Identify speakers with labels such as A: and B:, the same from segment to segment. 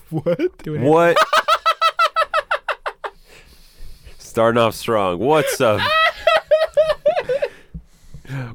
A: What?
B: Do it.
C: What? Starting off strong. What's up?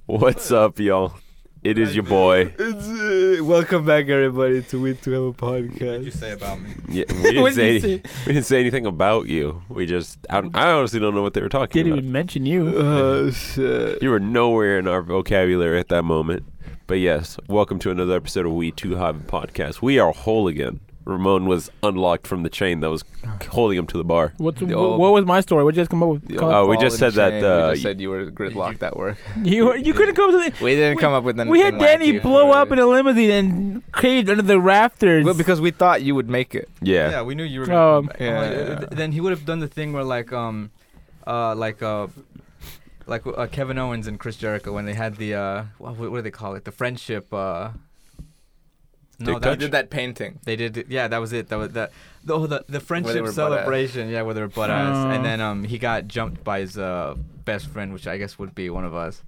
C: What's up, y'all? It is your boy.
A: It's, uh, welcome back, everybody, to We To Have a
D: What'd you
A: Podcast.
D: say about me?
C: Yeah, we, didn't
B: What did
C: say
B: you
C: any-
B: say?
C: we didn't say anything about you. We just, I, don't- I honestly don't know what they were talking
B: Didn't
C: about.
B: even mention you.
A: Uh, shit.
C: You were nowhere in our vocabulary at that moment. But yes, welcome to another episode of We Two Have a Podcast. We are whole again. Ramon was unlocked from the chain that was
B: Oh.
C: holding him to the bar.
B: What's,
D: The
B: wh-
D: old-
B: what was my story? What did you guys come up with?
D: The
B: Come
C: old-
B: up-
C: Oh, we
D: Ball
C: just
D: and
C: said that,
D: chain.
C: uh,
D: we just said you were gridlocked that work.
B: you you couldn't come up with it.
D: We didn't come up with anything.
B: We had Danny
D: wacky.
B: blow up in a limousine and caved under the rafters.
D: Well, because we thought you would make it.
C: Yeah.
E: Yeah, we knew you were gonna
B: Um,
E: come back. I'm like,
D: Yeah.
E: th- then he would have done the thing where like um, uh, like uh, like uh, Kevin Owens and Chris Jericho when they had the uh, what, what do they call it? The friendship. Uh, no,
C: Dick
D: They
E: that,
C: touch?
D: did that painting.
E: they did. it- Yeah, that was it. That was that. The oh, the,
D: they
E: the friendship
D: were butt-ass.
E: celebration. Yeah, where they were butt ass,
B: Oh.
E: and then um, he got jumped by his uh best friend, which I guess would be one of us,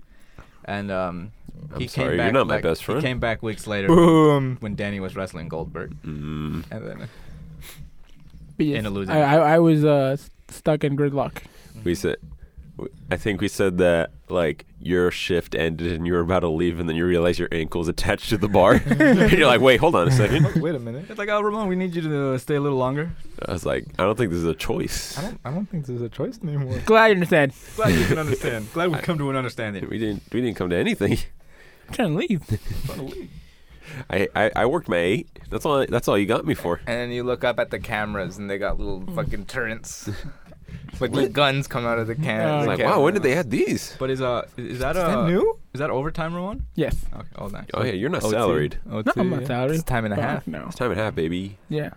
E: and um.
C: I'm
E: he
C: sorry,
E: came
C: you're
E: back,
C: not my
E: like-
C: best friend.
E: He came back weeks later
D: Boom.
E: when Danny was wrestling Goldberg,
C: Mm.
E: and then
B: But yes,
E: in a loser.
B: I, I, I was uh, s- stuck in gridlock.
C: We said, I think we said that like your shift ended and you were about to leave, and then you realize your ankle's attached to the bar. and you're like, wait, hold on a second.
D: Wait a minute.
E: It's like, oh, Ramon, we need you to stay a little longer.
C: I was like, I don't think this is a choice.
D: I don't. I don't think there's a choice anymore.
B: Glad you understand.
E: Glad you can understand. Glad we come to an understanding.
C: We didn't. We didn't come to anything.
B: I'm trying to leave.
C: I, I, I worked my eight. That's all. That's all you got me for.
D: And then you look up at the cameras, and they got little
E: Mm.
D: fucking turrets, like little guns come out of the
B: Oh,
D: cans.
C: It's like,
B: Okay.
C: wow, when did they add these?
E: But is uh is that
D: Is that
E: uh
D: new?
E: is that overtime, Ramon?
B: Yes.
E: Okay, oh nice.
C: Oh yeah, you're not
D: Oh, it's
C: salaried.
D: Oh,
B: No,
D: two,
B: I'm not
D: yeah.
B: salary.
D: It's time and a half.
B: Uh, No.
C: It's time and a half, baby,
B: Yeah.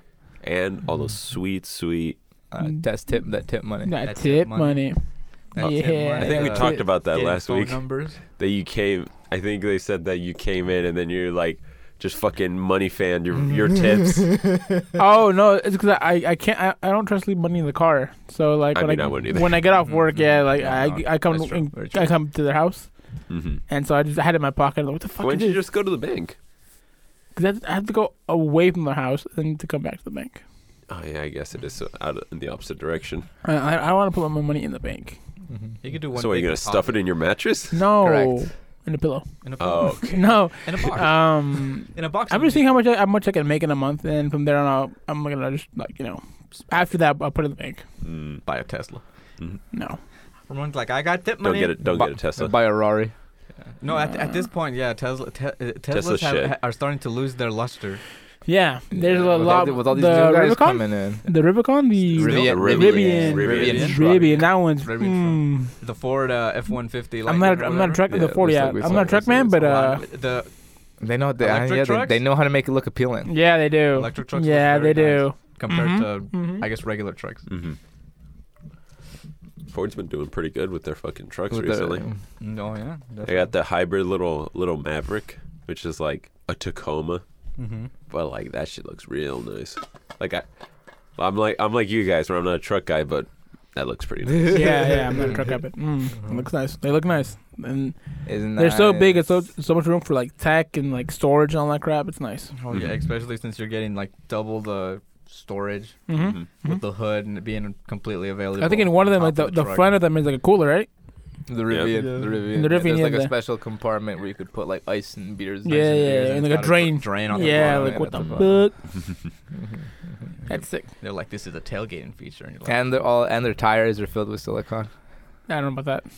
C: and all those sweet, sweet.
D: Uh, that's tip. That tip money.
B: Mm. That
E: That's
B: tip
E: it, money.
B: money. Yeah.
C: I think we
B: Uh,
C: talked about that
E: Getting
C: last
E: phone
C: week.
E: Numbers.
C: That you came. I think they said that you came in and then you're like, just fucking money fan your your tips.
B: oh no, it's because I, I can't I, I don't trust leave money in the car. So like
C: I
B: when
C: mean,
B: I,
C: I wouldn't either.
B: when I get off work,
E: Mhm.
B: yeah, like
E: Yeah,
B: I,
E: no,
B: I come
E: that's true.
B: in-
E: Very true.
B: I come to their house,
C: mm-hmm.
B: and so I just had it in my pocket. Like, what the fuck
C: Why
B: is
C: don't you
B: this?
C: just go to the bank?
B: Because I have to go away from the house and to come back to the bank.
C: Oh yeah, I guess it is so out in the opposite direction.
B: I I, I want to put my money in the bank.
D: Mm-hmm.
E: You could do one.
C: so are you
E: big
C: gonna stuff it
E: deposit
C: in your mattress?
B: No,
D: Correct.
B: in a pillow.
E: in a
C: Oh,
E: box.
B: No,
E: in a box.
B: um,
E: in a box.
B: I'm just seeing how much I, how much I can make in a month, and from there on, I'll, I'm gonna just like you know, after that, I'll put it in the bank.
C: Mm.
E: buy a Tesla.
B: No,
E: Ramon's like, I got tip
C: Don't
E: money.
C: get it. Don't
D: Bu-
C: get a Tesla.
D: Buy a Rari.
E: No, at, at this point, yeah, Tesla, te- uh,
C: Tesla
E: Teslas
C: shit.
E: have, ha- are starting to lose their luster.
B: yeah, there's a
D: with
B: lot
D: all, the- with all these
B: the
D: new guys
B: Rubicon?
D: coming in.
B: The Rubicon, the
D: Rivian-
C: The
B: Rivian,
C: Rivian.
D: Rivian.
B: Rivian, That one's.
E: Rivian
B: Mm,
E: The Ford uh, F-150. Lightning
B: I'm not.
E: or
B: I'm not a
E: whatever.
B: truck.
D: Yeah,
B: the
D: looks
B: forty.
D: like
B: Yeah,
D: we
B: I'm
D: saw
B: not a
D: it.
B: truck man,
D: It's
B: but
E: A lot
B: uh,
E: of it- the
D: They know they,
E: Electric
D: yeah, they,
E: trucks?
D: they know how to make it look appealing.
B: uh, yeah, they do.
E: Electric trucks
B: Yeah,
E: look very
B: they do.
E: compared
B: Mhm,
E: to
B: mhm.
E: I guess regular trucks.
C: hmm Ford's been doing pretty good with their fucking trucks
D: With the-
C: recently.
E: No, Mm, oh, yeah.
C: They got the hybrid little little Maverick, which is like a Tacoma,
E: Mm-hmm.
C: but like that shit looks real nice. Like I, I'm like I'm like you guys, where I'm not a truck guy, but that looks pretty
B: Mm-hmm.
C: nice.
B: yeah, yeah. I'm not a truck guy, but mm, it looks nice. They look nice, and
D: Isn't
B: they're so
D: that-
B: big. It's so so much room for like tech and like storage and all that crap. It's nice.
E: Oh yeah,
C: Mhm.
E: especially since you're getting like double the storage
B: Mm-hmm.
E: with the hood and it being completely available.
B: I think in one of them,
E: on
B: like the,
E: top
B: the
E: truck.
B: front of them is like a cooler, right?
D: The Rivian,
A: Yeah.
D: the Rivian.
B: The
D: yeah,
B: Rivian,
D: There's
B: yeah,
D: like a
B: the-
D: special compartment where you could put like ice and beers.
B: Yeah,
D: ice and
B: yeah,
D: beers
B: yeah,
D: in
B: and
D: it.
B: like a
E: Got
B: drain.
E: drain on the
B: Yeah,
E: bottom
B: like
E: and
B: what
E: at
B: the
E: bottom.
B: fuck? That's sick.
E: They're like, this is a tailgating feature, and you're like,
D: And they're all and their tires are filled with silicone.
B: I don't know about that.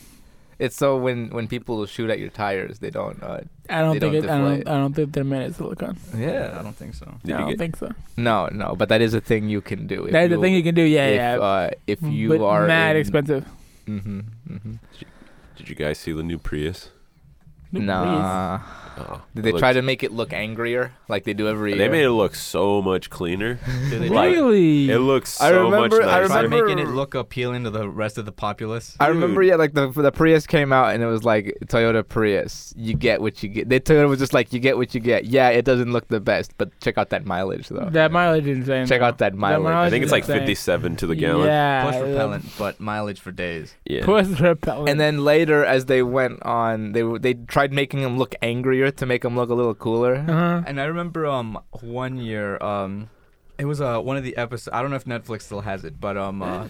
D: It's so when when people shoot at your tires, they don't. Uh,
B: I don't
D: They don't
B: think it, I don't.
D: deflate.
B: I don't think they're made of silicon.
E: yeah, I don't think so.
C: Did you
B: I don't
C: get-
B: think so.
D: No, no, but that is a thing you can do. if
B: That's the
D: you-
B: thing you can do. Yeah,
D: if,
B: yeah.
D: Uh, if you
B: but
D: are
B: mad
D: in-
B: expensive.
D: Mhm, mhm.
C: Did you guys see the new Prius?
B: No,
D: Nah.
C: Oh,
D: Did they
C: it
D: try
C: looks-
D: to make it look angrier like they do every
C: They
D: year?
C: made it look so much cleaner.
E: Do they
C: Like-
E: try,
B: Really?
C: It looks so
D: I remember-
C: much nicer.
D: I
E: try
D: remember-
E: making it look appealing to the rest of the populace?
D: I remember,
C: Dude.
D: yeah, like the the Prius came out and it was like Toyota Prius. You get what you get. They Toyota was just like you get what you get. Yeah, it doesn't look the best, but check out that mileage though.
B: that mileage is insane.
D: check out that mileage.
C: I
B: mileage
C: think it's like
B: insane.
C: 57 to the gallon.
B: Yeah.
E: Push repellent, but mileage for days.
C: Yeah.
B: Push repellent.
D: And then later, as they went on, they were- they tried making him look angrier to make him look a little cooler.
B: Uh-huh.
E: And I remember um one year um It was uh, one of the episodes. I don't know if Netflix still has it, but um, uh,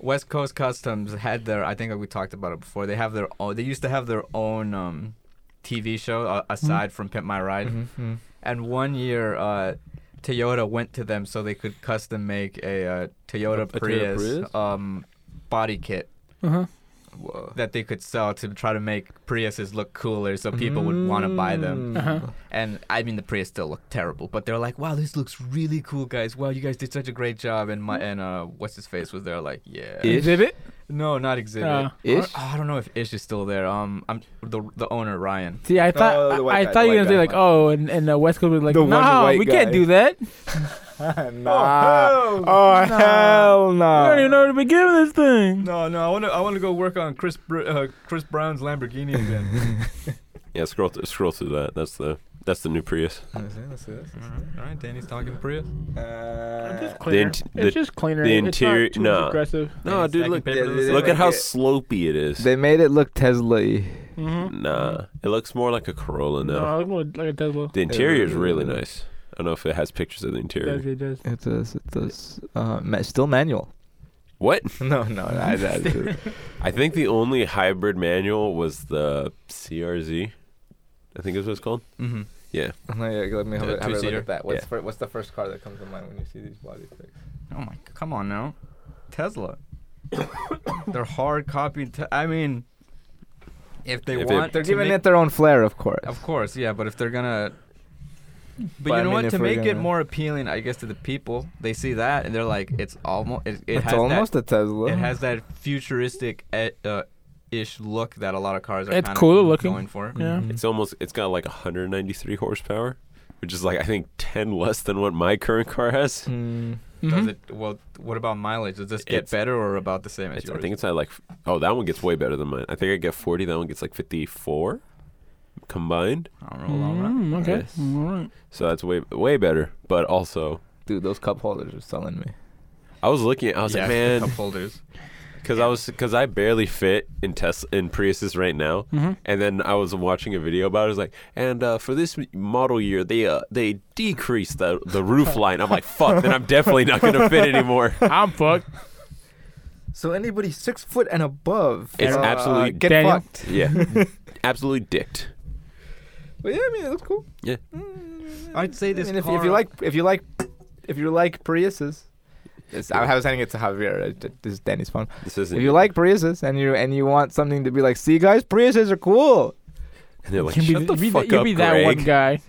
E: West Coast Customs had their. I think we talked about it before. They have their own. They used to have their own um, TV show uh, aside from Pimp My Ride.
D: Mm-hmm.
E: And one year, uh, Toyota went to them so they could custom make a uh, Toyota
C: Toyota
E: Prius,
C: Prius?
E: Um, body kit
B: Uh-huh.
E: that they could sell to try to make Priuses look cooler, so people would want to buy them.
D: Mm. Mm-hmm.
B: Uh-huh.
E: And I mean, the Prius still looked terrible, but they're like, "Wow, this looks really cool, guys! Wow, you guys did such a great job!" And my and uh, what's his face was there, like, "Yeah,
D: Exhibit?
E: no, not exhibit."
B: Uh,
E: I
D: Ish?
E: don't- I don't know if Ish is still there. Um, I'm the the owner Ryan.
B: See, I thought
A: Oh, the white
B: I, I
A: guy,
B: thought
A: the
B: you were gonna
A: white
B: say
A: guy.
B: like, oh, and, and uh, West Coast was like,
A: The
B: no,
A: one white
B: we can't
A: guy.
B: do that.
A: nah.
D: Oh,
E: Oh,
B: No.
D: hell
A: Uh,
B: I don't
D: no.
B: even know to be giving this thing.
E: No, no, I want to I want to go work on Chris Br- uh, Chris Brown's Lamborghini again.
C: Yeah, scroll th- scroll through that. That's the that's the new Prius.
E: all, right, all right, Danny's talking Prius.
B: It's just
A: Uh,
B: cleaner.
C: int-
B: it's
C: the-
B: just cleaner.
C: the
B: It's not
C: interior-
B: too
C: nah.
B: aggressive.
C: No, dude, look
A: paper to the
C: look
A: side.
C: at how
A: Like it-
C: slopey it is.
D: They made it look Tesla y.
B: Mm-hmm.
C: Nah, it looks more like a Corolla
B: No,
C: now.
B: I look more like a Tesla.
C: The interior is really
D: Uh,
C: nice. I don't know if it has pictures of the interior.
B: It does.
D: It does. It does. Uh, ma- still manual.
C: What?
D: No, no, I, I,
C: I think the only hybrid manual was the CRZ. I think is what it's called.
E: Mm-hmm.
C: Yeah.
D: No, yeah, let me have,
E: Yeah,
D: a, have a look
E: two-seater.
D: at that. What's,
C: Yeah.
D: fir- what's the first car that comes to mind when you see these body pics?
E: Oh my, come on now, Tesla. They're hard copying. Te- I mean, if they
C: If they-
E: want,
D: They're
E: to
D: giving
E: make-
D: it their own flair, of course.
E: Of course, yeah, but if they're gonna. But,
D: I
E: you know
D: mean,
E: what?
D: if
E: To
D: we're
E: make it
D: gonna-
E: more appealing, I guess, to the people, they see that and they're like, it's almost. It, it
D: it's
E: has
D: almost a Tesla.
E: That, it has that futuristic e- uh, ish look that a lot of cars are.
B: It's
E: kinda
B: cooler looking.
E: Going for.
B: Yeah.
C: It's almost. It's got like 193 horsepower, which is like I think 10 less than what my current car has.
D: Mm.
E: Does
B: Mhm.
E: it? Well, what about mileage? Does this get
C: It's-
E: better or about the same as
C: It's,
E: yours?
C: I think it's at like. f- Oh, that one gets way better than mine. I think I get 40. That one gets like 54 combined.
E: I don't know. all right.
B: Mm, okay.
C: Yes.
B: All right.
C: So that's way way better. But also,
D: Dude, those cup holders are selling me.
C: I was looking. at I was
E: yeah,
C: like, man,
E: cup holders.
C: because I was because I barely fit in Tesla in Priuses right now.
B: Mm-hmm.
C: And then I was watching a video about it. I was like, and uh, for this model year, they uh, they decreased the the roof line. I'm like, fuck. Then I'm definitely not gonna fit anymore.
B: I'm fucked.
D: So anybody six foot and above,
C: It's
D: uh,
C: absolutely-
D: get
B: Daniel?
D: fucked.
C: Yeah, absolutely dicked.
D: But yeah, I mean, it looks cool.
C: Yeah.
D: Mm,
E: I'd say this
D: I mean, if, if
E: car-
D: you like, if you like, if you like Priuses, it's, I was handing it to Javier. uh, th- This is Danny's phone.
C: This isn't.
D: If you like Priuses and you and you want something to be like, see guys, Priuses are cool.
C: and they're like,
B: You
C: shut
B: be
C: the
B: th- you be
C: fuck
B: th- you
C: up,
B: be that one
C: Greg.
B: guy.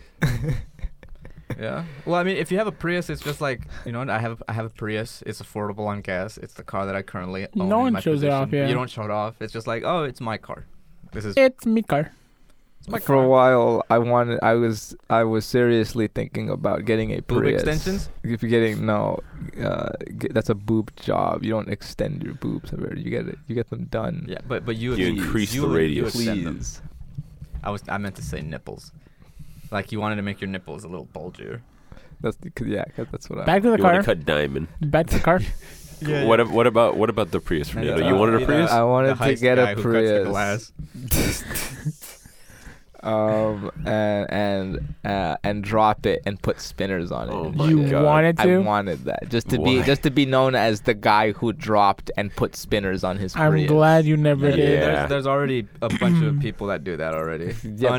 E: Yeah. Well, I mean, if you have a Prius, it's just like you know. I have I have a Prius. It's affordable on gas. It's the car that I currently own.
B: No
E: in
B: one
E: my
B: shows it
E: position.
B: off, yeah.
E: You don't show it off. It's just like, oh, it's my car. This is
B: It's me car.
E: it's my
D: For
E: car.
D: a while, I wanted. I was. I was seriously thinking about getting a
E: Boob
D: Prius.
E: extensions?
D: If you're getting no, uh, g that's a boob job. You don't extend your boobs. Javier. You get it. You get them done.
E: Yeah, but but you
C: You
E: ex-
C: increase
E: you,
C: the
E: you
C: radius.
E: extend them.
D: Please.
E: I was I meant to say nipples. Like you wanted to make your nipples a little bulgier.
D: That's cause, yeah. 'cause that's what I.
B: Back to the
C: You want to
B: car.
C: cut diamond?
B: Back to the car.
C: What, ab- what about what about the Prius from
E: And
C: the
E: it's
C: other? You
E: all-
C: wanted a
E: you
C: Prius?
D: I wanted
E: The
D: to
E: heist
D: get
E: guy
D: a
E: who cuts the
D: Prius.
E: glass.
D: um and and uh, and drop it and put spinners on it.
C: Oh
D: and
C: my
D: shit.
B: you
C: God.
B: wanted
D: I
B: to?
D: wanted that just to
C: Why?
D: be just to be known as the guy who dropped and put spinners on his.
B: I'm
D: Prius.
B: glad you never
E: Yeah,
B: did.
C: Yeah.
E: There's, there's already a bunch of people that do that already.
D: Yeah, but not- none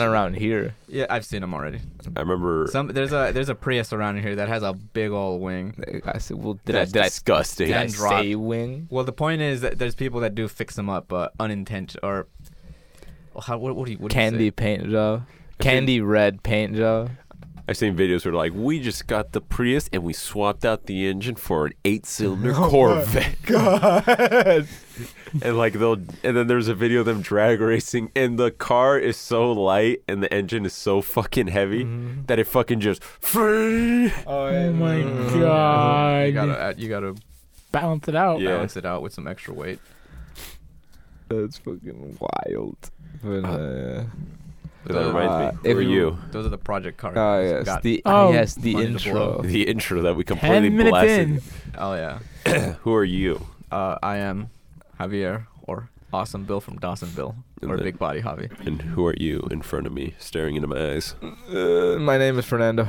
E: Unintentionally.
D: around here.
E: Yeah, I've seen them already.
C: I remember.
E: Some there's a there's a Prius around here that has a big old wing.
D: I said, well, did I
C: that's
D: did I
C: disgusting.
D: Did I
E: And drop.
D: say wing?
E: Well, the point is that there's people that do fix them up uh, unintention or oh, how, what, what do you what do you say?
D: Candy paint job. Candy red paint job.
C: I've seen videos where like we just got the Prius and we swapped out the engine for an eight-cylinder Corvette.
A: God.
C: and like they'll and then there's a video of them drag racing and the car is so light and the engine is so fucking heavy that it fucking just
A: Oh,
B: Oh my
E: Mhm.
B: god.
E: You gotta add- you gotta
B: balance it out.
C: Yeah.
E: balance it out with some extra weight.
D: That's fucking wild. But, uh,
C: that reminds me
D: Uh,
C: who are
D: if
C: you
D: you-
E: Those are the project
C: Uh,
E: cars.
D: oh
E: that
D: yes,
E: got-
D: the
B: Oh,
D: yes the
E: money to blow.
D: intro.
C: the intro that we completely
B: Ten minutes
C: blasted
E: oh yeah.
C: who are you
E: Uh, I am Javier or Awesome Bill from Dawsonville or
C: Okay.
E: Big Body Javi.
C: and who are you in front of me staring into my eyes
D: Uh, my name is Fernando.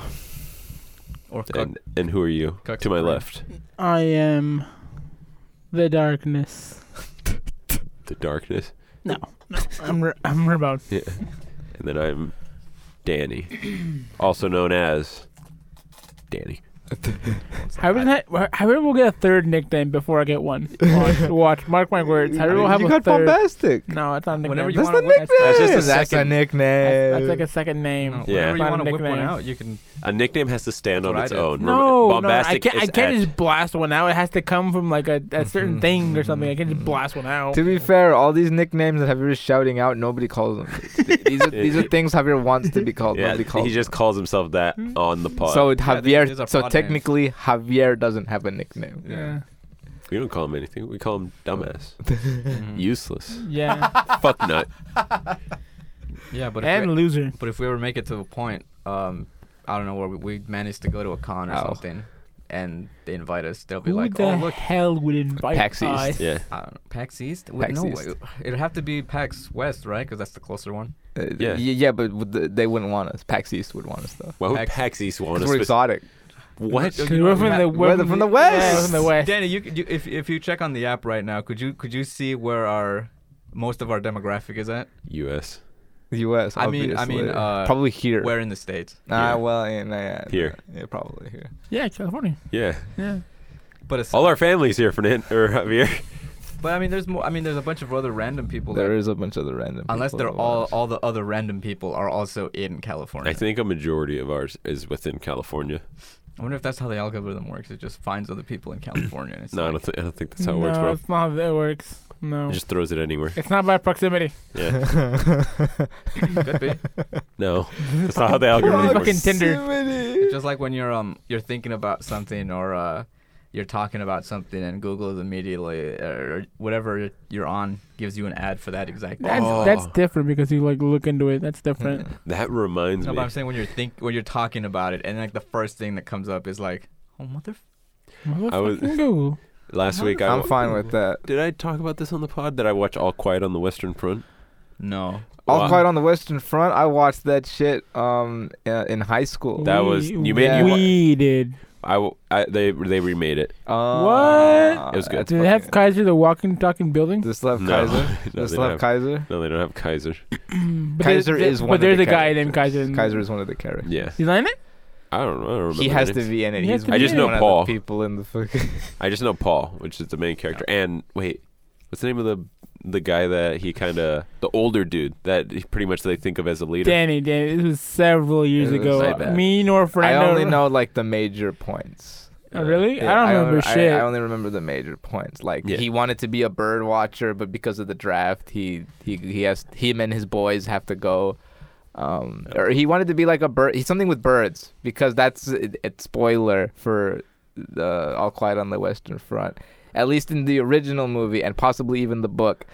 E: Or cook.
C: And, and who are you?
E: Cook
C: to my
E: Supreme.
C: left.
B: I am the darkness.
C: The darkness.
B: No, no, I'm re- I'm Rebone.
C: Yeah. And then I'm Danny, also known as Danny.
B: Hyrule ha- Hyrule will get a third nickname before I get one. Watch, watch mark my words. Hyrule will have
D: you
B: a
D: got
B: third.
D: bombastic.
B: No, it's not a nickname.
E: Whenever you
D: That's
E: wanna
D: the
E: win-
D: nickname.
E: That's-
C: that's just a
D: That's
C: second-
D: nickname.
B: That's, that's like a second name.
E: No,
C: Yeah.
E: Whenever you
B: Not a
E: want to whip one
B: nickname.
E: out, you can.
C: A nickname has to stand
E: That's
C: on
E: what
C: its
E: I did.
C: own.
B: No, no, I
C: bombastic
B: can't. I
C: is
B: can't
C: at-
B: just blast one out. It has to come from like a, a certain
E: Mhm,
B: thing or
E: mhm,
B: something. I can't just
E: mhm.
B: blast one out.
D: To be fair, all these nicknames that Javier is shouting out, nobody calls them. these are these are things Javier wants to be called.
C: Yeah,
D: nobody calls.
C: he just calls himself that
E: Hmm?
C: on the
D: them.
C: pod.
D: so
E: Yeah, these-
D: Javier.
E: these are
D: so
E: pod names.
D: technically, Javier doesn't have a nickname.
E: Yeah.
C: we don't call him anything. We call him dumbass,
B: Hmm.
E: Mhm.
C: useless,
B: Yeah.
C: fuck nut.
E: Yeah, but if,
B: and
E: we,
B: loser.
E: but if we ever make it to a point, um, I don't know where we, we managed to go to a con or
D: Ow.
E: something, and they invite us, they'll be
B: Who
E: like,
B: the
E: "Oh, look,
B: hell would invite
D: PAX East.
B: us?
C: Yeah,
E: I don't know, PAX East? Wait,
D: PAX
E: no,
D: East.
E: wait, it'd have to be PAX West, right? Because that's the closer one.
D: Uh,
C: Yeah.
D: yeah. yeah, but would the, they wouldn't want us. PAX East would want us though.
C: why would
E: Pax-
C: Pax East want
D: 'Cause
C: us?
D: we're
C: but-
D: exotic.
C: What?
E: You
B: We're
E: know,
B: from
E: yeah,
B: the,
D: we're the- from the
B: Yeah, we're from the west.
E: Danny, you, could- you if if you check on the app right now, could you could you see where our most of our demographic is at?
C: U.S.
D: The U.S.
E: I mean, I mean,
D: obviously.
E: uh,
D: probably here.
E: where in the states?
D: Ah,
C: Here.
D: well, yeah, nah, yeah,
C: Here.
D: yeah, probably here.
B: Yeah, California.
C: Yeah,
B: Yeah.
E: But it's,
C: all our families here, Fernand or Javier.
E: but I mean, there's more. I mean, there's a bunch of other random people
D: There
E: that-
D: is a bunch of the random.
E: Unless
D: people
E: they're
D: that
E: all
D: want us.
E: all the other random people are also in California.
C: I think a majority of ours is within California.
E: I wonder if that's how the algorithm works. It just finds other people in California. And it's
C: No, I
E: like,
C: don't, thi- I don't think that's how it
B: no,
C: works, bro.
B: it's not how that works. No.
C: It just throws it anywhere.
B: It's not by proximity.
C: Yeah,
E: could be.
C: no, that's not how the algorithm
B: Fucking
C: works.
B: Tinder.
E: It's just like when you're um you're thinking about something or uh you're talking about something and Google is immediately or whatever you're on gives you an ad for that exact. thing.
B: That's
C: Oh.
B: that's different because you like look into it. That's different.
C: That reminds
E: No,
C: me.
E: but I'm saying when you're think when you're talking about it and like the first thing that comes up is like, oh mother.
C: I was-
B: Motherfucking Google.
C: Last week, I
D: I'm
C: wa-
D: fine with that.
C: did I talk about this on the pod? That I watch All Quiet on the Western Front?
E: No.
D: All
C: Wow.
D: Quiet on the Western Front. I watched that shit um uh, in high school.
C: That was-
B: We-
C: you made-
D: you wa-
B: we did.
C: I, w- I- they they remade it.
D: Uh,
C: It was good.
D: that's
B: Did they have
D: fucking-
B: Kaiser the walking talking building?
D: This left
C: No,
D: Kaiser.
C: no,
D: This
C: they
D: left
C: don't have,
D: Kaiser.
C: no, they don't have Kaiser.
B: But
D: Kaiser
B: there- there-
D: is one
B: But
D: of the
B: there's a guy
D: characters.
B: named Kaiser. in-
D: Kaiser is one of the characters.
C: Yeah,
B: He's not in it.
C: I don't know. I don't remember.
D: He has
C: the
D: to
C: names.
D: be in it.
B: He has
D: He's
B: to
C: I
B: be
C: just
B: in
C: know
B: it.
D: one
C: Paul.
D: of the people in the fucking.
C: I just know Paul, which is the main character. And wait, what's the name of the the guy that he kind of the older dude that he pretty much they think of as a leader?
B: Danny, Danny, this was several years
D: It was
B: ago.
C: way back.
B: Me nor
D: I
B: Fernando.
D: only know like the major points.
B: Oh, really?
D: Yeah,
B: I don't
D: only-
B: remember shit.
D: I, only remember the major points. Like
C: Yeah.
D: he wanted to be a bird watcher, but because of the draft, he he he has him and his boys have to go. Um, or he wanted to be like a bird. He's something with birds because that's it, it's spoiler for the All Quiet on the Western Front. At least in the original movie and possibly even the book,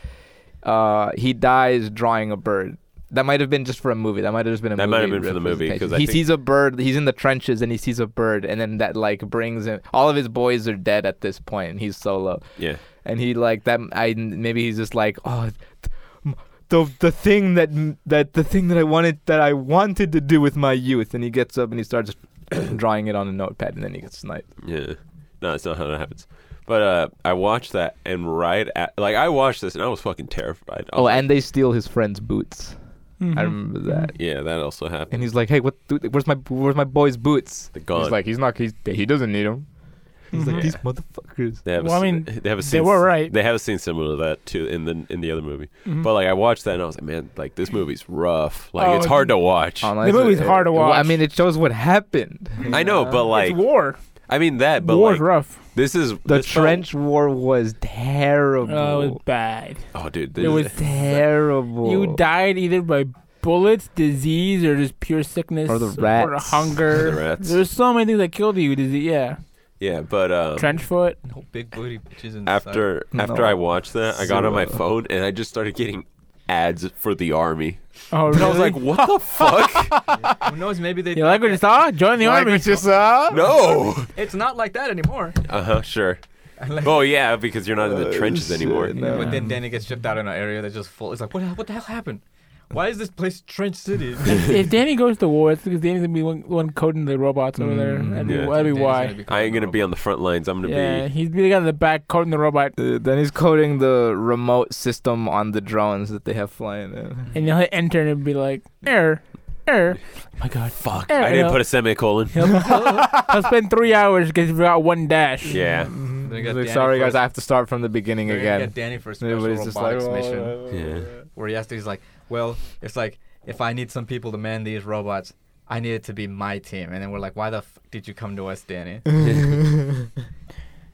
D: uh, he dies drawing a bird. That might have been just for a movie. That might have just been a
C: That
D: movie.
C: might have been for the movie, 'cause I
D: he
C: think-
D: sees a bird. He's in the trenches and he sees a bird, and then that like brings him. All of his boys are dead at this point, and he's solo.
C: Yeah,
D: And he like that. I maybe he's just like oh. th- m- the, the thing that that the thing that I wanted that I wanted to do with my youth, and he gets up and he starts drawing it on a notepad, and then he gets sniped.
C: yeah. No, that's not how that happens. But uh, I watched that, and right at like I watched this, and I was fucking terrified. I
D: Oh,
C: was-
D: and they steal his friend's boots.
B: Mhm.
D: I remember that.
C: yeah, that also
D: And
C: happened.
D: he's like, "Hey, what? Dude, where's my where's my boy's boots?"
C: They're gone.
D: He's like, "He's not. He's, he doesn't need them." He's
B: Mhm.
D: like, "These motherfuckers."
C: They have a,
B: Well, I
C: s-
B: mean,
C: they have a
B: they
C: scene,
B: were right.
C: They have a scene similar to that too in the in the other movie.
B: Mhm.
C: But like I watched that and I was like, man, like this movie's rough. Like
B: Oh,
C: it's hard to watch.
D: Unless
B: movie's hard to
D: Well, I
B: watch.
D: mean, it shows what happened.
C: I know, but like
B: it's war.
C: I mean that, but
B: War's
C: like
B: rough.
C: this is
D: The
C: this felt-
D: trench war was terrible.
B: Oh, it was bad.
C: oh, dude, this
B: It was
C: is,
D: terrible.
B: You died either by bullets, disease, or just pure sickness,
D: Or the
B: or
D: rats.
C: the
B: hunger.
C: rats.
B: There's so many things that killed you. Disease, yeah.
C: Yeah, but um,
B: Trench foot.
E: No big booty bitches in
C: after
D: No.
C: after I watched that, I got on my
D: Zero.
C: phone and I just started getting ads for the army.
B: Oh,
C: And
B: really?
C: I was like, what the fuck?
E: Who knows? Maybe they.
B: you like what you saw? Join the army.
D: uh,
C: No.
E: It's not like that anymore.
C: Uh huh. Sure.
E: Like-
C: Oh yeah,
B: Oh,
C: because you're not in the trenches anymore.
D: shit, no.
E: But then Danny gets shipped out in an area that's just full. It's like, what? What the hell happened? Why is this place Trench City?
B: if, if Danny goes to war, it's because Danny's gonna be one, one coding the robots over there. That'd be,
C: Mm, yeah.
B: that'd
E: Danny's
B: be why.
E: gonna be
C: I ain't gonna be
E: called
C: on the front lines. I'm gonna
B: yeah, he's be the guy in the back coding the robot,
D: Uh, then he's coding the remote system on the drones that they have flying in.
B: and he'll hit enter and it'll be like error, error. my God,
C: be. Fuck!
B: Eh,
C: I didn't
B: yeah.
C: put a semicolon.
B: He'll, he'll, he'll spend three hours because he forgot one dash.
C: Yeah.
D: Mhm.
E: They got
D: Like,
E: Danny
D: sorry guys,
E: first.
D: I have to start from the beginning
E: They're gonna
D: again.
E: Get Danny for a special
D: Everybody's just like,
E: robotics
D: "Oh,
E: mission.
C: Yeah.
E: where he has to, he's like, well, it's like if I need some people to man these robots, I need it to be my team. And then we're like, why the f- did you come to us, Danny?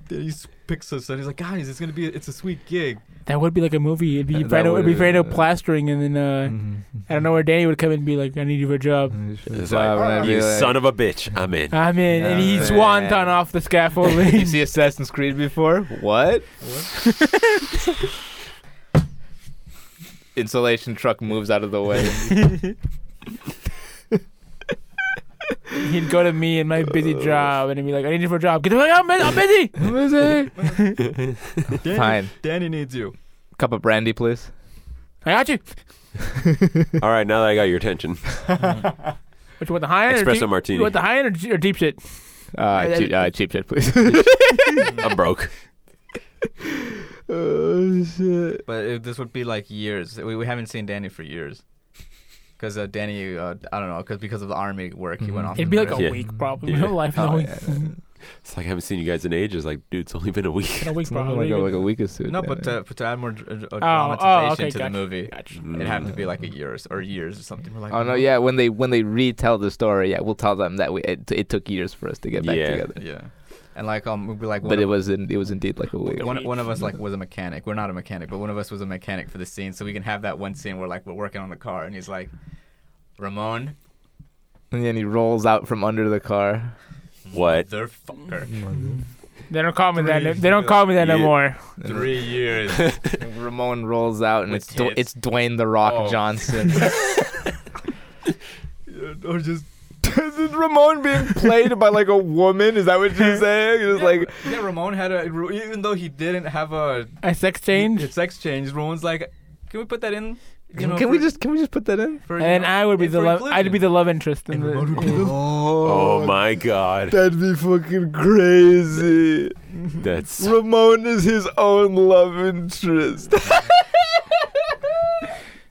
E: he picks us and he's like, guys, it's gonna be, it's a sweet gig.
B: That would be like a movie. It'd be
D: That
B: Fredo, it'd be
D: would-
B: Fredo plastering, and then uh, I don't know where Danny would come in and be like, "I need you for a
E: Mm.
B: job."
C: It's like, you son of a bitch. I'm in.
B: I'm in, and
D: Yeah,
B: he's
D: man.
B: wonton off the
D: you
B: scaffolding.
D: see Assassin's Creed before? What? Insulation truck moves out of the way.
B: He'd go to me in my busy job, and he'd be like, "I need you for a job." Get the fuck out, man! I'm busy.
D: Fine.
E: Danny, Danny needs you.
D: Cup of brandy, please. Uh,
B: I got you.
C: All right, now that I got your attention,
B: Which you want the high end?
C: espresso
B: or deep, you
C: martini.
B: want the high end or, deep- or deep shit?
D: Uh,
B: that-
D: cheap, uh, cheap shit, please.
C: I'm broke.
D: oh, shit.
E: But it, this would be like years. We, we haven't seen Danny for years. Because uh, Danny, uh, I don't know, cause, because of the army work, he went
D: Mhm.
E: off.
B: Mm-hmm. It'd
E: to
B: be like a
E: prison.
C: Yeah.
B: week probably.
C: Yeah.
B: No life in a
D: Oh,
B: week.
D: yeah,
C: It's like I haven't seen you guys in ages. Like, dude, it's only been a week.
B: In a week
D: It's not like,
B: probably.
D: a, like a week or two.
E: No, but uh, but to add more dr- uh,
B: oh,
E: dramatization
B: okay,
E: to the
B: gotcha.
E: movie,
B: Gotcha.
E: it happened to be like a year or, s- or years or something. We're like,
D: Mm-hmm. Oh no! Yeah, when they when they retell the story, yeah, we'll tell them that we it, it took years for us to get back
C: Yeah.
D: together.
E: yeah. And like um, we'd be like,
D: But it Mm-hmm. was in, it was indeed like a week.
E: one, one of us like was a mechanic. We're not a mechanic, but one of us was a mechanic for the scene, so we can have that one scene where like we're working on the car, and he's like, Ramon,
D: And then he rolls out from under the car.
C: What?
E: motherfucker,
D: Mm-hmm.
B: They don't call me that.
E: Three.
B: They don't call me that no
C: Yeah.
B: more.
E: three years.
D: And Ramon rolls out, and
E: With
D: it's du- it's
E: tits.
D: Dwayne the Rock
E: Oh.
D: Johnson.
E: or just
D: Is Ramon being played by like a woman? Is that what you're saying? It's
E: yeah, like yeah, Ramon had a even though he didn't have a
B: A sex change,
E: a sex change. Ramon's like, can we put that in? You know,
D: can we
E: for-
D: just can we just put that in?
E: for,
B: and
E: you
B: then
E: know,
B: I would be
E: for
B: the love.
E: inclusion?
B: I'd be the love interest. In the,
D: Oh,
C: Oh my god.
D: that'd be fucking crazy.
C: That's
D: Ramon is his own love interest.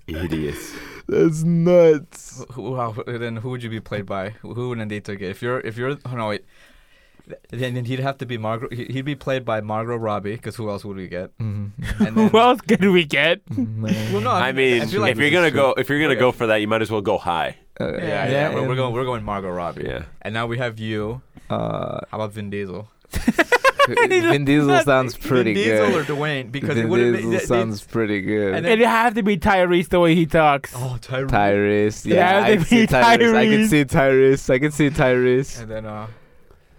C: hideous.
D: That's nuts.
E: Who- Who, how, then who would you be played by? Who who would Nandito get? If you're if you're oh no wait, then, then he'd have to be Margot. he- He'd be played by Margot Robbie because who else would we get? And then,
B: who else could we get?
E: Mm-hmm. well, no,
C: I mean,
E: I feel like
C: if you're gonna go, if you're gonna go for that, you might as well go high.
E: yeah, yeah, we're, we're going we're going Margot Robbie.
C: Yeah.
E: And now we have you.
D: Uh,
E: How about Vin Diesel?
D: Vin Diesel sounds pretty
E: Vin Diesel
D: good.
E: or Dwayne? Because it
D: Vin
E: wouldn't
D: Diesel
E: be,
D: sounds pretty good.
E: and then-
B: It'd have to be Tyrese the way he talks.
E: oh Tyrese.
D: Tyrese,
B: Yeah,
D: yeah, I
B: they
D: can see
B: mean
D: Tyrese. I can
B: Tyrese.
D: see Tyrese. I can see Tyrese.
E: And then uh,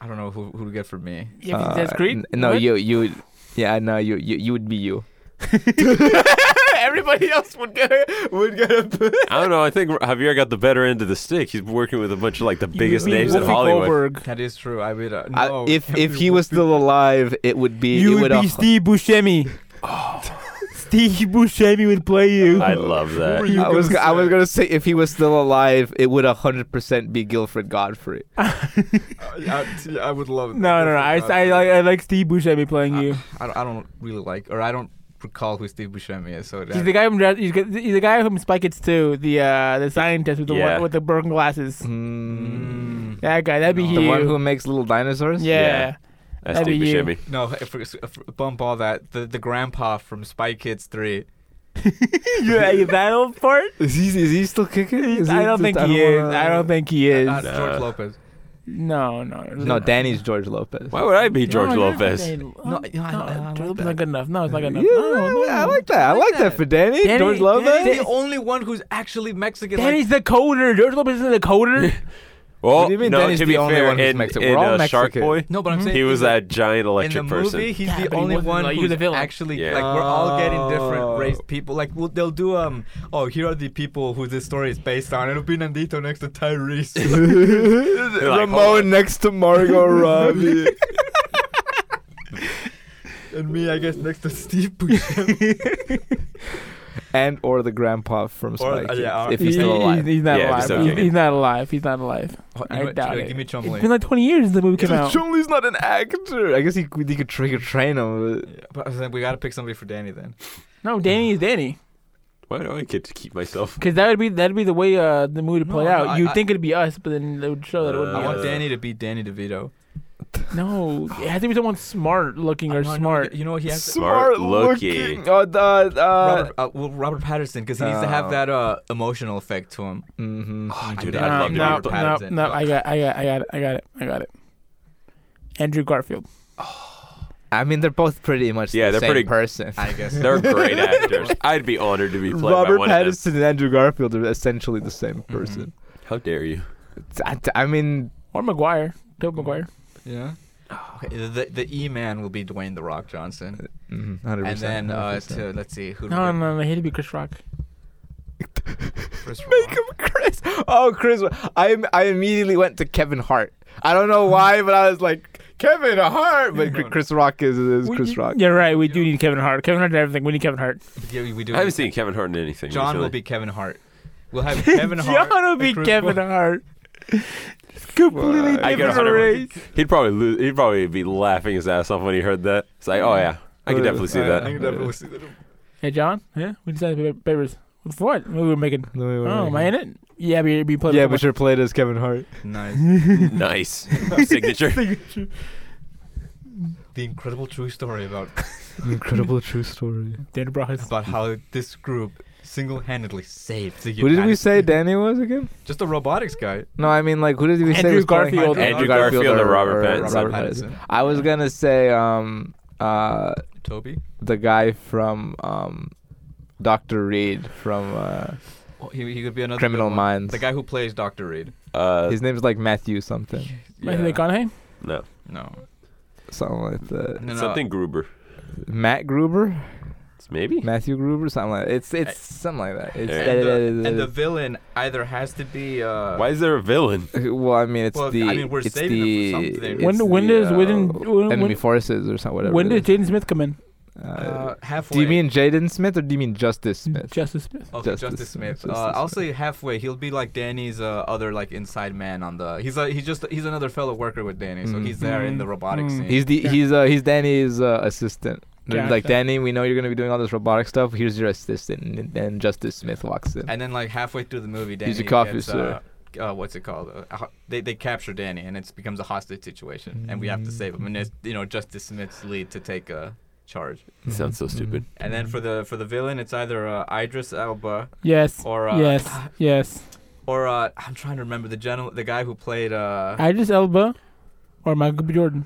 E: I don't know who who to get for me.
B: Yeah,
D: Uh,
B: that's great.
D: n- no, you, you, would- yeah, no, you, you, you would be you. Everybody else would get would get a.
C: I don't know. I think Javier got the better end of the stick. He's working with a bunch of like the biggest names in Hollywood.
E: That is true. I would. Uh,
D: I-
E: no,
D: if
E: can't
D: if
E: be
D: he was still alive, it would be.
B: You
D: it
B: would
D: would
B: be Steve Buscemi. Steve Buscemi would play you.
C: I love that.
D: I was I was gonna say if he was still alive, it would hundred percent be Guilford Godfrey.
E: Uh, I, I would love.
B: No, no, no. I, I, like, I like Steve Buscemi playing you.
E: I don't, I don't really like, or I don't recall who Steve Buscemi is. So
B: He's
E: that,
B: the guy from Jurassic- he's, got- he's the guy from Spy Kids 2, the uh, the scientist with the
C: Yeah.
B: one, with the broken glasses.
D: Mm.
B: That guy, that'd be
E: No.
B: you.
D: The one who makes little dinosaurs.
B: yeah.
C: Yeah. That's
B: That'd
C: Steve
B: be you.
C: Buscemi.
E: no, if, we- if, we bump all that. The the grandpa from Spy Kids Three.
B: You like that old part?
D: Is he is he still kicking? Is
B: I don't
D: still-
B: think he is.
D: wanna-
B: I don't think he is.
E: Uh,
C: Nah.
E: George Lopez.
B: no, no.
D: No, Danny's George Lopez.
C: Why would I be George
B: No, you're not
C: Lopez?
B: Danny-
E: No, I- I- I like
B: George
E: that.
B: Lopez is not good enough. No, it's not good
D: Yeah,
B: enough. no, no.
D: I like that. I like that, for Danny.
B: Danny-
D: George Lopez.
B: Danny-
E: He's the only one who's actually Mexican. like-
B: Danny's the coder. George Lopez isn't the coder.
C: Well,
D: What do you mean
C: no,
D: Danny's
C: to be
D: the only
C: fair,
D: one who's
C: in,
D: Mexican?
C: in,
D: We're all
C: uh, Shark
D: Mexican.
C: Boy,
E: no, but I'm saying
C: he was
E: in the-
C: that giant
E: in
C: electric
E: the
C: person.
E: movie. He's
B: Yeah, but
E: the
B: he
E: only
B: wasn't,
E: one
B: like, he was
E: who's
B: a villain.
E: actually
C: Yeah.
E: like we're all getting
D: Oh.
E: different race people. Like well, they'll do um oh here are the people who this story is based on. It'll be Nandito next to Tyrese.
C: hold on.
D: Ramon next to Margot Robbie.
E: And me, I guess, next to Steve Buscemi.
D: and or the grandpa from Spike.
E: uh, yeah, or-
D: if he's still alive.
B: He's not
C: Yeah, if
B: alive.
C: he's still
B: He's-
C: kicking.
B: he's not alive. He's not alive.
E: Oh,
B: I
E: you know what,
B: doubt
E: uh,
B: it.
E: Give me
B: It's
E: Chumley.
B: been like 20 years the movie came out.
D: Chun-Li's not an actor. I guess he could- he could trigger train him.
E: Yeah, but I was like, we gotta pick somebody for Danny then.
B: No, Danny is Danny.
C: Why do I get to keep myself?
B: Because that would be that'd be the way uh, the movie would play
E: No,
B: out.
E: I-
B: You'd
E: I-
B: think it'd be us, but then they would show that it wouldn't
E: I
B: be
E: want
C: Uh,
B: us.
E: Danny to be Danny DeVito.
B: No, it has to be someone smart looking
E: I
B: or
E: know, I know,
B: smart.
E: You know what he has? To,
C: Smart
D: looking.
C: looking.
D: Oh, the, uh,
E: Robert, uh, well, Robert Patterson, because he needs to have
D: Oh.
E: that uh, emotional effect to him.
D: mhm.
C: Oh, dude,
E: No,
C: I'd
B: Uh, no,
C: love to
B: no,
C: be.
E: Robert
B: no,
E: Pattinson.
B: no, I got, I got, I got it, I got it, I got it. Andrew Garfield.
D: I mean, they're both pretty much
C: Yeah,
D: the
C: they're
D: same
C: pretty-
D: person.
E: I guess.
C: They're great actors. I'd be honored to be played by
D: Robert
C: one of
D: Pattinson and Andrew Garfield are essentially the same person.
C: them. How dare you?
D: I, Mm-hmm. I mean,
B: Or McGuire. Tobe McGuire.
E: Yeah. Okay, the the E man will be Dwayne the Rock Johnson,
D: mhm, 100%.
E: and then uh,
D: 100%.
E: to let's see who.
B: No, no, no, he had to be Chris Rock.
D: Make him Chris. Oh, Chris. I I immediately went to Kevin Hart. I don't know why, but I was like Kevin Hart. But Chr- Chris Rock is, is
B: We-
D: Chris Rock.
B: Yeah, right. We do need Kevin Hart. Kevin Hart did everything. We need Kevin Hart.
E: Yeah, we- we do.
C: I haven't seen Kevin Hart in anything.
E: John will
C: recently.
E: be Kevin Hart. We'll have Kevin Hart.
B: John will be
E: and Chris
B: Kevin
E: Rock.
B: Hart. It's completely
D: I
C: get
B: different
C: 100
B: race.
C: He'd probably lose, he'd probably be laughing his ass off when he heard that. It's like, oh yeah, I could
D: Uh,
C: definitely see
E: I- I
C: that.
E: can definitely see that.
B: Hey, John. Yeah, we decided to be papers. For what? What we were making? Oh, am I in it? Yeah, but you'd be playing.
D: Yeah, but you're played as Kevin Hart.
E: Nice.
C: nice signature.
E: the incredible true story about
D: An incredible true story.
B: Dana Brock.
E: about how this group single-handedly saved the
D: Who
E: humanity.
D: did we say Danny was again?
E: Just a robotics guy.
D: No, I mean like who did we say
B: Andrew
D: was playing him?
B: Garfield.
C: Andrew Garfield or Robert Pattinson.
E: Robert
D: Robert
E: Pattinson.
D: I was gonna say um uh
E: Toby.
D: the guy from um Doctor Reed from uh,
E: Oh, he, he could be another
D: Criminal
E: good one.
D: Minds.
E: The guy who plays Doctor Reed.
C: Uh,
D: His name's like Matthew something,
B: Matthew McConaughey.
C: no,
E: No.
D: something like that.
E: No, no.
C: something Gruber.
D: Matt Gruber,
C: It's maybe.
D: Matthew Gruber, something like it's it's
E: I-
D: something like that. It's,
C: And
E: And the, and the villain either has to be. Uh,
C: Why is there a villain?
D: uh, well, I mean, it's
E: Well, I
D: the
E: mean, we're
D: it's
E: saving
D: the
E: them for something.
D: it's
B: When-
D: the,
B: when does-
D: uh,
B: when- when-
D: enemy
B: when-
D: forces or something? Whatever.
B: When
D: it
B: did Jaden Smith come in?
D: is. Uh,
E: Uh, halfway.
D: do you mean Jaden Smith or do you mean Justice Smith?
B: Justice Smith.
E: Okay,
D: Justice
E: Justice,
D: Smith,
E: Smith.
D: Justice
E: uh, I'll
D: Smith.
E: say halfway. He'll be like Danny's uh, other like inside man on the. He's a, he's just he's another fellow worker with Danny, so
D: Mhm.
E: he's there in the
B: Mhm.
E: robotic
B: Mhm.
E: scene.
D: He's the
B: Yeah.
D: he's uh he's Danny's uh, assistant. They're Like
B: Gotcha.
D: Danny, we know you're gonna be doing all this robotic stuff. Here's your assistant, and then Justice Smith walks in.
E: and then like halfway through the movie, Danny
D: He's a coffee
E: gets,
D: sir.
E: uh, uh, what's it called? Uh, ho- they they capture Danny, and it becomes a hostage situation, and we have to save him. And it's you know Justice Smith's lead to take uh, charge.
D: Mm-hmm.
C: sounds so stupid.
E: And then for the for the villain, it's either uh, Idris Elba
B: Yes.
E: or uh,
B: yes. Yes.
E: or uh, I'm trying to remember the general, the guy who played uh,
B: Idris Elba or Michael B. Jordan.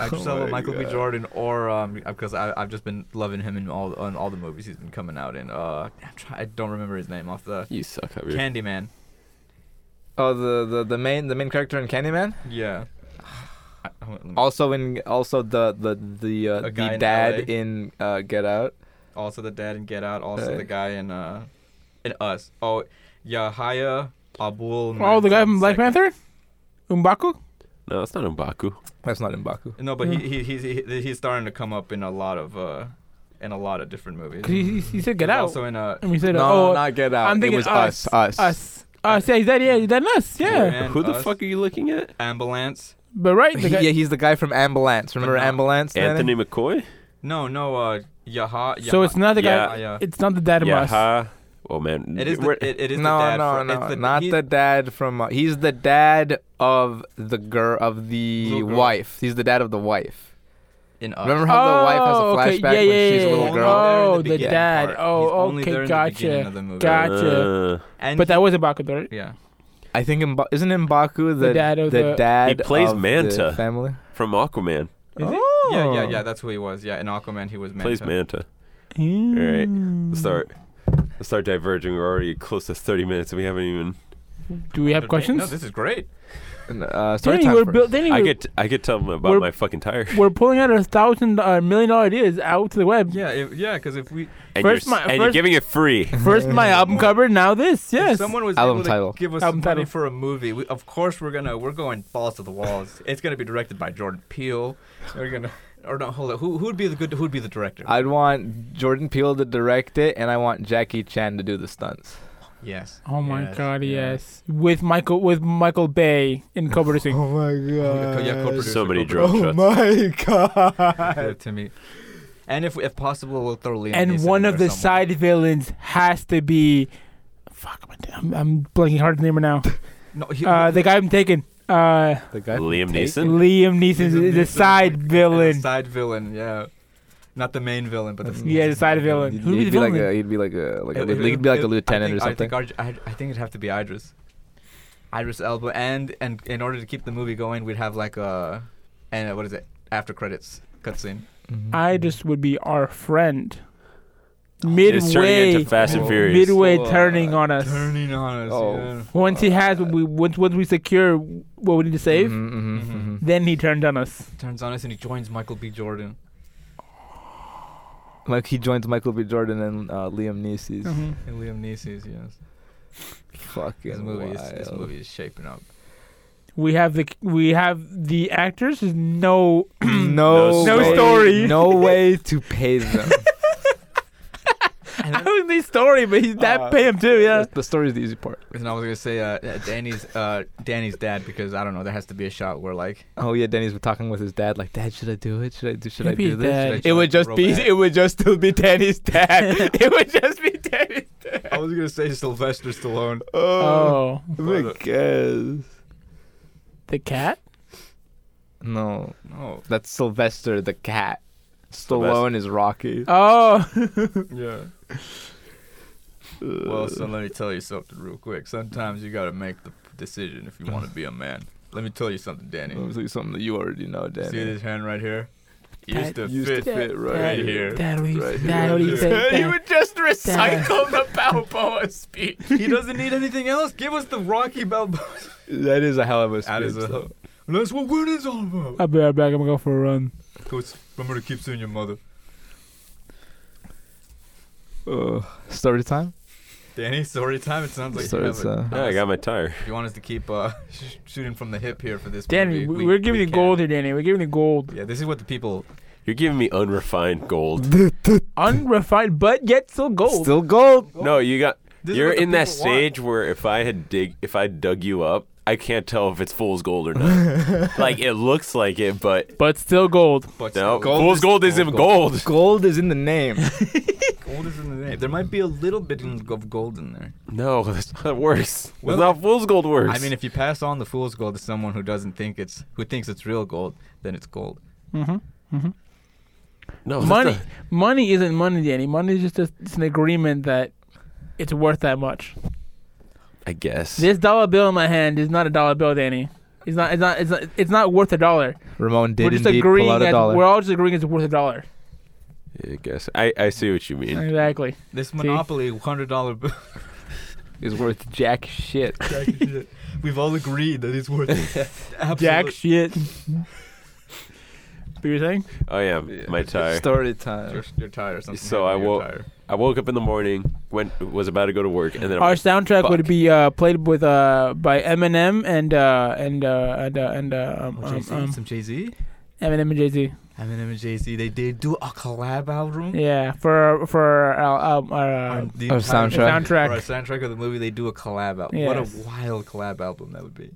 E: Idris
D: Oh
E: Elba,
D: my
E: Michael
D: God.
E: B. Jordan, or um, because I, I've just been loving him in all on all the movies he's been coming out in. Uh, I'm try- I don't remember his name off the
C: You suck, Javier.
E: Candyman.
D: oh, the, the the main the main character in Candyman.
E: Yeah. I- I won't-
D: Also in also the the the uh,
E: A guy
D: the
E: in
D: dad
E: LA.
D: in uh, Get Out.
E: also the dad in Get Out. Also
D: Uh,
E: the guy in uh, in Us. Oh, Yahya Abul.
B: Oh, the guy from Black
E: Manson
B: Panther. Umbaku.
C: No, it's not Mbaku.
D: That's not in Baku.
E: II. No, but he,
B: Hmm.
E: he he's he, he's starting to come up in a lot of uh, in a lot of different movies.
B: 'Cause He, he, he said, "Get
E: He's
B: out."
E: Also in uh,
B: and we said,
D: No,
B: "Oh,
D: not Get Out.
B: I'm
D: it
B: thinking
D: was
B: us,
D: us.
B: us." Us. Yeah, is that yeah? Is that us? Yeah.
E: Man,
C: Who the
E: Us,
C: fuck are you looking at?
E: Ambulance.
B: But right.
D: He-
B: The guy,
D: yeah, he's the guy from Ambulance. Remember
E: But not-
D: Ambulance? Danny?
C: Anthony McCoy?
E: No, no. Uh, Yaha.
B: so it's not the guy.
C: Yeah.
E: Yahya.
B: It's not the dad of
C: Yeah.
B: us.
C: ha. Oh man.
E: It is. The,
C: We're-
E: it, it is
D: no,
E: the dad
D: no,
E: from,
D: no,
E: it's the,
D: not
E: he-
D: the dad from. Uh, he's the dad of the girl of the
E: Little girl. Oh.
D: wife. He's the dad of the wife.
E: in us.
D: Remember how the wife has a
B: Oh, okay,
D: flashback
B: yeah, yeah,
D: when she's a
B: yeah,
D: little
B: yeah.
D: girl?
E: Only there in the
B: Oh, the,
E: beginning
B: dad.
E: part. He's
B: Oh,
E: only there in
B: okay,
E: the beginning of
B: gotcha.
E: the movie.
B: Gotcha.
C: Uh,
E: And
B: But that was Umbaku, right?
E: yeah.
D: I think in, Ba- isn't Mbaku the,
B: The dad of the- He
D: dad
C: plays
D: of the
C: Manta.
D: family?
C: Uh, from Aquaman.
B: Is it?
E: Oh. Yeah, yeah, yeah. That's who he was. Yeah, in Aquaman he was Manta.
C: Plays Manta.
B: Hmm.
C: All right. Let's start. Let's start diverging. We're already close to 30 minutes and we haven't even.
B: Do we have
E: Okay,
B: questions?
E: No, this is great.
D: Uh, story
B: Danny,
D: time
B: we're
D: first.
B: built. Danny,
C: I
B: we're-
C: could I could tell them about
B: We're-
C: my fucking tire.
B: we're pulling out a thousand uh, million dollar ideas out to the web.
E: Yeah, if, yeah, because if we
C: And,
B: First
C: you're, s-
B: my-
C: and you're
B: first-
C: giving it free.
B: First, my album cover. Now this.
E: if
B: Yes.
E: someone was
D: Album
E: able to
D: title.
E: give us
B: Album
E: some money
B: title.
E: for a movie, we, of course we're gonna we're going balls to the walls. it's gonna be directed by Jordan Peele. We're gonna or no, hold on. Who who'd be the good? Who'd be the director?
D: I'd want Jordan Peele to direct it, and I want Jackie Chan to do the stunts.
E: yes.
B: Oh my
E: yes,
B: god,
E: yeah.
B: yes. With Michael with Michael Bay in co-producing.
A: Oh my god.
E: yeah, co-producer,
C: So many
E: co-producer.
C: drugs.
A: Oh my
E: Give
A: god.
E: it to me. And if if possible, we'll throw Liam. Neeson
B: and
E: in
B: one
E: there
B: of the
E: somewhere.
B: side villains has to be fuck I'm- I'm, I'm blanking hard to name her now.
E: No, he,
B: Uh, the guy I'm taking. Uh,
D: The guy.
C: Liam Neeson.
B: Liam Neeson is- is a side villain.
E: Side villain, yeah. Not the main villain, but the
B: Yeah, the side villain.
D: He'd,
B: Who'd be
D: he'd
B: the
D: be like
B: villain?
D: a, he'd be like a, like a,
E: It-
D: li-
E: it-
D: he'd be like
E: it-
D: a lieutenant
E: I
D: or
E: think-
D: something.
E: I think, Ar- I, I think it'd have to be Idris. Idris Elba, and and in order to keep the movie going, we'd have like a, and uh, what is it? After credits cutscene.
D: Mhm.
B: I just would be our friend.
C: It's turning
B: Midway
C: into Fast and
E: Oh. uh,
C: Furious.
B: midway
D: Oh,
B: turning on us.
E: Turning on us.
D: Oh.
E: yeah.
B: once he has
D: Mm-hmm,
B: what we once once we secure what we need to save,
D: Mhm, mhm,
E: Mhm.
D: mhm.
B: then he turns on us.
E: Turns on us, and he joins Michael B. Jordan.
D: mm-hmm. Like he joins Michael B. Jordan and uh, Liam Neeson's
B: Mhm.
E: And Liam Neeson's yes.
D: fucking
E: This movie, is, this
D: wild.
E: movie is shaping up.
B: We have the we have the actors. There's no
D: no,
C: No
D: way-
B: story.
D: no way to pay them.
E: And
B: I
E: then,
B: don't need story, but he's that
A: Uh,
B: pay him too. Yeah.
D: The story is the easy part.
E: and I was gonna say uh, Danny's uh, Danny's dad because I don't know. There has to be a shot where like
D: Oh yeah, Danny's been talking with his dad. Like, Dad, should I do it? Should I do? Should I
B: Maybe
D: do this?
B: Dad-
D: Should I it would just be.
E: Throwback.
D: It would just still be Danny's dad. it would just be Danny's dad.
E: I was gonna say Sylvester Stallone.
B: Oh,
D: I guess.
B: the cat.
D: No,
E: No,
D: that's Sylvester the cat. Stallone is Rocky.
B: Oh,
E: yeah. Well,
D: Uh,
E: son, let me tell you something real quick. Sometimes you gotta make the decision if you want to be a man. Let me tell you something, Danny.
D: Let me tell you something that you already know, Danny.
E: See this hand right here?
B: That
E: Used to
D: used
E: fit.
D: to fit right
B: Dad,
E: here.
B: Dad, what do you
D: Right
B: say? Dad, what do you say?
D: he
B: Dad.
D: would just
B: recycle
D: recycle the Balboa speech.
E: he doesn't need anything else. Give us the Rocky Balboa.
D: That is a hell of a speech.
E: That is a.
D: though.
E: And that's what winning's all about.
B: I'll be right back. I'm gonna go for a run.
E: Coach, remember to keep seeing your mother.
D: Ugh. Uh, story time.
E: Danny, story time. It sounds like
D: Story
E: you have a-
D: time.
C: Yeah, I got my tire.
E: If you want us to keep uh, sh- shooting from the hip here for this
B: Danny,
E: movie,
B: we,
E: we-
B: we're giving
E: we
B: you
E: can.
B: gold here, Danny. We're giving you gold.
E: Yeah, this is what the people.
C: You're giving me unrefined gold.
B: Unrefined, but yet still gold.
D: Still gold.
C: No, you got.
E: This is
C: you're
E: what the
C: in that
E: people want.
C: stage where if I had dig, if I dug you up, I can't tell if it's fool's gold or not. like it looks like it, but
B: but still gold.
E: But
C: no,
E: gold
C: fool's
E: is-
C: gold isn't gold.
D: Gold is in the name.
E: Gold is in the name. There might be a little bit in- of gold in there.
C: No, that's not how it works.
E: Well-
C: that's not fool's gold works.
E: I mean, if you pass on the fool's gold to someone who doesn't think it's who thinks it's real gold, then it's gold.
B: hmm hmm
C: no that's
B: Money,
C: not-
B: money isn't money, Danny. Money is just a, it's an agreement that it's worth that much.
C: I guess.
B: This dollar bill in my hand is not a dollar bill, Danny. It's not. It's not. It's not, it's not worth a dollar.
D: Ramon
B: we're
D: did
B: just
D: indeed
B: agreeing.
D: pull out a
B: at-
D: dollar.
B: We're all just agreeing it's worth a dollar.
C: I guess. I, I see what you mean.
B: Exactly.
E: This monopoly hundred dollar bill.
D: is worth jack shit.
E: We've all agreed that it's worth absolute-
B: Jack shit. what you saying?
C: Oh yeah, my tire.
D: Story time.
E: Your, your tire or something.
C: So I
E: Your
C: wo-
E: tire.
C: I woke up in the morning, went was about to go to work, and then I'm
B: Our
C: like,
B: soundtrack would
C: fuck.
B: be uh, played with uh, by Eminem and uh, and uh, and uh, and uh, um,
E: Oh,
B: um,
E: Jay-Z,
B: um,
E: some Jay Z.
B: Eminem and Jay Z.
E: Eminem and Jay Z. They did do a collab album.
B: Yeah, for for our, um, our, uh,
E: Our- the
D: Our
E: entire-
D: soundtrack.
B: Soundtrack.
E: For our soundtrack of the movie, they do a collab album. What
B: Yes.
E: a wild collab album that would be.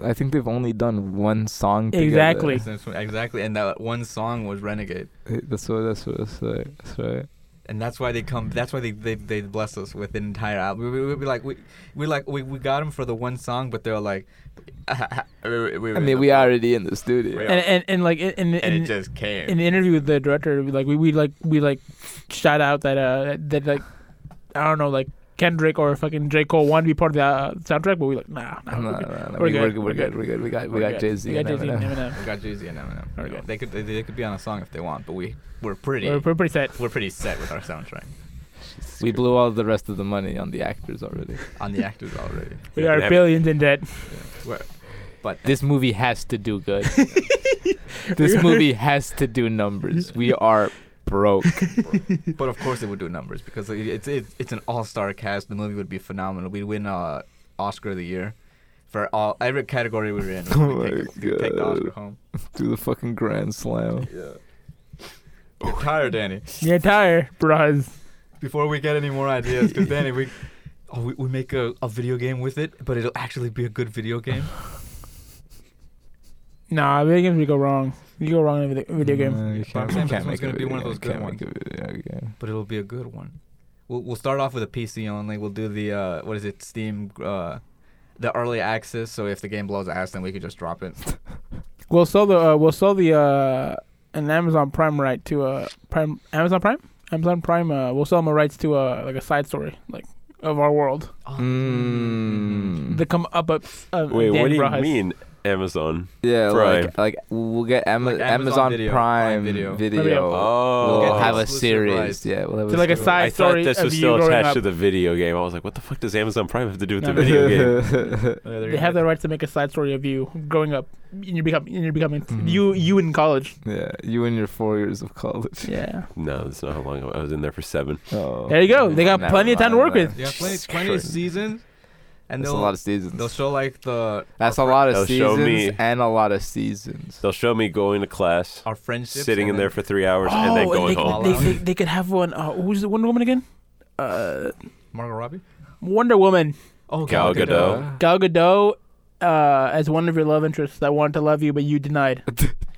D: I think they've only done one song. together.
B: Exactly.
E: Exactly. And that one song was Renegade.
D: That's what. That's what. That's right. That's right.
E: and that's why they come. That's why they they, they bless us with an entire album. We, we, we like we we like we, we got them for the one song, but they're like,
D: I mean, we already in the studio.
E: Yeah.
B: and, and and like in
E: and
B: in,
E: it
B: in,
E: just came.
B: in the interview with the director, we, like we, we like we like shout out that uh that, that like I don't know like Kendrick or fucking J Cole wanted to be part of the uh, soundtrack, but we like nah, nah,
D: No, no, no,
B: we're good.
D: no.
B: We're
D: We- We're
B: good,
D: good.
B: we're
D: We're good. We got. We got. We
B: We're
D: got
B: good.
D: Jay Z.
B: Oh, we got Jay Z and Eminem.
E: we got Jay Z and Eminem.
B: Very
E: You know,
B: good.
E: They could they, they could be on a song if they want, but we we're pretty
B: We're,
E: we're,
B: we're pretty set.
E: pretty set with our soundtrack
D: We blew all the rest of the money on the actors already.
E: on the actors already.
B: We
C: Yeah,
B: are
C: that-
B: billions in debt.
E: We're- But
D: This movie has to do good. this movie has to do numbers. We are broke.
E: but of course it would do numbers because it- it's it's, it's an all star cast. The movie would be phenomenal. We'd win uh, Oscar of the year for all every category we were in.
D: Oh
E: we'd
D: my
E: take, the- we'd take the
D: God.
E: Oscar home.
D: Do the fucking grand slam.
E: Yeah. You're tired, Danny.
B: You're tired, bros.
E: Before we get any more ideas, because Danny, we, oh, we we make a, a video game with it, but it'll actually be a good video game.
B: Nah, video games we go wrong. You go wrong in a vid- video game.
D: No, you
E: But I'm
D: can't,
E: saying
D: you
E: this
D: can't
E: one's
D: make
E: gonna
D: a
E: be
D: video
E: one of those
D: game.
E: good
D: Can't
E: ones.
D: make a video game.
E: but it'll be a good one. We'll, we'll start off with a PC only. We'll do the uh, what is it, Steam, uh, the early access. So if the game blows ass, then we can just drop it.
B: We'll sell the uh, we'll sell the uh, an Amazon Prime right to uh, Prime Amazon Prime Amazon Prime. Uh, we'll sell them a rights to uh, like a side story like of our world.
D: Mm.
B: The come up up. Uh,
C: Wait,
B: Dan
C: what do you
B: Brajas.
C: mean Amazon?
D: Yeah,
C: Prime.
D: like like we'll get Ama-
E: Like Amazon
D: Amazon,
E: Video,
D: Prime
E: Prime
D: video.
E: Video.
C: Oh,
D: We'll
E: get-
D: have a
E: exclusive
D: series.
E: rights.
D: Yeah, we'll have
B: To like a
D: series.
B: side
C: I thought
B: story
C: this
B: of
C: was
B: you
C: still
B: growing
C: attached
B: up.
C: to the video game. I was like, what the fuck does Amazon Prime have to do with the
B: No, no,
C: video game?
E: Oh,
B: They have the rights to make a side story of you growing up, and you're becoming, and you're becoming
D: Mhm.
B: you you in college.
D: yeah, you and your four years of college.
B: Yeah,
C: No, that's not how long I was in there for seven.
D: Oh.
B: There you go. They got
D: Never
B: plenty of time to
D: mind
B: work
D: then.
B: with.
E: Yeah, plenty,
D: Jesus
E: plenty of
D: Christ.
E: seasons, and
D: That's a
E: they'll
D: lot of seasons.
E: they'll show like the
D: That's a lot
C: They'll
D: of
C: show
D: seasons
C: me.
D: and a lot of seasons.
C: They'll show me going to class,
B: Oh,
E: our friendships
C: sitting in
E: and
C: there
E: then-
C: for three hours, and then going
B: they,
C: home.
B: They, they, they could have one. Uh, who's the Wonder Woman again? Uh,
E: Margot Robbie.
B: Wonder Woman,
E: Oh,
C: Gal Gadot.
B: Gal Gadot, uh, as one of your love interests that wanted to love you but you denied.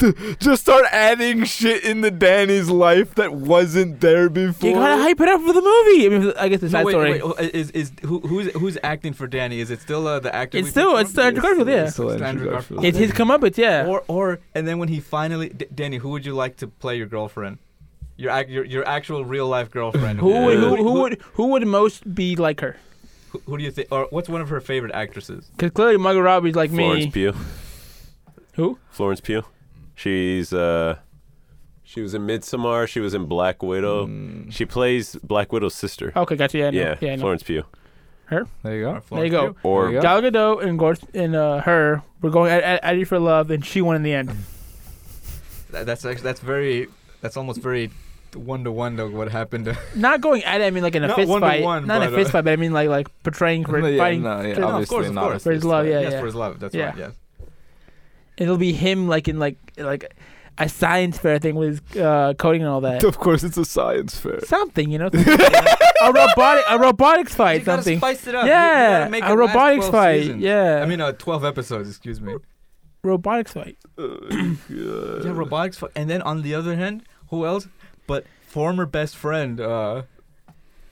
D: Just start adding shit into Danny's life that wasn't there before.
B: You gotta hype it up for the movie. I mean, I guess the
E: No,
B: side
E: wait,
B: story.
E: wait, oh, is is who, who's who's acting for Danny? Is it still uh, the actor?
B: It's
E: we
B: still-
E: picked
B: it's
E: from?
B: the Andrew Garfield, yeah.
D: Still
E: It's
D: Andrew
E: Andrew
D: Garfield.
E: Garfield.
B: It's his comeuppance, yeah.
E: Or or and then when he finally D- Danny, who would you like to play your girlfriend? Your ac- your your actual real life girlfriend.
B: who, would,
E: Who,
B: who, who would who would most be like her?
E: who, who do you think? Or what's one of her favorite actresses?
B: Because clearly Margot Robbie's like
C: Florence
B: me.
C: Pugh.
B: Who?
C: Florence Pugh. She's uh, she was in Midsommar. She was in Black Widow.
D: Mm,
C: She plays Black Widow's sister.
B: Okay, gotcha. Yeah, I know.
C: yeah,
B: yeah. I know.
C: Florence Pugh.
D: there you
E: Or
D: go.
E: Florence
B: go.
E: Pugh?
C: Or
D: Yeah.
B: Gal Gadot and Gors- and uh, her were going at, at, at you for love, and she won in the end.
E: That, that's actually, that's very that's almost very one to one to what happened. to-
B: Not going at it. I mean, like in a
E: Not
B: fist fight.
E: one-to-one,
B: not in a
E: but,
B: fist
E: uh,
B: fight, but I mean, like like portraying, for
D: No, yeah,
B: fighting.
D: no, yeah,
B: No,
E: of
D: obviously
E: course, of
D: not
E: course.
D: a
B: For his
D: fist
B: love,
D: fight.
B: yeah,
E: yes,
B: yeah.
E: for his love. That's
B: Yeah.
E: right. Yes.
B: It'll be him, like in like like a science fair thing with his, uh, coding and all that.
D: Of course, it's a science fair.
B: something, you know, a robotic a robotics fight,
E: you gotta
B: something.
E: spice it up. You- you
B: Yeah,
E: gotta make
B: a
E: it last
B: robotics
E: 12
B: fight.
E: seasons.
B: Yeah,
E: I mean, uh, twelve episodes. Excuse me.
B: robotics fight.
E: Yeah, robotics. Fu- and then on the other hand, who else? But former best friend, uh,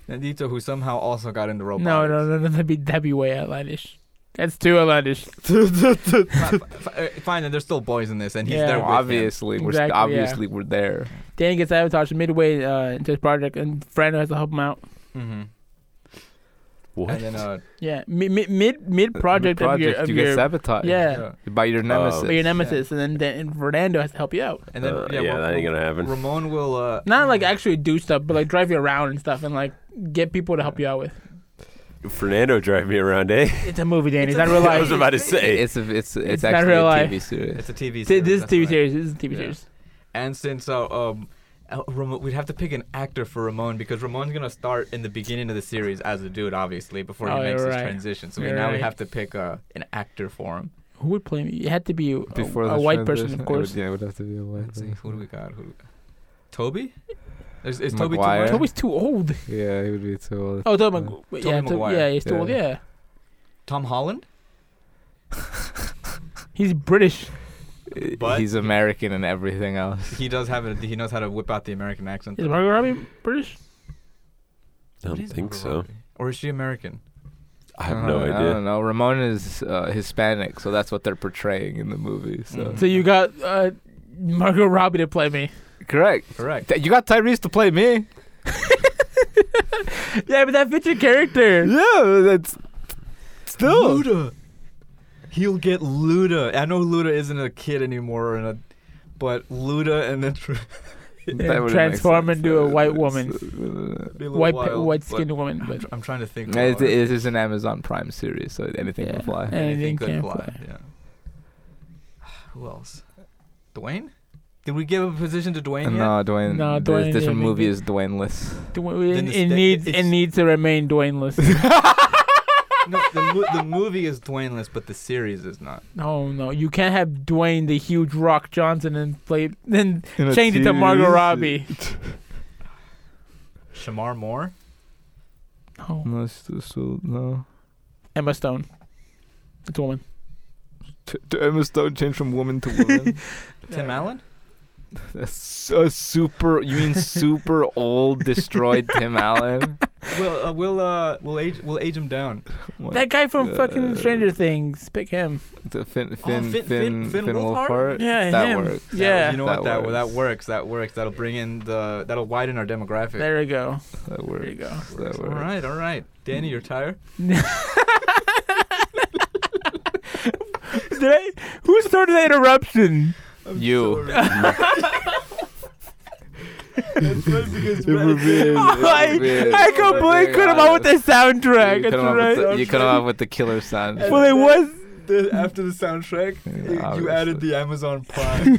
E: Nandito, who somehow also got into robotics.
B: No, no, no, no, that'd be that'd be way outlandish. That's too outlandish.
E: Fi- fi- uh, Fine, and there's still boys in this, and he's
B: Yeah.
E: there.
D: Well,
E: With him.
D: obviously, we're
B: Exactly, yeah.
D: obviously we're there.
B: Danny gets sabotaged midway uh, into his project, and Fernando has to help him out.
E: Mm-hmm.
C: what?
E: And then, uh,
B: Yeah, mid mid mid, mid project of your
D: project,
B: of
D: you
B: your
D: get sabotaged.
B: yeah.
E: yeah.
D: by your
E: Oh.
D: nemesis.
B: But your nemesis, and then Dan- and Fernando has to help you out.
E: and then
C: Uh,
E: yeah, Ra-
C: that ain't gonna happen.
E: Ramon will uh,
B: Not like actually do stuff, but like drive you around and stuff, and like get people to help you out with.
C: Fernando drive me around, eh?
B: It's a movie, Danny. It's not real
C: I was
B: life.
C: about to say.
D: it's a, it's it's,
B: It's not
D: actually
B: real
D: a
B: life.
D: TV series.
E: It's a TV.
B: Th-
E: Series,
B: This is
E: that's
B: TV
E: right.
B: series. This is TV
E: Yeah.
B: series.
E: And since uh, um, uh, Ramon, we'd have to pick an actor for Ramon because Ramon's gonna start in the beginning of the series as a dude, obviously, before he
B: Oh,
E: makes
B: you're
E: his
B: right.
E: transition. So we,
B: You're
E: now we
B: right.
E: have to pick uh, an actor for him.
B: Who would play me? It had to be a,
D: Before
B: a
D: the
B: white person,
D: transition,
B: of course.
D: It would, yeah, it would have to be a white.
E: Let's see,
D: person.
E: who do we got? Who do we got? Toby? Is, is Toby too
D: Maguire?
E: much?
D: Toby-
B: Toby's too old.
D: Yeah, he would be too old.
B: Oh, Toby. Mag- yeah,
E: Toby
B: Tob-
E: Maguire.
B: yeah, he's too old.
D: Yeah.
B: Yeah,
E: Tom Holland?
B: he's British.
D: I-
E: But-
D: he's American and everything else.
E: He does have it. He knows how to whip out the American accent.
B: Is
E: though.
B: Margot Robbie British?
C: I
E: What
C: don't
E: is
C: think
E: Margot
C: so.
E: Robbie? Or is she American?
C: I have no
D: Uh, I
C: idea.
D: don't know. Ramon is uh, Hispanic, so that's what they're portraying in the movie. So
E: Mm.
B: So you got uh, Margot Robbie to play me.
D: correct.
E: Correct.
D: Th- You got Tyrese to play me.
B: Yeah, but that fits your character.
D: Yeah, that's still.
E: Luda. He'll get Luda. I know Luda isn't a kid anymore, and a, but Luda and then
B: And transform into a white woman, white pe- white skinned woman.
E: I'm,
B: But
E: tr- I'm trying to think.
D: It,
E: of-
D: it is an Amazon Prime series, so anything
B: Yeah.
D: can fly.
B: And- Anything
E: anything could
B: can
E: fly.
B: fly.
E: Yeah. who else? Dwayne? Did we give a position to Dwayne yet?
D: No, Dwayne.
B: No,
D: this-
B: Dwayne
D: This,
B: didn't
D: movie
B: make
D: is Dwayne-less.
B: Dw-
E: Then
B: It,
E: the
B: it
E: sta-
B: needs it
E: it's-
B: needs to remain Dwayne-less.
E: no, the, mo- the movie is Dwayne-less, but the series is not.
B: no, no, you can't have Dwayne the huge Rock Johnson and play then
D: In a
B: change it to Margot
D: series?
B: Robbie.
E: Shamar Moore?
B: No,
D: No, it's still, still no.
B: Emma Stone. It's a woman.
D: T- t- Emma Stone changed from woman to woman.
E: Tim Allen?
D: That's a super. You mean super old, destroyed Tim Allen?
E: We'll, uh, we'll, uh, we'll, age, we'll age him down.
D: What?
B: That guy from fucking
D: Uh,
B: Stranger Things. Pick him.
D: The Finn, Oh, Finn,
E: Finn-
D: Finn,
E: Finn-
D: Finn,
E: Finn Wolfhard?
D: Wolfhard.
B: Yeah,
D: that
B: him.
D: works.
B: Yeah.
E: You know
D: That
E: what? That, that
D: works.
E: works. That works. That'll bring in the. That'll widen our demographic.
B: There we go.
D: That
B: There
D: works.
B: you go.
D: That works.
E: all right, all right. Danny, you're tired?
B: Did I, who started that interruption?
D: You.
E: because
D: It would be- it
B: Oh, I,
D: would be-
B: I
D: it would
B: completely
D: be
B: could have out with
D: honest.
B: the soundtrack.
D: You
B: That's
D: come up with
B: right.
D: the- You come up with the killer sound.
B: Well, it was.
E: the, after the soundtrack,
D: Yeah,
E: you- you
D: obviously.
E: added the Amazon Prime.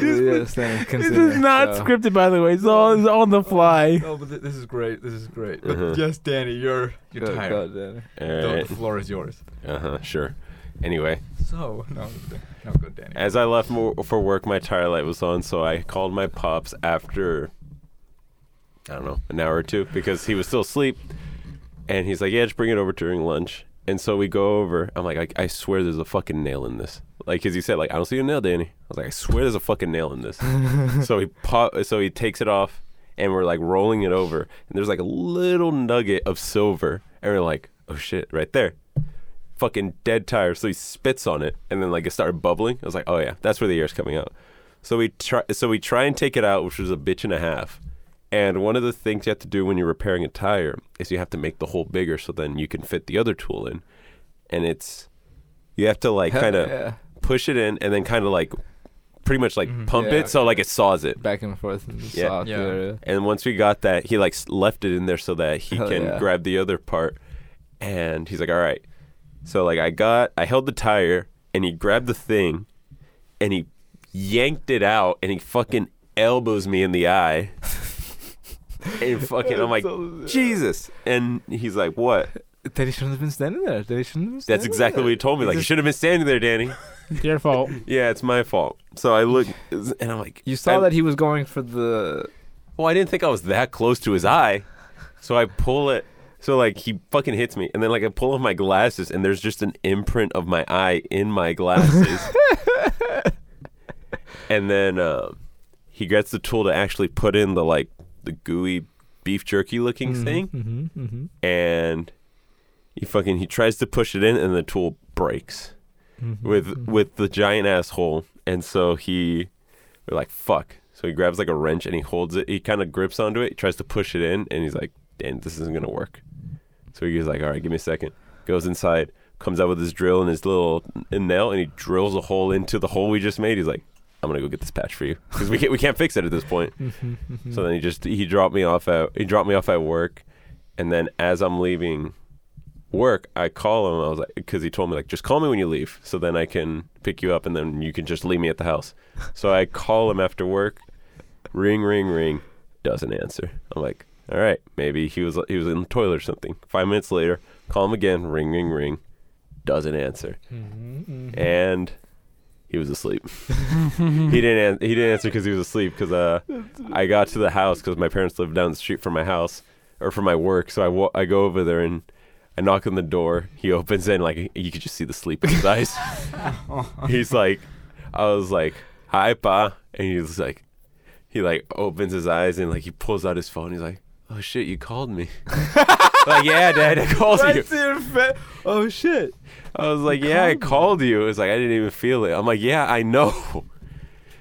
D: Yes, then
B: This
D: consider,
B: is not
D: so.
B: scripted, by the way. It's all it's on the fly.
E: oh, but th- this is great. This is great.
C: Uh-huh.
E: But yes, Danny, you're you're
D: Good
E: tired.
D: God, Danny.
C: All
E: The-
C: right.
E: The floor is yours.
C: Uh huh. Sure. Anyway,
E: So no, no good, Danny.
C: as I left mo- for work, my tire light was on, so I called my pops after I don't know an hour or two because he was still asleep, and he's like, "Yeah, just bring it over during lunch." And so we go over. I'm like, I, I swear there's a fucking nail in this. Like, as he said, like I don't see a nail, Danny. I was like, I swear there's a fucking nail in this. so he pop, so he takes it off, and we're like rolling it over, and there's like a little nugget of silver, and we're like, oh shit, right there fucking dead tire. So he spits on it, and then like it started bubbling. I was like, oh yeah, that's where the air's coming out. So we try, so we try and take it out, which was a bitch and a half. And one of the things you have to do when you're repairing a tire is you have to make the hole bigger, so then you can fit the other tool in. And it's you have to like
D: Hell
C: kind of
D: yeah.
C: push it in, and then kind of like pretty much like
E: Mhm.
C: pump
D: Yeah.
C: it, so like it saws it.
D: back and forth in the
C: Yeah.
D: soft
E: Yeah.
D: area.
C: And once we got that, he like s- left it in there so that he
D: Hell
C: can
D: yeah.
C: grab the other part. And he's like, "All right." So like I got, I held the tire, and he grabbed the thing, and he yanked it out, and he fucking elbows me in the eye. and fucking, I'm like, Jesus. And he's like, "What?"
D: Then he shouldn't have been standing there. Then he shouldn't have been standing
C: That's exactly what he told me. Like, you should have been standing there, Danny.
B: It's your fault.
C: Yeah, it's my fault. So I look, and I'm like,
D: You saw
C: I-
D: that he was going for the.
C: Well, I didn't think I was that close to his eye. So I pull it. So like he fucking hits me, and then like I pull off my glasses, and there's just an imprint of my eye in my glasses. and then um, he gets the tool to actually put in the like the gooey beef jerky looking thing,
D: Mm-hmm, mm-hmm,
C: and he fucking he tries to push it in, and the tool breaks
D: mm-hmm.
C: with with the giant asshole, and so he we're like fuck. So he grabs like a wrench and he holds it. He kind of grips onto it. He tries to push it in, and he's like, "Damn, this isn't gonna work." So he's like, "All right, give me a second. Goes inside, comes out with his drill and his little n- nail, and he drills a hole into the hole we just made. He's like, "I'm gonna go get this patch for you because we can't we can't fix it at this point."
D: Mm-hmm,
C: So then he just he dropped me off at he dropped me off at work, and then as I'm leaving work, I call him. I was like, because he told me like just call me when you leave, so then I can pick you up, and then you can just leave me at the house. So I call him after work. Ring, ring, ring. Doesn't answer. I'm like, all right, maybe he was he was in the toilet or something. Five minutes later, call him again. Ring, ring, ring. Doesn't answer
D: Mm-hmm.
C: and he was asleep. he didn't. An- he didn't answer because he was asleep. Because uh, I got to the house because my parents lived down the street from my house or from my work. So I wa- I go over there and I knock on the door. He opens it and like you could just see the sleep in his eyes. He's like, I was like, "Hi, pa," and he's like, he like opens his eyes and like he pulls out his phone. He's like, "Oh shit, you called me." like, yeah, dad, I called you.
D: Oh shit!
C: I was like, yeah, I called you. It's like I didn't even feel it. I'm like, yeah, I know.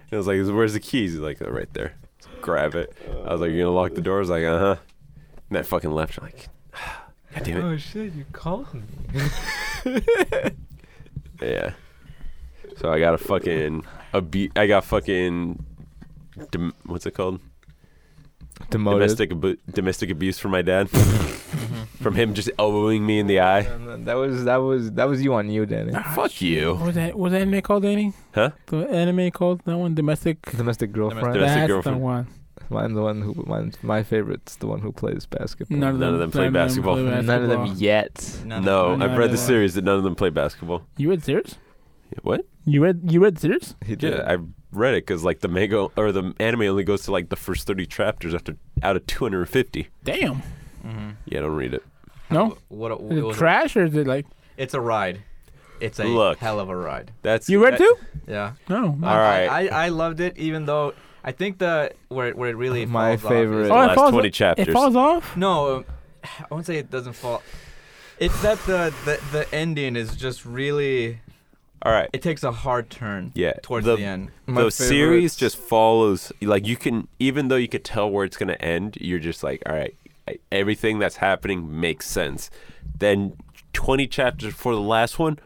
C: And I was like, where's the keys? He's like, "They're right there. So grab it. I was like, you're gonna lock the doors? Like, uh huh. And I fucking left. I'm like, god damn it.
D: Oh shit! You called me.
C: Yeah. So I got a fucking a beat. I got fucking. Dom- what's it called?
D: demoted.
C: domestic abu- domestic abuse from my dad, from him just elbowing me in the eye.
D: That was that was that was you on you, Danny.
C: Fuck you.
B: What was that? What was that anime called Danny?
C: Huh?
B: The anime called that one domestic.
D: Domestic girlfriend.
C: Domestic
B: That's
C: Girlfriend.
B: the one.
D: Mine's the one who mine's my favorite's the one who plays basketball.
B: None of them,
C: None of them play basketball.
B: play
D: None of them
B: basketball.
D: yet.
E: None of
C: No,
E: them.
B: no,
C: I've read
B: no,
C: the
B: no.
C: series that none of them play basketball.
B: You read serious?
C: What?
B: You read you read serious?
D: He
C: Yeah, I read it because like the manga or the anime only goes to like the first thirty chapters after out of two hundred and fifty.
B: Damn.
E: Mhm.
C: Yeah, don't read it.
B: No.
E: What? A,
B: Is
E: it
B: it
E: was a-
B: trash or is it like
E: it's a ride. It's a
C: Look.
E: hell of a ride.
C: That's
B: you read
C: that-
B: too?
E: Yeah.
B: No.
C: All right.
E: I, I, I loved it, even though I think the where it- where it really
D: My
E: falls off is-
D: favorite.
B: Oh, it
C: last
B: falls-
C: 20 chapters.
B: It falls off.
E: No, um, I won't say it doesn't fall. It's that the, the the ending is just really.
C: All right.
E: It takes a hard turn.
C: Yeah,
E: Towards
C: the-
E: the, end.
D: My
C: the series
D: favorites-
C: just follows like you can even though you could tell where it's going to end you're just like all right I- everything that's happening makes sense then 20 chapters before the last one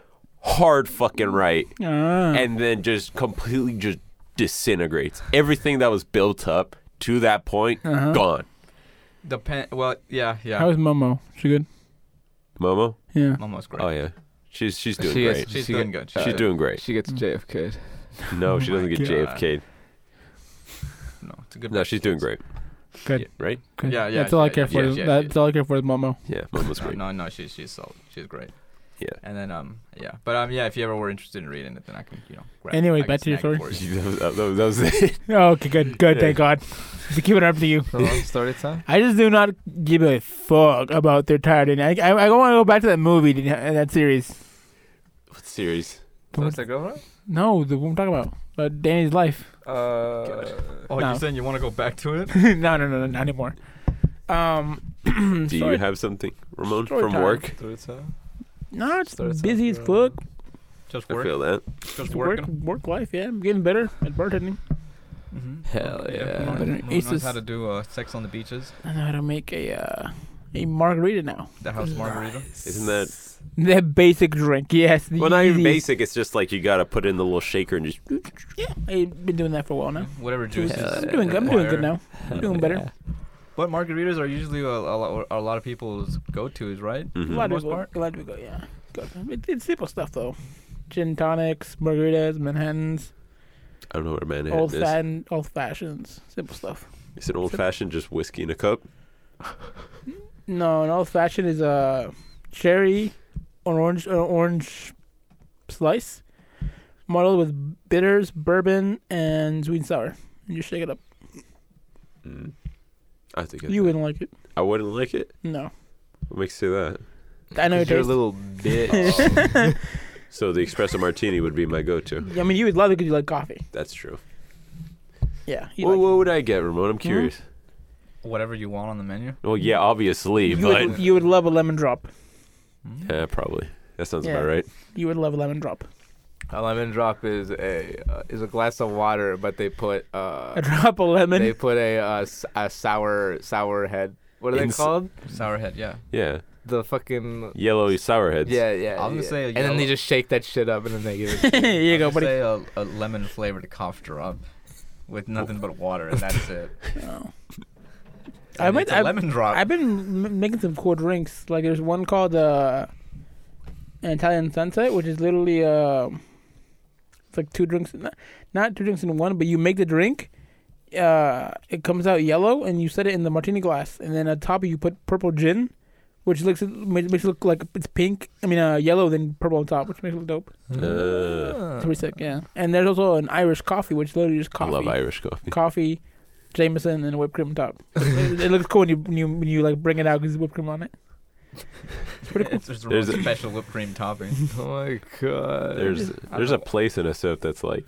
C: hard fucking right
B: Ah.
C: and then just completely just disintegrates everything that was built up to that point
B: Uh-huh.
C: gone
E: The pen. Well, yeah, yeah.
B: How is Momo? She good?
C: momo
B: Yeah. Uh,
E: Almost great.
C: oh yeah she's she's doing
D: She is-
C: great
E: She's
D: She
E: doing
D: get-
E: good. She's
C: she's
E: good.
C: doing great
D: She gets JFK.
C: no she doesn't
E: my
C: get
B: Oh
E: God.
C: jfk
E: No, it's a good.
C: no she's doing great
B: Good.
C: right
B: Good.
E: Yeah, yeah,
B: That's all I
E: yeah,
B: care for.
E: yeah,
B: is-
E: yeah,
B: That's all I care for is Momo.
C: yeah momo's
E: No,
C: great
E: no, no, she's she's solid. She's great.
C: Yeah.
E: And then um, yeah, but um, yeah, if you ever were interested in reading it, then I can you know. Grab,
B: Anyway,
E: I can
B: back to your
E: snag it
B: story.
E: for you.
C: that was, that was- that was it
B: Oh, Okay. Good. Good.
C: Yeah.
B: Thank God. To keep it up to you.
D: story time.
B: I just do not give a fuck about their tired. And I I, I want to go back to that movie and that series.
C: what series
D: Domestic girlfriend.
B: No, the one I'm talking about. Uh, Danny's life.
D: Uh,
E: Oh,
B: No.
E: you're saying you want to go back to it?
B: no, no, no, no, not anymore. Um,
C: Do you
B: sorry.
C: have something, Ramon,
B: Story
C: from
B: time.
C: work?
D: story time.
B: no, it's
D: Starts
B: busy
D: off
B: as
D: your-
B: fuck.
E: Just
C: I
E: work.
C: feel that.
E: Just
B: Work,
E: working.
B: work life. Yeah, I'm getting better at bartending.
E: Mm-hmm.
D: Hell yeah.
E: Moon,
B: But
E: Moon
B: it's
E: knows how
B: just-
E: to do uh, sex on the beaches.
B: I know how to make a uh, a margarita now.
E: The house margarita.
C: Isn't that
B: That basic drink. Yes. the
C: well? Not even
B: easy-
C: basic. It's just like you gotta put in the little shaker and just.
B: Yeah, I've been doing that for a while now.
E: Whatever
B: I'm
E: juice.
D: Hell
B: doing good. I'm doing good now. I'm doing better.
E: But margaritas are usually a, a, lot, a lot of people's go-to's, right?
B: A
C: Mhm.
B: lot of
E: Most
B: people,
E: part.
B: a lot of people, yeah. Good. It, it's simple stuff though. Gin tonics, margaritas, Manhattans,
C: I don't know what a man
B: old
C: is.
B: fashioned, old fashions, simple stuff.
C: Is it old fashioned? Just whiskey in a cup.
B: No, an old fashioned is a cherry, or orange, or orange slice, muddled with bitters, bourbon, and sweet and sour. And you shake it up.
C: Mm. I think I
B: you wouldn't like it.
C: I wouldn't like it.
B: No,
C: What makes you say that?
B: I know it
D: You're a
B: tastes.
D: little bitch.
C: So the espresso martini would be my go-to.
B: I mean, you would love it because you like coffee.
C: That's true.
B: Yeah. you
C: Well,
B: like- Hmm?
C: what would I get, Ramon? I'm curious.
E: Whatever you want on the menu.
C: Well, yeah, obviously,
B: you,
C: but
B: would, you would love a lemon drop.
E: Mm.
C: yeah, probably. That sounds
B: Yeah.
C: about right.
B: You would love a lemon drop.
D: a lemon drop is a uh, is a glass of water, but they put uh,
B: A drop of lemon.
D: they put a uh, s- a sour sour head. What are they
C: Ins-
D: called?
E: Sourhead, yeah.
C: Yeah,
D: The fucking
C: yellow sour heads.
D: yeah yeah.
E: I was gonna
D: yeah.
E: say a
D: and then they
E: yellow-
D: just shake that shit up, and then they give it.
B: Here you go,
E: I'll just
B: buddy.
E: Say a, a lemon flavored cough drop with nothing but water, and that's it.
B: Oh.
E: I,
B: I
E: mean,
B: might-
E: it's a
B: I-
E: lemon drop.
B: I've been m- making some cool drinks. Like there's one called uh, an Italian Sunset, which is literally um, it's like two drinks, not, not two drinks in one, but you make the drink. Uh, it comes out yellow, and you set it in the martini glass, and then on top you put purple gin, which looks ma- makes it look like it's pink. I mean, uh, yellow then purple on top, which makes it look dope.
C: Uh,
B: It's pretty sick, yeah. And there's also an Irish coffee, which literally just
C: I
B: coffee
C: love Irish coffee.
B: coffee, Jameson, and whipped cream on top. it, it looks cool when you when you, when you like bring it out because whipped cream on it.
E: it's just a
C: There's
E: real
C: a-
E: special whipped cream topping.
D: oh my god.
C: There's there's a place in SF that's like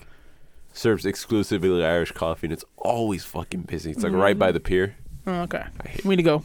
C: serves exclusively Irish coffee, and it's always fucking busy. It's like
B: Mm-hmm.
C: right by the pier.
B: Oh, okay,
C: I hate,
B: we need to go.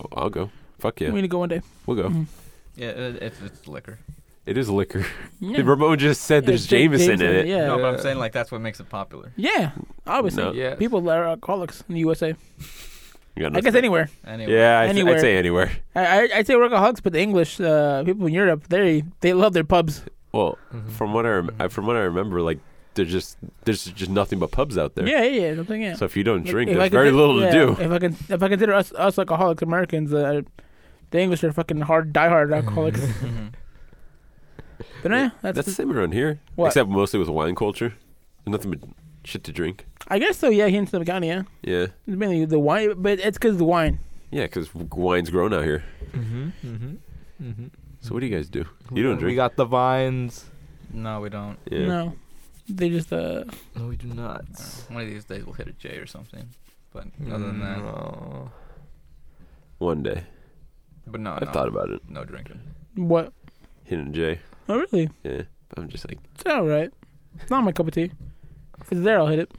C: oh, I'll go. Fuck
B: We
C: yeah,
B: need to go one day.
C: we'll go.
B: Mm.
E: Yeah, it, it's, it's liquor.
C: It is liquor.
B: mm-hmm. Yeah.
C: Ramon just said
B: Yeah,
C: there's
B: it's Jam-
C: Jameson, in it.
B: Yeah,
E: No, but I'm
D: Yeah.
E: saying like that's what makes it popular.
B: yeah. Obviously,
C: No.
D: Yeah.
B: people that are alcoholics in the USA.
C: You got
B: I guess
C: nothing.
B: anywhere.
E: Anyway,
C: Yeah, I th- I'd
B: Anywhere.
C: say anywhere.
B: I I I'd say workaholics, but the English uh, people in Europe, they they love their pubs.
D: mm-hmm.
C: Well, from uh, what I rem- I- from what I remember, like there's just there's just nothing but pubs out there.
B: Yeah, yeah, yeah. Something, yeah.
C: So if you don't
B: Like,
C: drink,
B: if I
C: there's very
B: consi-
C: little
B: yeah,
C: to do.
B: If I can, if I consider us us alcoholic Americans, uh, the English are fucking hard, diehard alcoholics.
E: Mhm.
B: but yeah, that's,
C: That's the same around here,
B: What?
C: except mostly with wine culture. There's nothing but shit to drink.
B: I guess so. Yeah, here in Sonoma County, yeah,
C: Yeah,
B: it's mainly the wine, but it's because the wine.
C: yeah, because wine's grown out here.
D: Mm-hmm. Mm-hmm. Mm-hmm.
C: So what do you guys do? You don't
D: We
C: drink.
D: got the vines.
E: No, we don't.
C: yeah.
B: No, they just uh,
D: No, we do not.
E: Uh, One of these days we'll hit a J or something. But other than that,
D: no.
C: One day,
E: but no,
C: I've
E: no,
C: thought about it.
E: no drinking.
B: what?
C: Hitting J.
B: Oh, really?
C: Yeah, But I'm just like,
B: It's all right. It's not my cup of tea. If it's there, I'll hit it.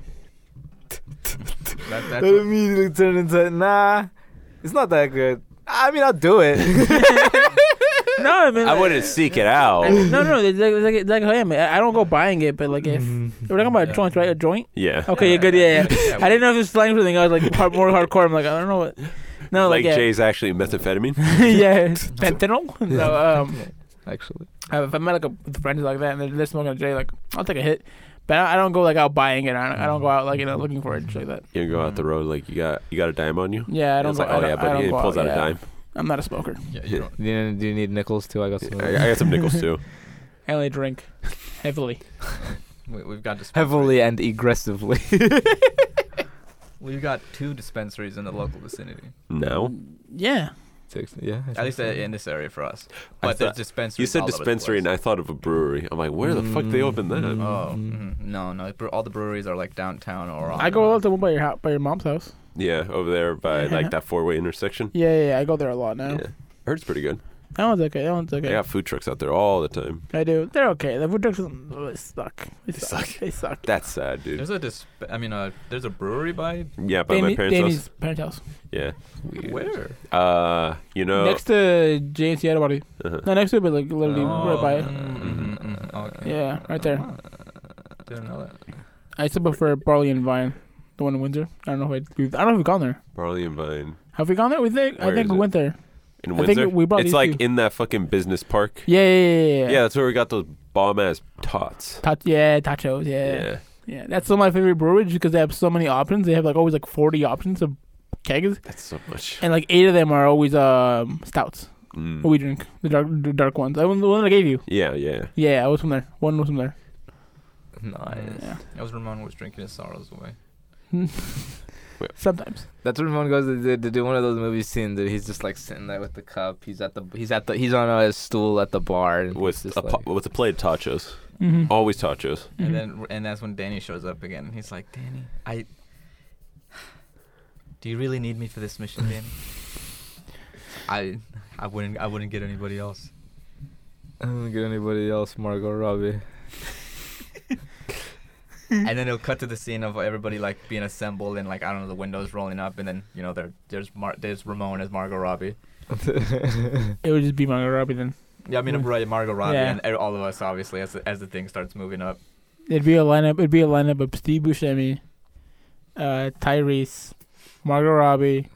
E: That,
D: that
E: that's what,
D: immediately turned into nah. It's not that good. I mean, I'll do it.
B: No, I mean,
C: I
B: like-
C: wouldn't seek it out.
B: I mean, no, no, it's like, it's like, it's like I am. I I don't go buying it, but like if
D: Mm-hmm.
B: we're talking about
E: Yeah.
B: a joint, right? A joint.
C: Yeah,
B: Okay, you're good. Yeah, yeah.
E: yeah,
B: I didn't know if it was slang for something. I was like hard, more hardcore. I'm like, I don't know what. No, like, uh,
C: like
B: yeah.
C: J's actually methamphetamine.
B: yeah, fentanyl. So, um,
D: Actually,
B: uh, if I'm at like a with friends like that and they're, they're smoking a J, like I'll take a hit, but I, I don't go like out buying it. I don't, I don't go out like you know looking for it and shit like that.
C: You go out the road like you got you got a dime on you.
B: Yeah, I don't.
C: it's
B: go,
C: like,
B: I
C: oh
B: don't-
C: yeah,
B: I don't
C: but he
B: go
C: pulls out a
B: yeah.
C: dime.
B: I'm not a smoker.
E: yeah, you don't.
D: do you, do you need nickels too? I got some.
C: I, I got some nickels too.
B: I only drink heavily.
E: We, we've got dispensaries.
D: Heavily and aggressively.
E: We've got two dispensaries in the local vicinity.
C: No,
B: Yeah,
D: yeah.
E: At least uh, in this area for us.
C: I
E: But there's
C: thought-
E: dispensaries.
C: you said
E: all over the
C: dispensary,
E: place.
C: and I thought of a brewery. I'm like, where the fuck they open that?
D: Mm.
E: Oh
D: Mhm.
E: mhm. no, no! bre- All the breweries are like downtown
C: Mm-hmm.
E: or. On,
B: I go out to one by your house, by your mom's house.
C: Yeah, over there by like that four way intersection.
B: Yeah, yeah, yeah, I go there a lot now.
C: Yeah, heard it's pretty good.
B: That one's okay. That one's
C: They
B: okay.
C: got food trucks out there all the time.
B: I do. They're okay. The food trucks they suck. They, suck. They suck.
C: That's sad, dude.
E: There's a disp- I mean, uh, there's a brewery by
C: Yeah, by my
B: Danny-
C: parents'
B: Danny's
C: house.
B: parents' house.
C: Yeah.
E: where?
C: Uh, you know.
B: Next to James Seattle Body.
C: uh-huh.
B: No, next to it, but like literally right by it.
E: mm, mm, mm, okay.
B: Yeah, right there.
E: Didn't know that.
B: I still prefer Barley and Vine, the one in Windsor. I don't know if I, we've, I don't know if we've gone there.
C: Barley and Vine
B: Have we gone there? We think
C: Where
B: I think
C: is
B: we
C: it?
B: went there.
C: in
B: I think
C: Windsor.
B: we brought
C: it's
B: these
C: like
B: two.
C: in that fucking business park.
B: Yeah, yeah, yeah, yeah.
C: Yeah, that's where we got those bomb ass tots.
B: Ta- yeah, tachos. Yeah. yeah, That's still my favorite brewery just because they have so many options. They have like always like forty options of kegs,
C: that's so much.
B: and like eight of them are always um stouts.
C: Mm.
B: What we drink the dark the dark ones. I one the one that I gave you.
C: Yeah, yeah.
B: Yeah, I was from there. One was from there.
D: Nice.
B: Yeah.
E: That was Ramon was drinking his sorrows away.
B: Sometimes.
D: That's when Ramon goes to, do- to do one of those movie scenes that he's just like sitting there with the cup. He's at the he's at the he's on a stool at the bar. And
C: With
D: he's
C: a,
D: just like,
C: po- with a plate of tachos.
B: Mm-hmm.
C: Always tachos.
E: And then, and that's when Danny shows up again. And he's like, Danny, I. Do you really need me for this mission, Danny? I, I wouldn't, I wouldn't get anybody else.
D: I don't get anybody else, Margot Robbie.
B: Mm.
E: and then it'll cut to the scene of everybody like being assembled and like I don't know the windows rolling up, and then you know there, there's Mar- there's Ramon as Margot Robbie.
B: it would just be Margot Robbie then.
E: Yeah, I mean right, Margot Robbie
B: Mm. Yeah.
E: and er, all of us obviously as the, as the thing starts moving up.
B: It'd be a lineup. It'd be a lineup of Steve Buscemi, uh, Tyrese, Margot Robbie,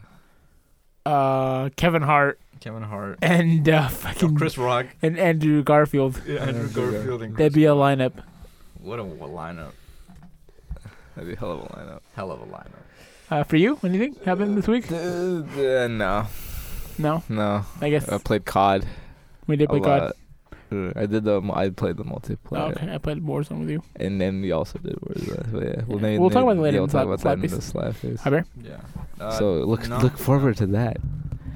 B: uh, Kevin Hart,
E: Kevin Hart,
B: and uh,
E: Oh,
B: fucking
E: Chris Rock,
B: and Andrew Garfield.
E: Andrew Garfield, and
B: That'd be a lineup.
E: what a w- lineup,
D: That'd be a hell of a lineup.
E: hell of a lineup.
B: Uh, for you, anything happened this week?
D: Uh, no,
B: No,
D: no.
B: I guess
D: I played COD.
B: we did play
D: a
B: COD.
D: lot. Uh, I did the. mu- I played the multiplayer,
B: Oh, okay, I played Warzone with you.
D: and then we also did Warzone. But yeah,
B: Yeah. We'll talk about it later
D: Yeah,
B: in
D: we'll talk
B: Slap-
D: about
B: Slap
D: that
B: Face.
D: in the slap face.
B: Hi, Bear.
E: Yeah. Uh,
D: so look
E: no.
D: look forward to that.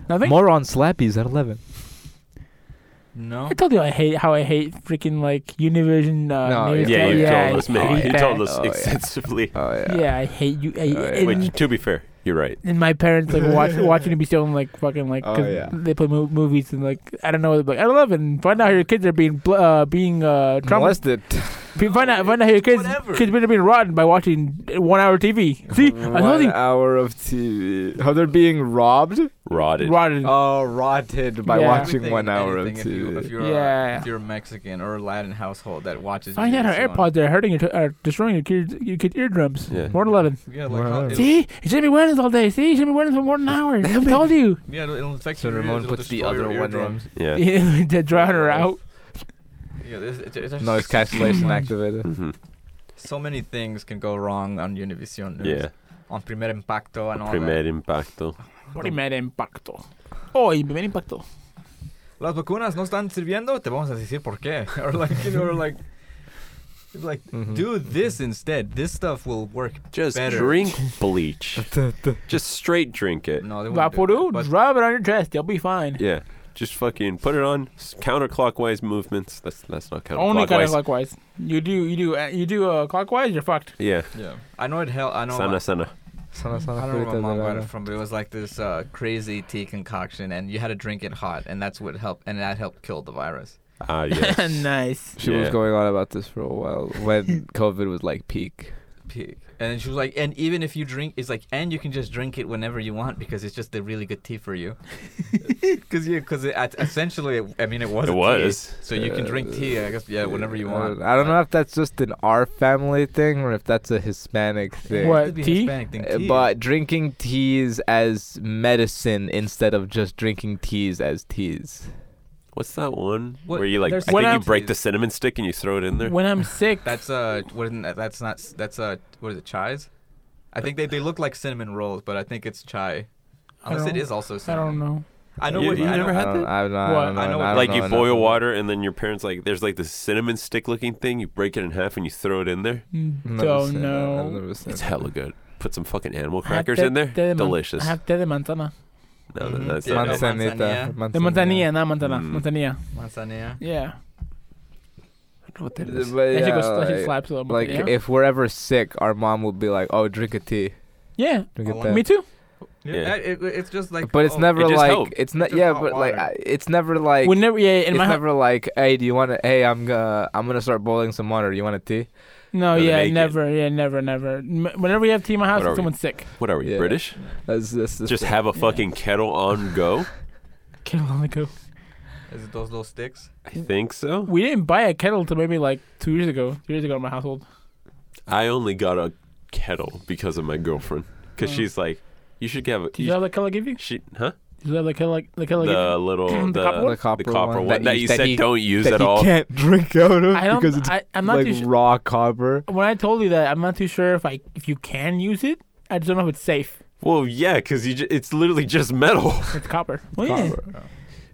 B: Nothing.
D: More on slappies at eleven.
E: no,
B: I told you I hate how I hate freaking like Univision. Uh,
D: No,
B: Navy
C: Yeah,
B: Tech.
C: you
B: yeah,
C: told
B: I
C: us, man.
B: hate
C: You
B: that.
C: told us
D: Oh, yeah.
C: extensively.
D: Oh
B: Yeah. I hate you. I,
D: Oh, yeah.
B: and-
C: Wait, to be fair, you're right.
B: and my parents like watch, watching it be still like fucking like
D: Oh,
B: 'cause
D: yeah.
B: they play mo- movies and like I don't know like I love it. And find out how your kids are being bl- uh, being uh trauma-
D: Molested.
B: be- find out find out how your kids
E: Whatever.
B: kids are being rotten by watching one hour TV. See, I told
D: One
B: you
D: hour of TV. How they're being robbed?
C: Rotted.
B: rotten.
D: Oh, rotted by
B: Yeah.
D: watching one
E: Everything-
D: hour of
E: anything if you- If
D: TV.
E: you're, a-
B: Yeah.
E: if you're a Mexican or a Latin household that watches,
B: Find out how
E: Univision.
B: AirPods are hurting your t- are destroying your kids your kids eardrums.
C: Yeah.
B: More than eleven.
E: Yeah, like how,
D: Wow.
E: it'll,
B: See, you should be wearing this all day. See, you should be wearing this for more than an hour. I told you.
E: yeah, it'll, it'll affect
D: So
E: your ears,
D: Ramon
E: it'll
D: puts the
E: destroy your
D: other one in.
E: eardrums.
C: Yeah.
B: to drown her out.
E: Yeah, it's, it's, it's
B: Mm.
D: Noise cancellation activated.
C: Mhm.
E: so many things can go wrong on Univision News.
C: Yeah.
E: On Primer Impacto and all
C: Primer impacto.
E: that.
B: Primer impacto. Oh, y primer impacto.
E: Las vacunas no están sirviendo, te vamos a decir por qué. or like, you know, or like, like
D: Mhm.
E: do this instead. This stuff will work.
C: Just
E: Better.
C: drink bleach. Just straight drink it.
E: No, they won't do
B: Vaporu,
E: that, but-
B: rub it on your chest. You'll be fine.
C: Yeah. Just fucking put it on s- counterclockwise movements. That's that's not counterclockwise.
B: Only kind of clockwise. You do, you do, uh, you do uh, clockwise. You're fucked.
C: yeah.
E: Yeah, I know it hell. I know.
C: Sana sana.
D: Sana, sana,
E: I don't know where
D: frutas
E: my mom got
D: verano.
E: it from, but it was like this uh, crazy tea concoction, and you had to drink it hot, and that's what helped, and that helped kill the virus.
C: Ah yes.
B: nice.
D: She was
C: Yeah.
D: going on about this for a while when COVID was like peak.
E: Pig. And then she was like, and even if you drink, it's like, and you can just drink it whenever you want because it's just a really good tea for you. Because yeah, because it, at- essentially, it- I mean, it was.
C: It
E: a tea,
C: was.
E: so you can drink tea, I guess, yeah, whenever you
D: I
E: want.
D: don't- Uh, I don't know if that's just an our family thing or if that's a Hispanic thing.
B: What,
E: It could be a
B: tea?
E: Hispanic thing,
D: Uh,
E: tea.
D: But drinking teas as medicine instead of just drinking teas as teas.
C: What's that one
E: What-
C: where you like? I
E: there's-
C: think
B: When
C: you
B: I'm-
C: break the cinnamon stick and you throw it in there.
B: When I'm sick,
E: that's uh, what isn't that? That's not. That's uh, what is it? Chai's. I think they, they look like cinnamon rolls, but I think it's chai.
B: I
E: Unless it
B: don't-
E: is also
B: I
E: cinnamon.
B: don't know.
E: I know
C: You-
E: what
C: you
E: I
C: never
E: know- Uh,
C: had
D: I don't,
C: that?
D: I don't, know- I
B: What?
D: don't know.
E: I
D: I
E: know
D: don't
E: what-
C: like
D: know
C: you
D: enough
C: boil
D: about-
C: water and then your parents like there's like this cinnamon stick looking thing you break it in half and you throw it in there
D: I've never
B: Mm, Don't
D: seen that. I've
B: know.
D: never seen
C: it's
D: that.
C: hella good put some fucking animal
B: I have
C: crackers
B: te-
C: in there
B: te de man-
C: delicious
B: I have Mm-hmm. te de manzana.
C: no, no,
E: Mhm.
C: that's
E: Yeah,
C: not it.
E: no.
D: Manzanita.
B: De manzanilla, not manzana.
C: Mm.
B: Manzanilla.
E: Manzanilla.
B: Yeah.
C: I don't know what
D: But
C: that is.
B: That shit
D: yeah,
B: goes, that shit
D: like,
B: slaps a little
D: like
B: bit. yeah.
D: if we're ever sick, our mom will be like, "Oh, drink a tea,
B: yeah.
D: drink
E: I
D: a
E: want-
D: tea."
B: Me too.
E: Yeah, it- it- it's just like.
D: but it's
E: oh,
D: never
C: It just
D: like
C: helped.
D: it's not.
E: It's just
D: Yeah,
E: hot
D: but like
E: water.
D: I, it's never like
B: we never. Yeah. In
D: it's
B: my house.
D: never like, "Hey, do you want to? Hey, I'm gonna I'm gonna start boiling some water. You want a tea?"
B: No.
C: Gotta
B: Yeah.
C: make it.
B: Never. Yeah. Never. Never. M- Whenever we have tea in my house,
C: What are we?
B: someone's sick.
C: what are we
D: Yeah.
C: british
D: That's, that's, that's
C: just have a
B: Yeah.
C: fucking kettle on go
B: Kettle on the go.
E: Is it those little sticks?
C: i think so
B: We didn't buy a kettle till maybe like two years ago. Two years ago in my household.
C: i only got a kettle because of my girlfriend because
B: Oh.
C: she's like you should have a
B: Did you
C: you,
B: have the kettle I give you?
C: she huh
B: Did you have the kettle? I- The
C: the
B: kettle I give you?
C: little
B: The
C: the,
B: copper
C: the
B: one?
D: the copper,
C: copper one that
D: he-
C: you said
D: he,
C: don't use
D: that
C: at
D: he
C: all
D: can't drink out of
B: I
D: because it's
B: don't. I, I'm not
D: like
B: too sure.
D: raw copper.
B: When I told you that, I'm not too sure if I if you can use it. I just don't know if it's safe.
C: well yeah because you ju- it's literally just metal
B: It's copper. Well, yeah.
D: Copper.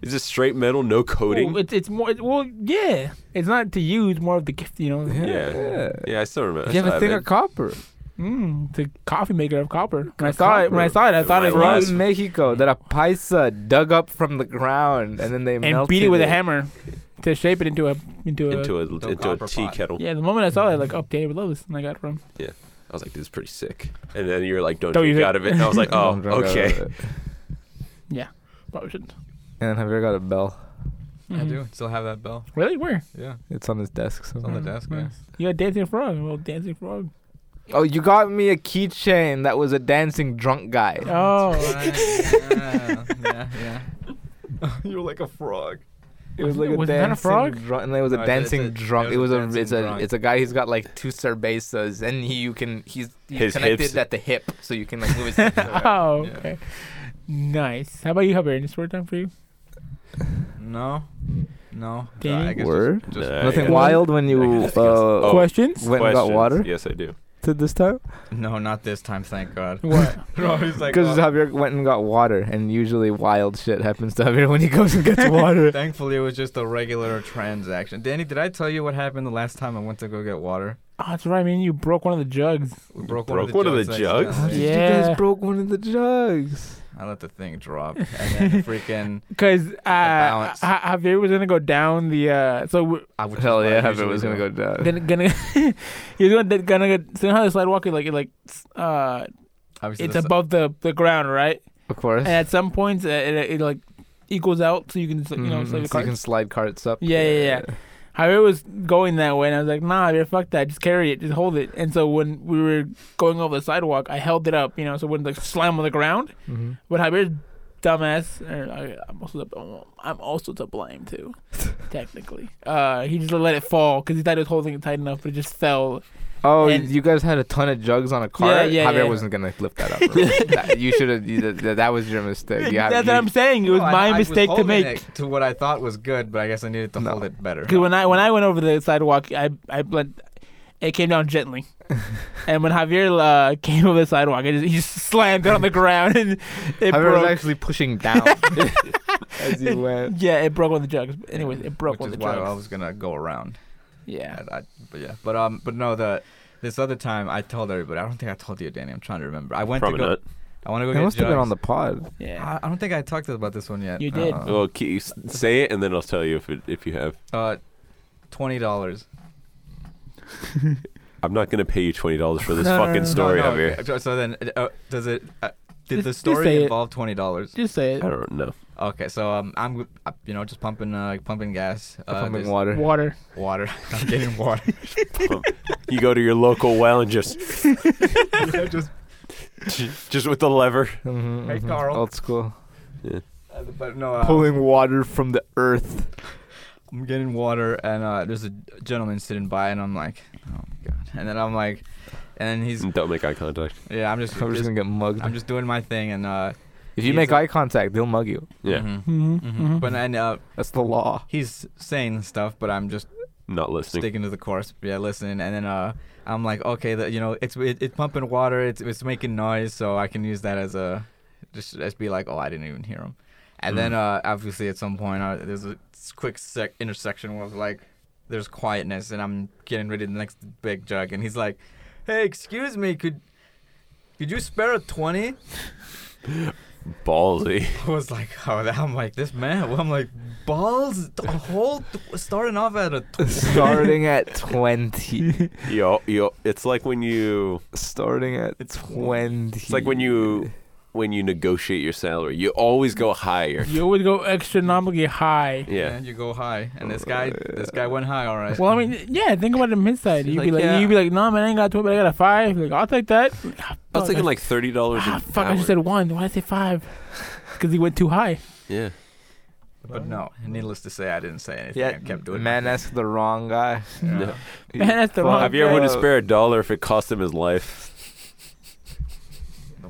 C: it's just straight metal no coating
B: Well, it's it's more. Well, yeah. It's not to use. More of the gift. You know.
C: Yeah. yeah i still remember I
D: You have
C: still
D: a thing
C: it.
D: of copper.
B: Mm, the coffee maker of copper. When I saw it, when I saw it, I
C: Copper.
B: thought
C: Right.
B: it was
D: Right
C: last-
D: in Mexico, that a paisa dug up from the ground and then they
B: and
D: melted
B: beat it with a hammer to shape it into a into a.
C: into a
E: the
C: into
E: copper
C: a tea
E: pot.
C: kettle.
B: yeah, the moment I saw it, like, oh, David love this, and I got it from.
C: I was like, "This is pretty sick." And then you're like, "Don't,
B: Don't
C: drink
B: use it.
C: out of it." And I was like, "Oh,
D: Don't drink out of
C: okay."
D: it.
B: Probably shouldn't.
D: And have you ever got a bell?
E: I
B: Mhm.
E: do. Still have that bell.
B: Really? Where?
E: Yeah.
D: It's on his desk
E: It's on
D: somewhere.
E: the
B: Mm,
E: desk.
B: nice.
E: Yeah.
B: You got dancing frog. Well, dancing frog.
D: Oh, you got me a keychain that was a dancing drunk guy.
B: Oh,
E: yeah, yeah, You're like a frog.
D: It was like a
B: Was that a
D: dancing
B: frog?
D: drunk, and it was a
E: No, it's-
D: dancing
E: it's a-
D: drunk. It was, a,
E: dancing
D: it's a,
E: drunk.
D: it's a guy. He's got like two cervezas, and he, you can, he's, he's
C: His
D: connected
C: hips-
D: at the hip, so you can like move his. hips around.
B: oh,
E: Yeah.
B: okay. Nice. How about you, Hubbard? Any story time for you?
E: No, no.
B: Dang.
E: I guess
D: Word?
E: Just, just
C: Nah,
D: Nothing
C: yeah.
D: wild when you
C: Yeah,
D: uh,
C: that's good. Oh.
B: Questions?
D: went and got
C: Questions.
D: water
C: Yes, I do.
D: to this time.
E: No, not this time. Thank God.
B: What?
E: Bro, he's like.
D: Because
E: oh,
D: Javier went and got water, and usually wild shit happens to Javier when he goes and gets water.
E: Thankfully, it was just a regular transaction. Danny, did I tell you what happened the last time I went to go get water?
B: Oh, that's right. I mean, you broke one of the jugs.
E: We
C: You
E: broke,
C: broke one of the jugs?
D: How did you
B: Yeah.
D: guys broke one of the jugs?
E: I let the thing drop, and then freaking.
B: Because uh,
E: balance.
B: Ha- Javier was gonna go down the. Uh, so w-
E: I would
D: Hell yeah,
E: if
D: Javier was gonna go down.
B: then gonna he was gonna gonna go, so you know how the sidewalk is like it like s- uh
E: Obviously,
B: it's
E: this-
B: above the the ground, right?
D: of course.
B: And at some points uh, it, it, like equals out, so you can just, like, you know
D: Mhm,
B: slide the
D: so you can
B: cart.
D: slide carts up.
B: Yeah, yeah, yeah. Javier was going that way, and I was like, "Nah, Javier, fuck that. Just carry it. Just hold it." And so when we were going over the sidewalk, I held it up, you know, so it wouldn't like slam on the ground.
D: Mhm.
B: But Javier's dumbass, and I, I'm also to, I'm also to blame too, technically. Uh, he just let it fall because he thought he was holding it tight enough, but it just fell.
D: Oh,
B: And-
D: you guys had a ton of jugs on a cart.
B: yeah,
D: Javier
B: yeah.
D: wasn't gonna lift that up. bro. that, you should have. That, that was your mistake. You have-
B: That's
D: you-
B: what I'm saying. It was
E: No, I-
B: my
E: I was
B: mistake to
E: holding
B: make.
E: it to what I thought was good, but I guess I needed to
D: No.
E: hold it better.
B: Because when I when I went over the sidewalk, I I bled, It came down gently, and when Javier uh, came over the sidewalk, it just, he just slammed it on the ground, and it
D: Javier was
B: broke.
D: actually pushing down.
A: as he went.
B: yeah, it broke one of the jugs. But anyways, it broke
E: Which
B: one
E: is
B: of the
E: why
B: jugs.
E: I was gonna go around.
B: yeah,
E: I, I, but yeah, but um, but no, the this other time I told everybody. I don't think I told you, Danny. I'm trying to remember. I went
C: Probably
E: to go.
C: not.
E: I want to go
D: it
E: get
D: must have been
E: jugs.
D: on the pod.
B: yeah.
E: I, I don't think I talked about this one yet.
B: You did.
E: Uh,
C: Well, keep, s- say it and then I'll tell you if it, if you have.
E: uh, twenty dollars.
C: I'm not gonna pay you twenty dollars for this
B: No, no,
C: fucking
B: no, no,
C: story,
E: no,
C: Javier.
E: okay, So then, uh, does it? Uh, did
B: Just-
E: the
B: just say
E: story
B: it.
E: involve twenty dollars?
B: Just say
C: I
B: it.
C: don't know.
E: Okay, so um, I'm uh, you know just pumping uh, pumping gas, uh,
D: pumping
E: there's
D: water.
B: Water.
E: water. I'm getting water.
C: You go to your local well and just
E: just
C: just with the lever.
D: Mhm,
E: Hey,
D: mhm.
E: Carl.
D: Old school.
E: uh, but no, uh,
D: Pulling water from the earth.
E: I'm getting water, and uh, there's a gentleman sitting by, and I'm like, oh my god. And then I'm like, and then he's
C: Don't make eye contact.
E: yeah, I'm just,
D: I'm just gonna get mugged.
E: I'm just doing my thing, and uh,
D: if you
E: he's
D: make
E: a-
D: eye contact, they'll mug you.
C: Yeah,
E: mhm,
B: Mm-hmm.
E: mhm. But and uh,
D: That's the law.
E: he's saying stuff, but I'm just
C: not listening.
E: sticking to the course. Yeah, listening, and then uh, I'm like, okay, the, you know, it's it, it's pumping water, it's it's making noise, so I can use that as a just as be like, oh, I didn't even hear him. And then uh, obviously at some point uh, there's a s- quick sec- intersection where like there's quietness, and I'm getting ready to the next big jug, and he's like, hey, excuse me, could could you spare a twenty?
C: Ballsy.
E: I was like, oh, that- I'm like this man. I'm like balls. A whole starting off at a tw-
D: Starting at 20.
C: Yo, yo. It's like when you
D: Starting at
E: It's-
D: 20.
C: It's like when you when you negotiate your salary, you always go higher.
B: You always go astronomically high.
C: Yeah.
E: And you go high, and this guy, this guy went high. All right.
B: Well, I mean, yeah. Think about it from his side.
E: She's
B: You'd be
E: like,
B: like,
E: yeah.
B: you'd be like, no, man, I ain't got two, but I got a five. Like, I'll take that.
C: I was thinking like thirty dollars.
B: Ah, fuck, I just said one. Why did I say five? Because he went too high.
C: Yeah.
E: But no, needless to say, I didn't say anything. I
D: Yeah,
E: kept doing
D: man asked the wrong guy.
E: it. Yeah.
C: No.
B: Man, that's the
D: Fuck.
B: wrong
C: Have you ever
D: guy.
C: would spare a dollar if it cost him his life?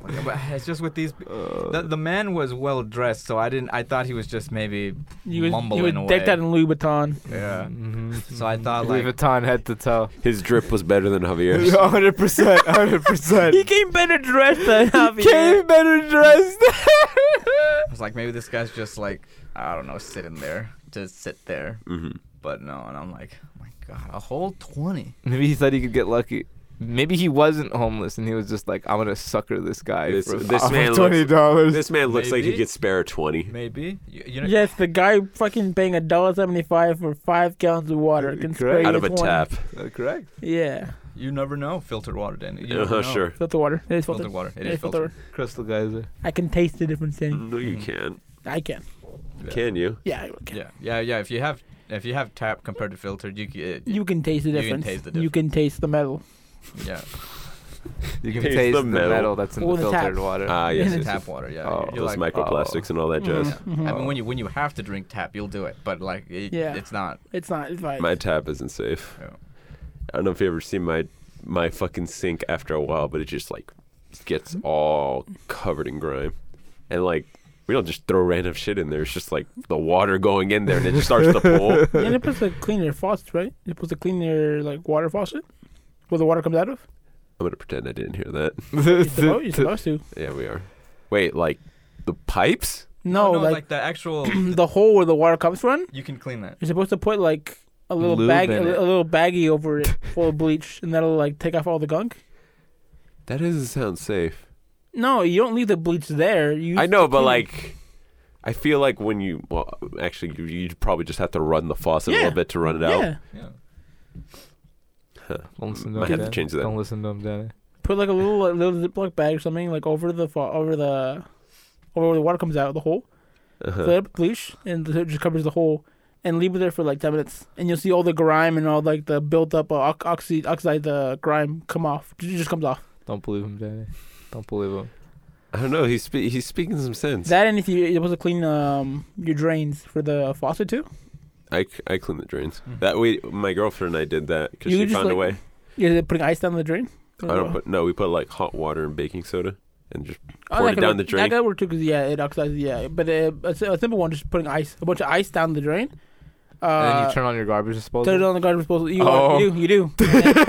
E: Yeah, But it's just with these.
D: Uh,
E: The, the man was well dressed, so I didn't. I thought he was just maybe.
B: You was, you
E: mumbling
B: was decked
E: away.
B: out in Louis Vuitton.
E: Yeah.
D: mhm.
C: Mm-hmm.
E: So I thought
D: Louis
E: like.
D: Vuitton head to toe.
C: His drip was better than Javier's.
D: 100 percent, 100 percent.
B: He came better dressed than Javier.
D: Came better dressed.
E: I was like, maybe this guy's just like, I don't know, sitting there, just sit there.
C: hmm
E: But no, and I'm like, oh my god, a whole twenty.
D: Maybe he thought he could get lucky. Maybe he wasn't homeless and he was just like, I'm gonna sucker this guy
C: This-
D: for
C: this
D: for
C: man looks-
D: twenty dollars.
C: This man looks like he
E: Maybe.
C: could spare a twenty.
E: Maybe. You, you know.
B: Yes, the guy fucking paying a dollar seventy-five for five gallons of water. Can
D: Correct.
B: spray
C: Out of a
B: this one.
C: tap.
D: Uh, correct.
B: Yeah,
E: You never know. Filtered water, Danny. You never
C: Uh,
E: know.
C: sure.
B: filter water. It is
E: Filtered
B: filtered.
E: water. It
B: It
E: is
B: is
E: filtered.
D: Crystal geyser.
B: I can taste the difference. In
C: No, you can't.
B: I can.
E: Yeah.
C: Can you?
B: Yeah, I can.
E: Yeah, yeah, yeah. If you have, if you have tap compared to filtered, you can.
B: You can taste the
E: You can
B: difference.
E: taste the
B: You can taste the metal.
E: Yeah.
D: You can
C: Taste
D: taste,
C: the
D: the,
C: metal.
D: metal. that's in
B: Oh,
D: the
B: the tap.
D: filtered water.
C: Ah, yes.
B: Isn't
C: yes,
B: it
C: yes.
E: Tap water. Yeah.
D: Oh,
E: you're
C: Those
E: like,
C: microplastics and all that jazz.
E: Yeah. I mean,
D: Oh.
E: when you when you have to drink tap, you'll do it. But like, it,
B: Yeah.
E: it's not.
B: It's not. It's like
C: My tap isn't safe.
E: Yeah.
C: I don't know if you ever seen my my fucking sink after a while, but it just like gets
E: Mm-hmm.
C: all covered in grime. And like we don't just throw random shit in there. It's just like the water going in there and it just starts to pull.
B: yeah, they're supposed to clean your faucet, right? They're supposed to clean your like water faucet, where the water comes out of.
C: I'm gonna pretend I didn't hear that.
B: You're supposed, you're supposed to.
C: Yeah, we are. Wait, like the pipes?
B: No,
E: Oh, no,
B: like,
E: the actual.
B: the hole where the water comes from.
E: you can clean that.
B: You're supposed to put like a little
D: Lube
B: bag, a,
D: in it.
B: li- a little baggie over it full of bleach, and that'll like take off all the gunk.
C: That doesn't sound safe.
B: No, you don't leave the bleach there. You
C: I know, but
B: clean it.
C: like I feel like when you well actually you you probably just have to run the faucet a
B: Yeah.
C: little bit to run it out.
B: yeah,
E: Yeah.
D: Don't listen to
C: Might
D: him,
C: have to
D: Danny.
C: change that.
D: Don't listen to him, Danny.
B: put like a little like, little ziploc bag or something like over the fa- over the over where the water comes out of the hole.
C: Uh-huh.
B: Fill it up with bleach, and it just covers the hole. And leave it there for like ten minutes, and you'll see all the grime and all like the built up uh, ox- oxy- oxide the grime come off. It just comes off.
D: Don't believe him, Danny. Don't believe him.
C: I don't know. He's spe- he's speaking some sense.
B: That and if you you're supposed to clean um your drains for the faucet too.
C: I, c- I clean the drains.
E: Mhm.
C: That we my girlfriend and I did that because
B: You
C: she
B: just,
C: found a
B: like-
C: way.
B: You're putting ice down the drain.
C: I don't put no. We put like hot water and baking soda and just
B: that
C: poured it
B: could
C: down
B: work-
C: the drain.
B: That could work too, because yeah, it oxidizes. Yeah, but uh, a, s- a simple one, just putting ice, a bunch of ice down the drain. Uh,
D: and then you Uh, turn on your garbage disposal.
B: turn it on the garbage disposal. You,
D: Oh.
B: you do, you do. And then-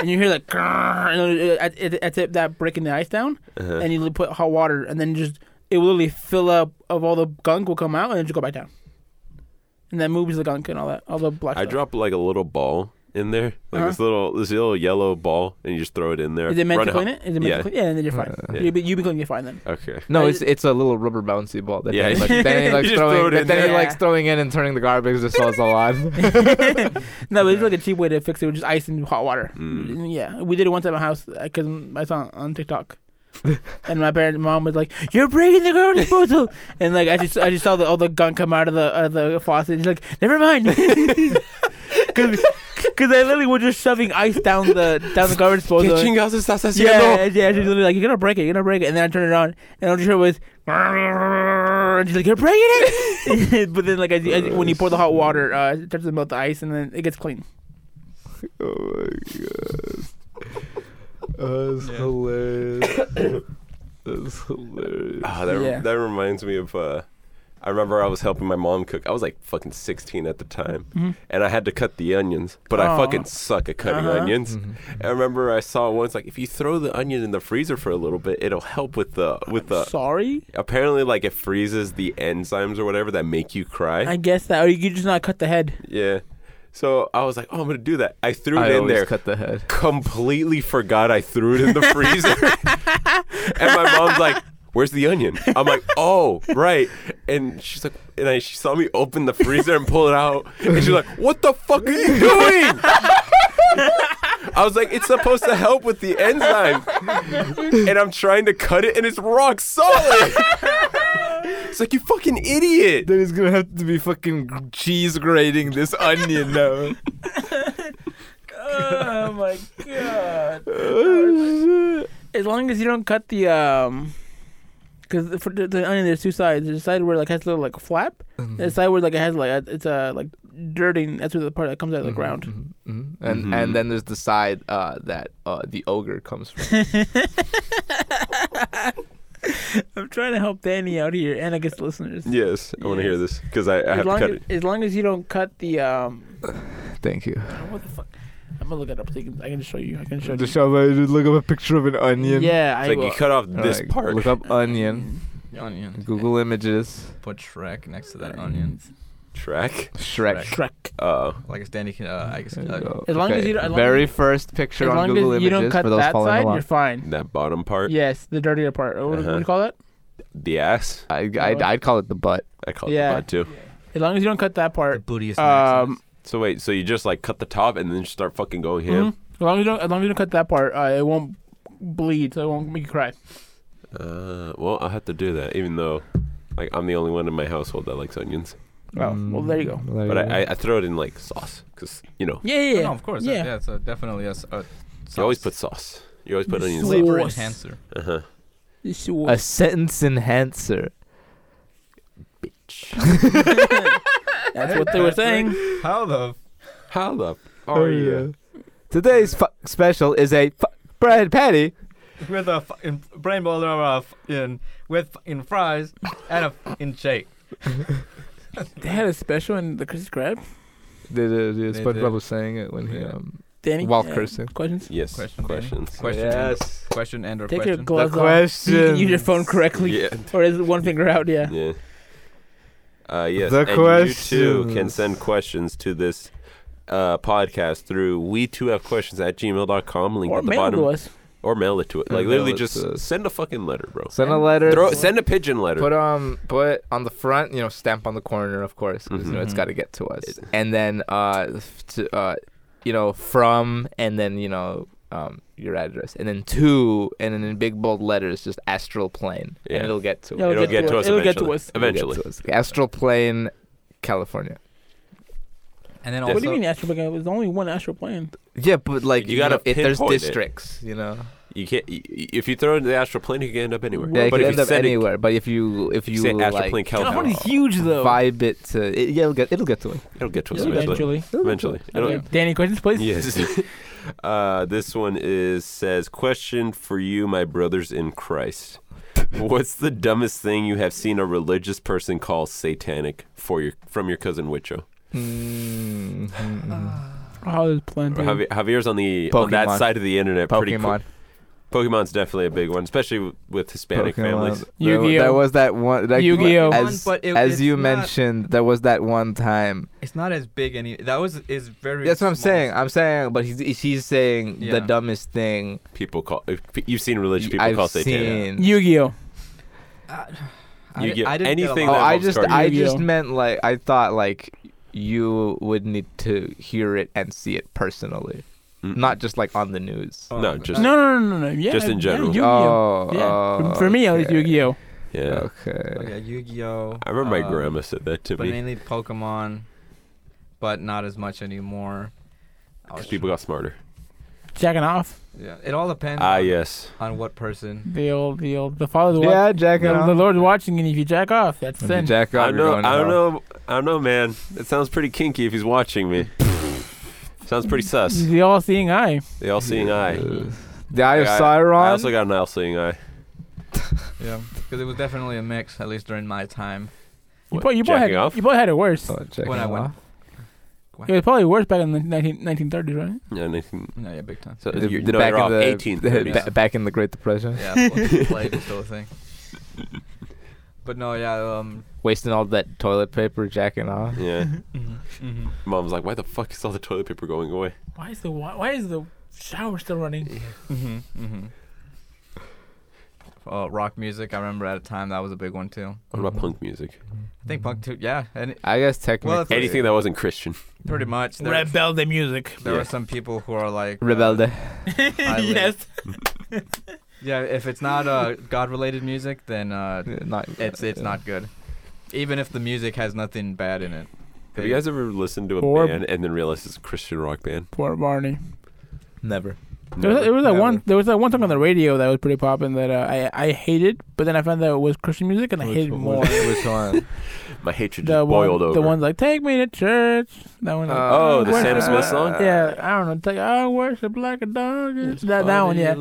B: and you hear like, "Grrr," and it- it- it- it's it, that breaking the ice down,
C: Uh-huh.
B: and you li- put hot water, and then just it will literally fill up of all the gunk will come out, and it just go back down. And that moves the gunk and all that, all the black
C: I
B: stuff.
C: drop like a little ball in there, like this little this little yellow ball, and you just throw it in there.
B: Uh-huh. Is it meant
C: Run
B: to clean it? Is it meant
C: Yeah.
B: to clean? Yeah, and then you're fine.
D: Uh,
C: yeah.
B: You be you be clean, you're fine then.
C: Okay.
D: No, it's it's a little rubber bouncy ball. That
C: Yeah,
D: Danny
C: you-
D: likes, Danny
B: you
D: likes
C: just
D: throwing.
C: throw it in
D: that Danny
B: there.
D: likes
B: Yeah.
D: throwing in and turning the garbage to solves a lot.
B: no, but it's like a cheap way to fix it with just ice and hot water.
C: Mm.
B: Yeah, we did it once at my house because I saw it on TikTok, and my parents, mom was like, "You're breaking the garbage disposal," and like I just I just saw the, all the gunk come out of the out of the faucet. She's like, "Never mind," because I literally was just shoving ice down the down the garbage disposal. Yeah, yeah, yeah. She's literally like, "You're gonna break it. You're gonna break it." And then I turned it on, and all you heard was, and she's like, "You're breaking it." but then, like, as, you- as, you- when you pour the hot water, uh, it starts to melt the ice, and then it gets clean.
D: oh my god, that's
E: Yeah.
D: hilarious. that's hilarious.
C: Ah, that,
B: Yeah.
C: that reminds me of. Uh, I remember I was helping my mom cook. I was like fucking 16 at the time,
B: Mhm.
C: and I had to cut the onions, but I
B: Aw.
C: fucking suck at cutting
B: Uh-huh.
D: Mm.
C: onions.
D: Mm-hmm.
C: I remember I saw once like if you throw the onion in the freezer for a little bit, it'll help with the with the.
B: Sorry,
C: Apparently, like it freezes the enzymes or whatever that make you cry.
B: I guess that, or you could just not cut the head.
C: yeah. So I was like, oh, I'm gonna do that. I threw
D: I
C: it in
D: always
C: there.
D: cut the head.
C: completely forgot I threw it in the freezer. and my mom's like, Where's the onion? I'm like, oh, right. And she's like, and I, she saw me open the freezer and pull it out. And she's like, what the fuck are you doing? I was like, it's supposed to help with the enzyme. And I'm trying to cut it and it's rock solid. It's like, you fucking idiot.
D: Then he's gonna have to be fucking gr- cheese grating this onion now.
B: oh my god!
D: Oh, shit.
B: As long as you don't cut the um, because for the, the onion, there's two sides. There's a side where like has a little like flap. and
D: Mm-hmm.
B: The side where like it has like a, it's a like dirty. That's where the part that comes out of the
D: Mhm,
B: ground.
D: mhm, mhm. And
C: Mhm.
D: and then there's the side uh, that uh, the ogre comes from.
B: I'm trying to help Danny out here, and I guess the listeners.
C: Yes, I want to hear this because I, I
B: As
C: have to
B: long
C: cut
B: as,
C: it.
B: as long as you don't cut the um,
D: Thank you.
B: what the fuck? I'm gonna look it up so you can, I can show you. I can show you.
D: Deshava, just look up a picture of an onion.
B: Yeah,
C: It's
B: I
C: like,
B: will.
C: you cut off this
D: Alright,
C: part.
D: Look up onion.
E: Onion.
D: Google images.
E: Put Shrek next to that onion.
C: Track.
D: Shrek.
B: Shrek.
C: Oh.
E: Like a standing. Uh, I guess.
D: There you
E: Uh,
D: go.
B: As long as you don't- as long
D: very
B: as-
D: first picture
B: as
D: on
B: long as
D: Google
B: you
D: Images
B: don't cut
D: for those
B: that
D: following
B: side,
D: along.
B: you're fine.
C: That bottom part,
B: Yes, the dirtier part. Or what, what do you
C: Uh-huh.
B: call that?
C: the ass.
D: I, I'd, I'd call it the butt.
C: I call it
B: Yeah.
C: the butt too.
B: As long as you don't cut that
E: the
B: part.
E: booty is
B: Um,
C: So wait, so you just like cut the top and then just start fucking going
B: mhm.
C: ham?
B: As long as you don't, as long as you don't cut that part, uh, it won't bleed, so it won't make you cry.
C: Uh, well, I'll have to do that, even though like I'm the only one in my household that likes onions.
B: Oh, well,
D: Mm,
B: there you go.
C: But I, I, I throw it in like sauce because you know
B: Yeah, yeah,
E: Oh, No,
B: yeah.
E: no, of course. Yeah.
B: Yeah.
E: yeah it's a, definitely a, s- a
C: you always put sauce. You always put onions.
B: Sweet.
E: flavor
B: sauce.
E: enhancer.
C: Uh huh.
B: It's
D: a
B: yours.
D: sentence enhancer.
B: That's what they were saying.
E: How the
C: How the
D: Oh yeah. Today's fuck special is a fuck bread patty.
E: with a fucking brain bowl and a fucking with fucking fries and a fucking shake.
B: They had a special in the Chris Crab.
D: They did, yeah,
E: They
D: SpongeBob
E: did.
D: was saying it when he
E: Yeah.
D: um,
B: Danny.
D: while
B: uh,
D: cursing.
B: Questions.
C: Yes.
E: Question, Danny?
C: questions.
E: Question.
C: Yes.
E: Question and or
B: Take your
E: question.
B: gloves
D: The
B: off. so you can use your
D: questions.
B: phone correctly,
C: Yeah.
B: or is it one finger out? Yeah.
C: Yeah. Uh, yes.
D: The
C: and you too can
D: questions.
C: send questions to this uh, podcast through we too have questions at gmail.com link
B: Or
C: at the
B: mail
C: bottom
B: to us.
C: or mail it to it.
D: Or
C: Like
D: mail
C: literally
D: it
C: just
D: to us.
C: send a fucking letter, bro.
D: Send a
B: And
D: letter.
C: Throw send a pigeon letter.
D: Put um put on the front, you know, stamp on the corner, of course, 'cause, you know it's
C: Mm-hmm.
E: Mhm.
D: got to get to us. And then uh, f- to, uh, you know, from and then you know um your address, and then to, and then in big bold letters, just astral plane,
C: Yeah.
D: and it'll get to.
B: Yeah,
D: us.
B: it'll
C: It'll
B: get
C: get
B: to
C: to
B: us.
C: us
B: It'll get to
C: eventually.
B: us.
D: It'll get
C: Eventually.
D: to us. Astral plane, California.
E: And then
C: Yes.
E: also,
B: What do you mean astral plane? There's only one astral plane.
D: Yeah, but like
C: You gotta
D: know, if there's
C: pinpoint it.
D: districts, you know,
C: You can't. y- y- If you throw it in the astral plane, you can end up anywhere.
D: yeah, it
C: but
D: could
C: if
D: end
C: you
D: up
C: send it,
D: anywhere. But if you if
C: you
D: you
C: say astral
D: like
C: plane, California,
B: California's huge though.
D: vibe it to, it, yeah, it'll get it'll get to us.
C: it'll get to us
B: Yeah,
C: eventually.
B: Eventually.
C: Eventually, it'll,
B: Okay. Danny, questions, please.
C: yes. uh, this one is says question for you, my brothers in Christ. What's the dumbest thing you have seen a religious person call satanic for your from your cousin Wicho?
D: Mm-hmm.
B: Oh, there's plenty.
C: Javi- Javier's on the on that
D: Pokemon.
C: side of the internet. Pretty cool.
D: Pokemon.
C: Pokemon's definitely a big one, especially w- with Hispanic families.
D: There, wa-
B: Yu-Gi-Oh.
D: there was that one. That,
B: Yu-Gi-Oh.
D: As,
E: But it-
D: as
E: it's
D: you
E: not-
D: mentioned, there was that one time.
E: It's not as big any. That was is very.
D: That's what I'm
E: small.
D: saying. I'm saying, but he's he's saying
E: Yeah.
D: the dumbest thing
C: People call if- you've seen religious people
D: I've
C: call satanic.
D: seen.
B: Yu-Gi-Oh.
E: I
C: You
E: di-
C: get
E: I didn't get a
C: anything
E: lot.
D: Oh,
C: that
D: I
C: involves
D: just
C: cards.
D: I
B: Yu-Gi-Oh.
D: just meant like I thought like you would need to hear it and see it personally,
C: Mm.
D: not just like on the news.
E: Oh,
C: no, just
B: No, no, no, no, no. Yeah,
C: Just in
B: yeah,
C: general.
D: Oh,
B: Yu-Gi-Oh. yeah.
D: oh,
B: For me, at least
D: okay.
B: Yu-Gi-Oh.
C: yeah.
D: Okay.
E: Okay, Yu-Gi-Oh.
C: I remember
D: um,
C: my
E: uh,
C: grandma said that to
E: But
C: me
E: mainly Pokemon, but not as much anymore. I
C: because
E: was-
C: people got smarter.
B: Jacking off.
E: Yeah, it all depends.
C: Ah,
E: on-
C: yes.
E: On what person?
B: The old, the old, the father's watching.
D: Yeah, jack it
B: The, the
D: off.
B: Lord's watching, and if you jack off, that's
D: If you
B: sin.
D: Jack off.
C: I
D: you're
C: know.
D: going to
C: I don't
D: hell.
C: know. I don't know, man. It sounds pretty kinky if he's watching me. sounds pretty sus.
B: The all-seeing eye.
C: The all-seeing eye.
D: The Eye of
C: I- I-
D: Sauron.
C: I also got an all-seeing eye.
E: Yeah, because it was definitely a mix, at least during my time.
B: You
C: What,
B: probably, you, probably
C: jacking
B: had,
C: off?
B: you probably had it worse.
D: Oh, jack
E: when
D: it
E: I went-
D: off.
B: It was probably worse back in the 19, 1930s, right?
C: Yeah, and I think-
E: No, yeah, big time.
C: so
D: The-
C: you're,
D: the
C: no,
D: back
C: you're
D: in
C: off
D: the-
C: 18.
D: the-
E: yeah.
D: ba- back in the Great Depression,
E: Yeah, fucking plague was still a thing. But no, yeah. Um,
D: wasting all that toilet paper, jacking off.
C: Yeah.
E: mhm.
C: Mom's like, why the fuck is all the toilet paper going away?
B: Why is the wa- why is the shower still running?
E: Mm-hmm. Mm-hmm. Uh, rock music. I remember at a time that was a big one too.
C: What
D: Mm-hmm.
C: about punk music?
E: I think punk too. Yeah, and it-
D: I guess technically.
E: that's-
C: Anything that wasn't Christian.
E: pretty much there,
B: Mm. Rebel the music.
E: there
C: Yeah.
E: were some people who are like uh,
D: Rebelde.
E: highly- Yeah, if it's not uh, God related music, then uh,
D: Not.
E: it's it's not good. Even if the music has nothing bad in it.
C: Have you guys ever listened to a
B: Or-
C: band and then realized it's a Christian rock band?
B: Poor Barney.
D: uh, Never.
B: There was,
C: No.
B: there was that
E: Never.
B: one. There was that one song on the radio that was pretty poppin' that uh, I I hated, but then I found out it was Christian music and I hated it more.
D: Which one?
C: My hatred
B: The
C: just boiled
B: one,
C: over.
B: the one's like "Take Me to Church." That one. like,
D: Uh,
C: Oh, the
B: "I
C: Sam
B: worship
C: Smith
B: like-"
C: song?
B: Yeah, I don't know. Take, I worship like a dog. Hmm, That, that one, yeah,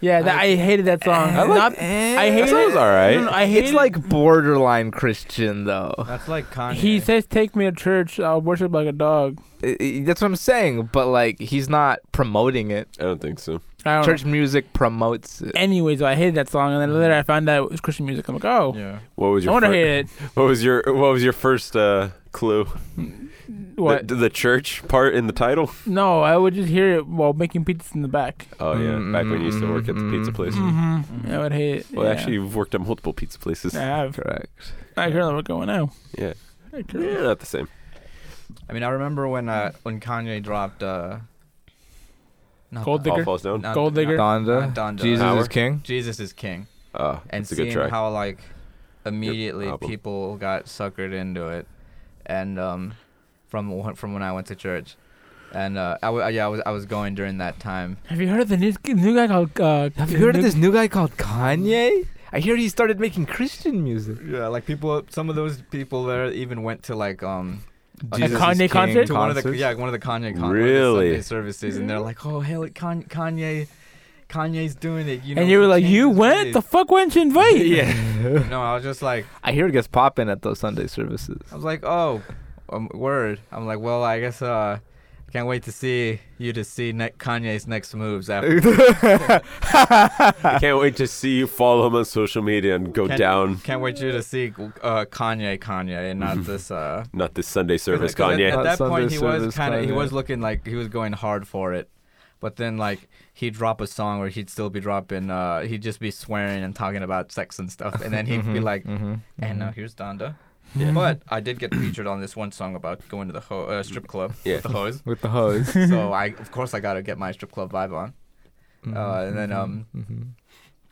B: yeah. That, I, hated that song.
D: I like.
B: Not- I hate
C: That sounds
B: it.
C: alright.
B: No, no, I hate
D: It's
B: it.
D: like borderline Christian though.
E: That's like Kanye.
B: he says, "Take me to church. I'll worship like a dog."
D: I- I- That's what I'm saying. But like, he's not promoting it.
C: I don't think so.
B: I don't
D: Church music promotes it.
B: Know. Anyways, I hated that song, and then later I found out it was Christian music. I'm like, oh,
E: Yeah.
C: What was
B: I
C: your
B: wonder I
C: fir-
B: hated
C: what was your what was your first uh, clue?
B: it. What?
C: The, the church part in the title?
B: no, I would just hear it while making pizzas in the back.
C: Oh yeah,
D: Mm,
C: back when you used to
D: mm,
C: work at the
D: mm,
C: pizza place.
B: Mm-hmm. I would hate it.
C: Well,
B: yeah.
C: actually, you've worked at multiple pizza places.
B: I have.
D: Correct.
B: I currently work at one now.
C: Yeah.
B: I
C: Yeah,
B: currently-
C: not the same.
E: I mean, I remember when uh, when Kanye dropped. Uh, not
B: Gold
E: the-
B: Digger.
C: All falls down.
E: not
B: Gold
E: the-
B: Digger.
E: not-
D: Donda.
E: Donda.
D: Jesus
C: Power.
D: is king.
E: Jesus is King.
C: Uh,
E: and
C: it's a good
E: seeing
C: track.
E: how like immediately
C: album.
E: people got suckered into it, and um, from wh- from when I went to church, and uh, I w- yeah I was I was going during that time.
B: Have you heard of the new, new guy called? Uh,
D: Have you heard of
B: new-
D: this new guy called Kanye? I hear he started making Christian music.
E: Yeah, like people, some of those people there even went to like um.
D: A
E: Jesus is
B: Kanye
E: King
B: concert?
E: To one of the
D: Concerts?
E: yeah, one of the Kanye con-
C: Really?
E: Sunday services, and they're like, "Oh, hell, Kan- Kanye, Kanye's doing it." You know,
B: and you
E: he
B: were like,
E: changed
B: you
E: his
B: went?
E: ways."
B: The fuck went you invite?
E: no, I was just like,
D: I hear it gets popping at those Sunday services.
E: I was like, oh, um, word. I'm like, well, I guess uh, can't wait to see you to see ne- Kanye's next moves after.
C: I can't wait to see you follow him on social media and go
E: Can't-
C: down.
E: Can't wait you to see uh, Kanye, Kanye, and not this. Uh,
C: Not this Sunday service,
E: 'cause at-
C: Kanye.
E: At,
D: Not
E: that point,
D: Sunday
E: he was
D: service
E: kind of he
D: Kanye.
E: was looking like he was going hard for it, but then like he'd drop a song where he'd still be dropping. Uh, he'd just be swearing and talking about sex and stuff, and then he'd
D: Mm-hmm,
E: be like,
D: "Eh,
E: and now here's Donda. But I did get featured on this one song about going to the ho- uh, strip club
C: Yeah.
E: with the hose.
D: with the hose.
E: so I of course I gotta get my strip club vibe on.
D: Oh,
E: Uh, and
D: Mm-hmm,
E: then um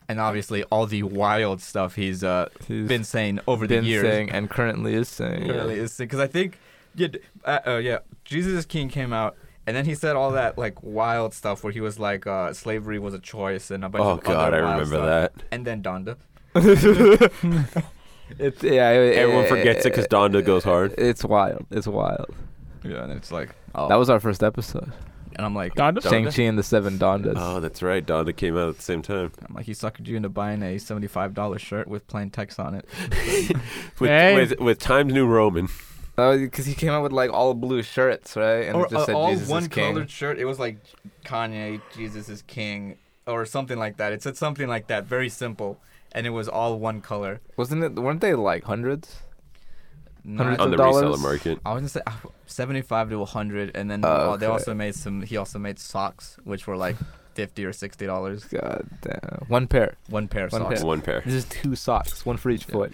E: and obviously all the wild stuff he's uh
D: He's
E: been saying over the
D: been
E: years
D: saying and currently is saying.
E: currently is because I think yeah d- uh, uh, yeah Jesus is King came out and then he said all that like wild stuff where he was like uh slavery was a choice and a bunch
C: Oh
E: of
C: God,
E: other
C: I
E: wild
C: remember
E: stuff.
C: that.
E: and then Donda
D: It's, yeah, it-
C: Everyone
D: it-
C: forgets it because Donda goes hard.
D: It's wild. It's wild.
E: yeah and it's like oh
D: That was our first episode.
E: and I'm like
B: Donda?
D: Shang Chi and the Seven Dondas.
C: Oh, that's right. Donda came out at the same time
E: I'm like he suckered you into buying a seventy five dollar shirt with plain text on it
C: with
B: Hey.
C: with, with Times New Roman.
D: Oh, because he came out with like all blue shirts, right? And
E: or
D: it just
E: uh,
D: said
E: all
D: Jesus
E: one
D: is king.
E: colored shirt. It was like Kanye, Jesus is King, or something like that. It said something like that, very simple, and it was all one color.
D: Wasn't it? Weren't they like hundreds?
E: Not-
D: Hundreds
C: on
D: of
C: the
D: dollars?
C: reseller market.
E: I was gonna say uh, seventy-five to hundred, and then
D: Oh,
E: uh, they
D: okay.
E: also made some. He also made socks, which were like fifty or sixty dollars,
D: God damn. One pair.
E: one pair of
D: One
E: socks.
D: pair.
C: One pair.
D: This is two socks, one for each foot.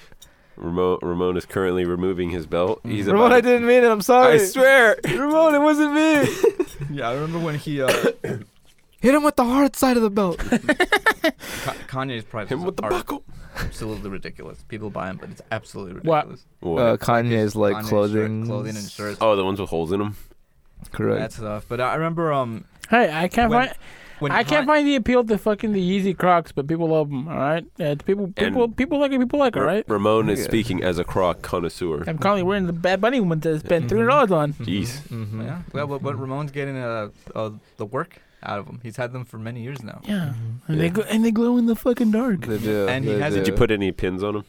C: Ramon, Ramon is currently removing his belt. He's
D: Mm. Ramon,
C: about-
D: I didn't mean it. I'm sorry.
C: I swear.
D: Ramon, it wasn't me.
E: Yeah, I remember when he uh,
D: Hit him with the hard side of the belt.
E: Ka- Kanye's prices
C: Him with the
E: are
C: buckle.
E: absolutely ridiculous. People buy him, but it's absolutely
B: What?
E: ridiculous.
C: What?
D: Uh, Kanye's like
E: Kanye's shirt-
D: clothing,
E: clothing and shirts,
C: oh, the ones with holes in them.
D: Correct.
E: that stuff. But I remember um
B: Hey, I can't
E: When-
B: find.
E: when
B: I can't
E: Kan-
B: find the appeal to fucking the Yeezy Crocs, but people love them. All right, yeah, it's people, people, people like it. People like it, right?
C: Ramon is
D: Yeah.
C: speaking as a croc connoisseur.
B: I'm currently wearing the Bad Bunny one that I
E: Mm-hmm.
B: spent
D: Mhm.
B: three hundred dollars on.
C: Jeez.
D: Mm-hmm.
E: Yeah, well, but, but Ramon's getting uh, uh, the work out of him. He's had them for many years now.
B: Yeah, and
C: Yeah.
B: they gl- and they glow in the fucking dark.
D: They do.
E: And he
D: they
E: has-
D: do.
E: Did
C: Did you put any pins on them?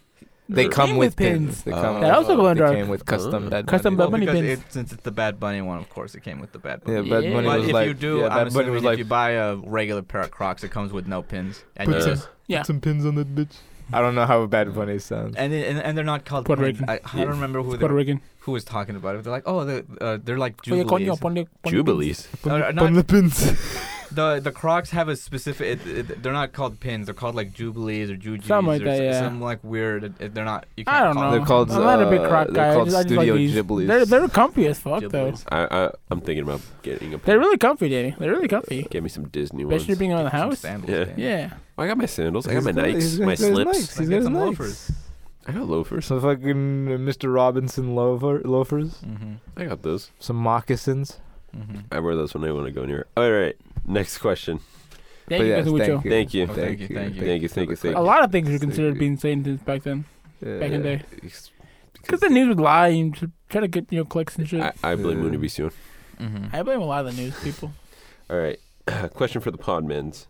D: They
C: Or-
D: come
B: Came
D: with
B: with pins.
D: pins. They come.
C: Oh.
D: with-
B: That also go in
D: they
B: dark.
D: came with
C: Oh.
D: custom Bad
B: Custom
D: Bunny.
B: Bad
E: because
B: Bunny pins.
E: it, since it's the Bad Bunny one, of course, it came with the Bad Bunny.
D: Yeah,
B: Bunny.
D: Bad
B: Yeah.
D: Bunny
E: But
D: was
E: if
D: like.
E: you do,
D: yeah,
E: I'm
D: Bad Bunny
E: assuming
D: was
E: if
D: like.
E: you buy a regular pair of Crocs, it comes with no pins, and you
D: uh,
C: Puts
E: just,
B: Yeah.
D: some pins on that bitch. I don't know how Bad Bunny sounds.
E: and, it- and and they're not called
B: Puerto
E: pins.
B: Rican.
E: I, I
C: Yeah.
E: don't remember who
B: Puerto
E: they,
B: Rican.
E: who was talking about it. They're like, oh, they're, uh, they're like
B: Oye, coño,
E: jubilees.
B: ponle- ponle
C: Jubilees.
E: Or- or
D: Pon
E: not-
D: the pins.
E: the the Crocs have a specific. It, it, they're not called pins. They're called like jubilees or juju's
B: Something like
E: or
B: that,
E: s-
B: yeah.
E: some like weird. it- it- they're not. You can't
B: I don't
E: call
B: know.
E: them
D: They're called,
B: I'm not a big
D: uh,
B: Croc
D: they're
B: guy. I
D: called
B: just- I just like
D: Studio
B: these.
D: Ghiblis.
B: They're they're comfy as fuck though.
E: jubilees.
C: I, I I'm thinking about getting a.
B: They're really comfy, Danny. They're really comfy.
C: Get me some Disney ones.
B: Especially being around the
E: Some
B: house.
E: sandals,
C: Yeah.
E: man.
B: Yeah.
C: I got my sandals. I
D: He's
C: got my
D: got- he's
C: Nikes.
D: got
C: My
D: his
C: slips.
D: Nikes. He's
E: Get
D: got his
E: some
D: Nikes.
E: loafers.
C: I got loafers.
D: Some fucking Mr. Robinson loafer, loafers.
E: Mhm.
C: I got those.
D: Some moccasins.
E: Mhm.
C: I wear those when I want to go anywhere. All right. Next question.
D: But
B: Thank you,
D: yes,
B: Kazuicho.
D: thank you.
C: Thank you.
E: Oh, thank you, thank you.
C: Thank you, thank you, thank
B: A
C: you.
B: lot of things were
D: Thank
B: considered
D: you.
B: being Satanists back then, back in the day.
C: Because
B: Because the news would lie and tr- try to get you know clicks and shit.
C: I,
B: I,
C: I blame
D: Yeah.
C: Mooney B. Soon.
E: Mhm.
B: blame a lot of the news people.
C: All right. Question for the Podmans.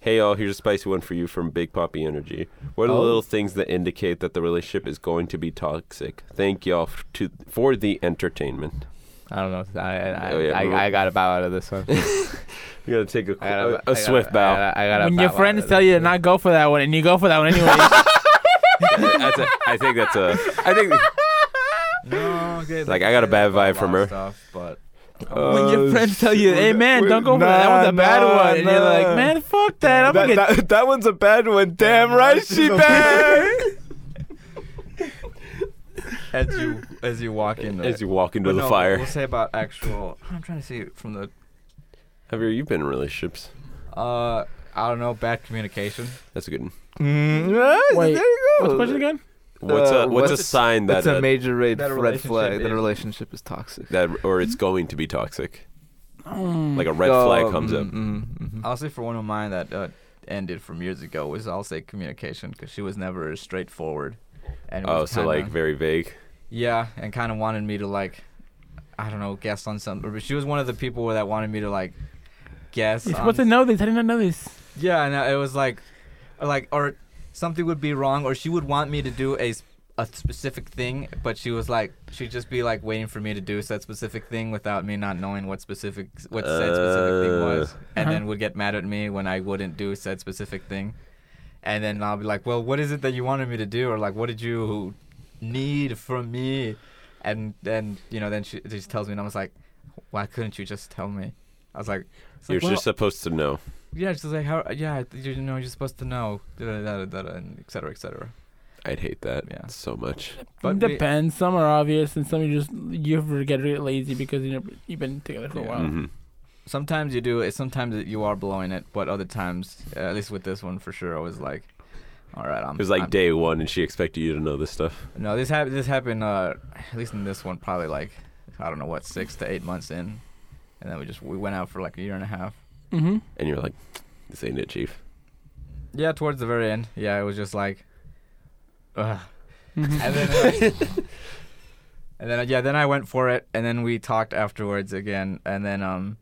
C: Hey, all, here's a spicy one for you from Big Poppy Energy. What are the
D: Oh.
C: little things that indicate that the relationship is going to be toxic? Thank y'all f- to, for the entertainment.
D: I don't know. I I,
C: Oh, yeah,
D: I,
C: remember-
D: I got a bow out of this one.
C: You gotta take a, qu-
D: I got
C: a, a swift bow.
D: I got a
B: when your
D: bow out
B: friends
D: of
B: tell
D: this.
B: you to not go for that one and you go for that one anyway,
C: that's a, I think that's a. I think.
E: No, okay,
C: Like, I got a bad vibe from her.
E: Stuff, but
C: Oh,
B: when your
D: Uh,
B: friends tell you, "Hey man, don't go for that. That one's a
D: nah,
B: bad
D: nah,
B: one," and you're
D: nah.
B: like, "Man, fuck that. I'm
D: that,
B: gonna get."
D: that, that one's a bad one. Damn right she bad.
E: as you as you walk in,
C: As you walk into
E: But
C: the
E: no,
C: fire.
E: We'll say about actual. I'm trying to see it from the.
C: Javier, you've been in relationships.
E: Uh, I don't know. Bad communication.
C: That's a good one.
D: Mm, yeah,
B: Wait,
D: there you go.
B: What's the question again?
C: What's
D: Uh,
C: a what's a
D: what's-
C: sign that
D: That's a
C: uh,
D: major red,
E: that a
D: red flag.
E: relationship
D: That a
E: is-
D: relationship is toxic.
C: that or it's going to be toxic?
B: Mm.
C: Like a red
D: Oh,
C: flag comes
D: mm,
C: up.
D: mm,
C: mm-hmm.
D: mhm.
E: I'll say for one of mine that uh, ended from years ago was I'll say communication because she was never as straightforward. And it
C: Oh,
E: was
C: so like
E: kinda-
C: very vague.
E: Yeah, and kind of wanted me to like, I don't know, guess on something. But she was one of the people where that wanted me to like guess.
B: You're
E: on
B: supposed to know this. How do you not know this?
E: Yeah, and I- it was like, or like, or something would be wrong, or she would want me to do a s- a specific thing, but she was like, she'd just be like waiting for me to do said specific thing without me not knowing what specific what said specific thing was, and
C: Uh.
B: Uh-huh.
E: then would get mad at me when I wouldn't do said specific thing, and then I'll be like, well, what is it that you wanted me to do, or like, what did you need from me, and then you know, then she, she just tells me, and I was like, why couldn't you just tell me? I was like, it's like,
C: You're
E: well,
C: just supposed to know.
E: yeah, she's like, how? Yeah, you know, you're supposed to know, da da da da, da and et cetera, et cetera.
C: I'd hate that
E: Yeah.
C: so much.
E: But
B: it
E: we-
B: depends. Some are obvious, and some you just you ever get really lazy because you never, you've been together for a
E: Yeah.
B: while.
C: Mhm.
E: Sometimes you do. it- Sometimes it- you are blowing it, but other times, uh, at least with this one for sure, I was like, all right, I'm.
C: It was like
E: I'm-
C: day one, and she expected you to know this stuff.
E: No, this happened. This happened. Uh, at least in this one, probably like, I don't know what, six to eight months in, and then we just we went out for like a year and a half.
B: Mm-hmm.
C: And you're like, this ain't it, Chief.
E: Yeah, towards the very end. Yeah, it was just like, ugh.
B: Mhm.
E: and then, uh, and then uh, yeah, then I went for it, and then we talked afterwards again, and then um,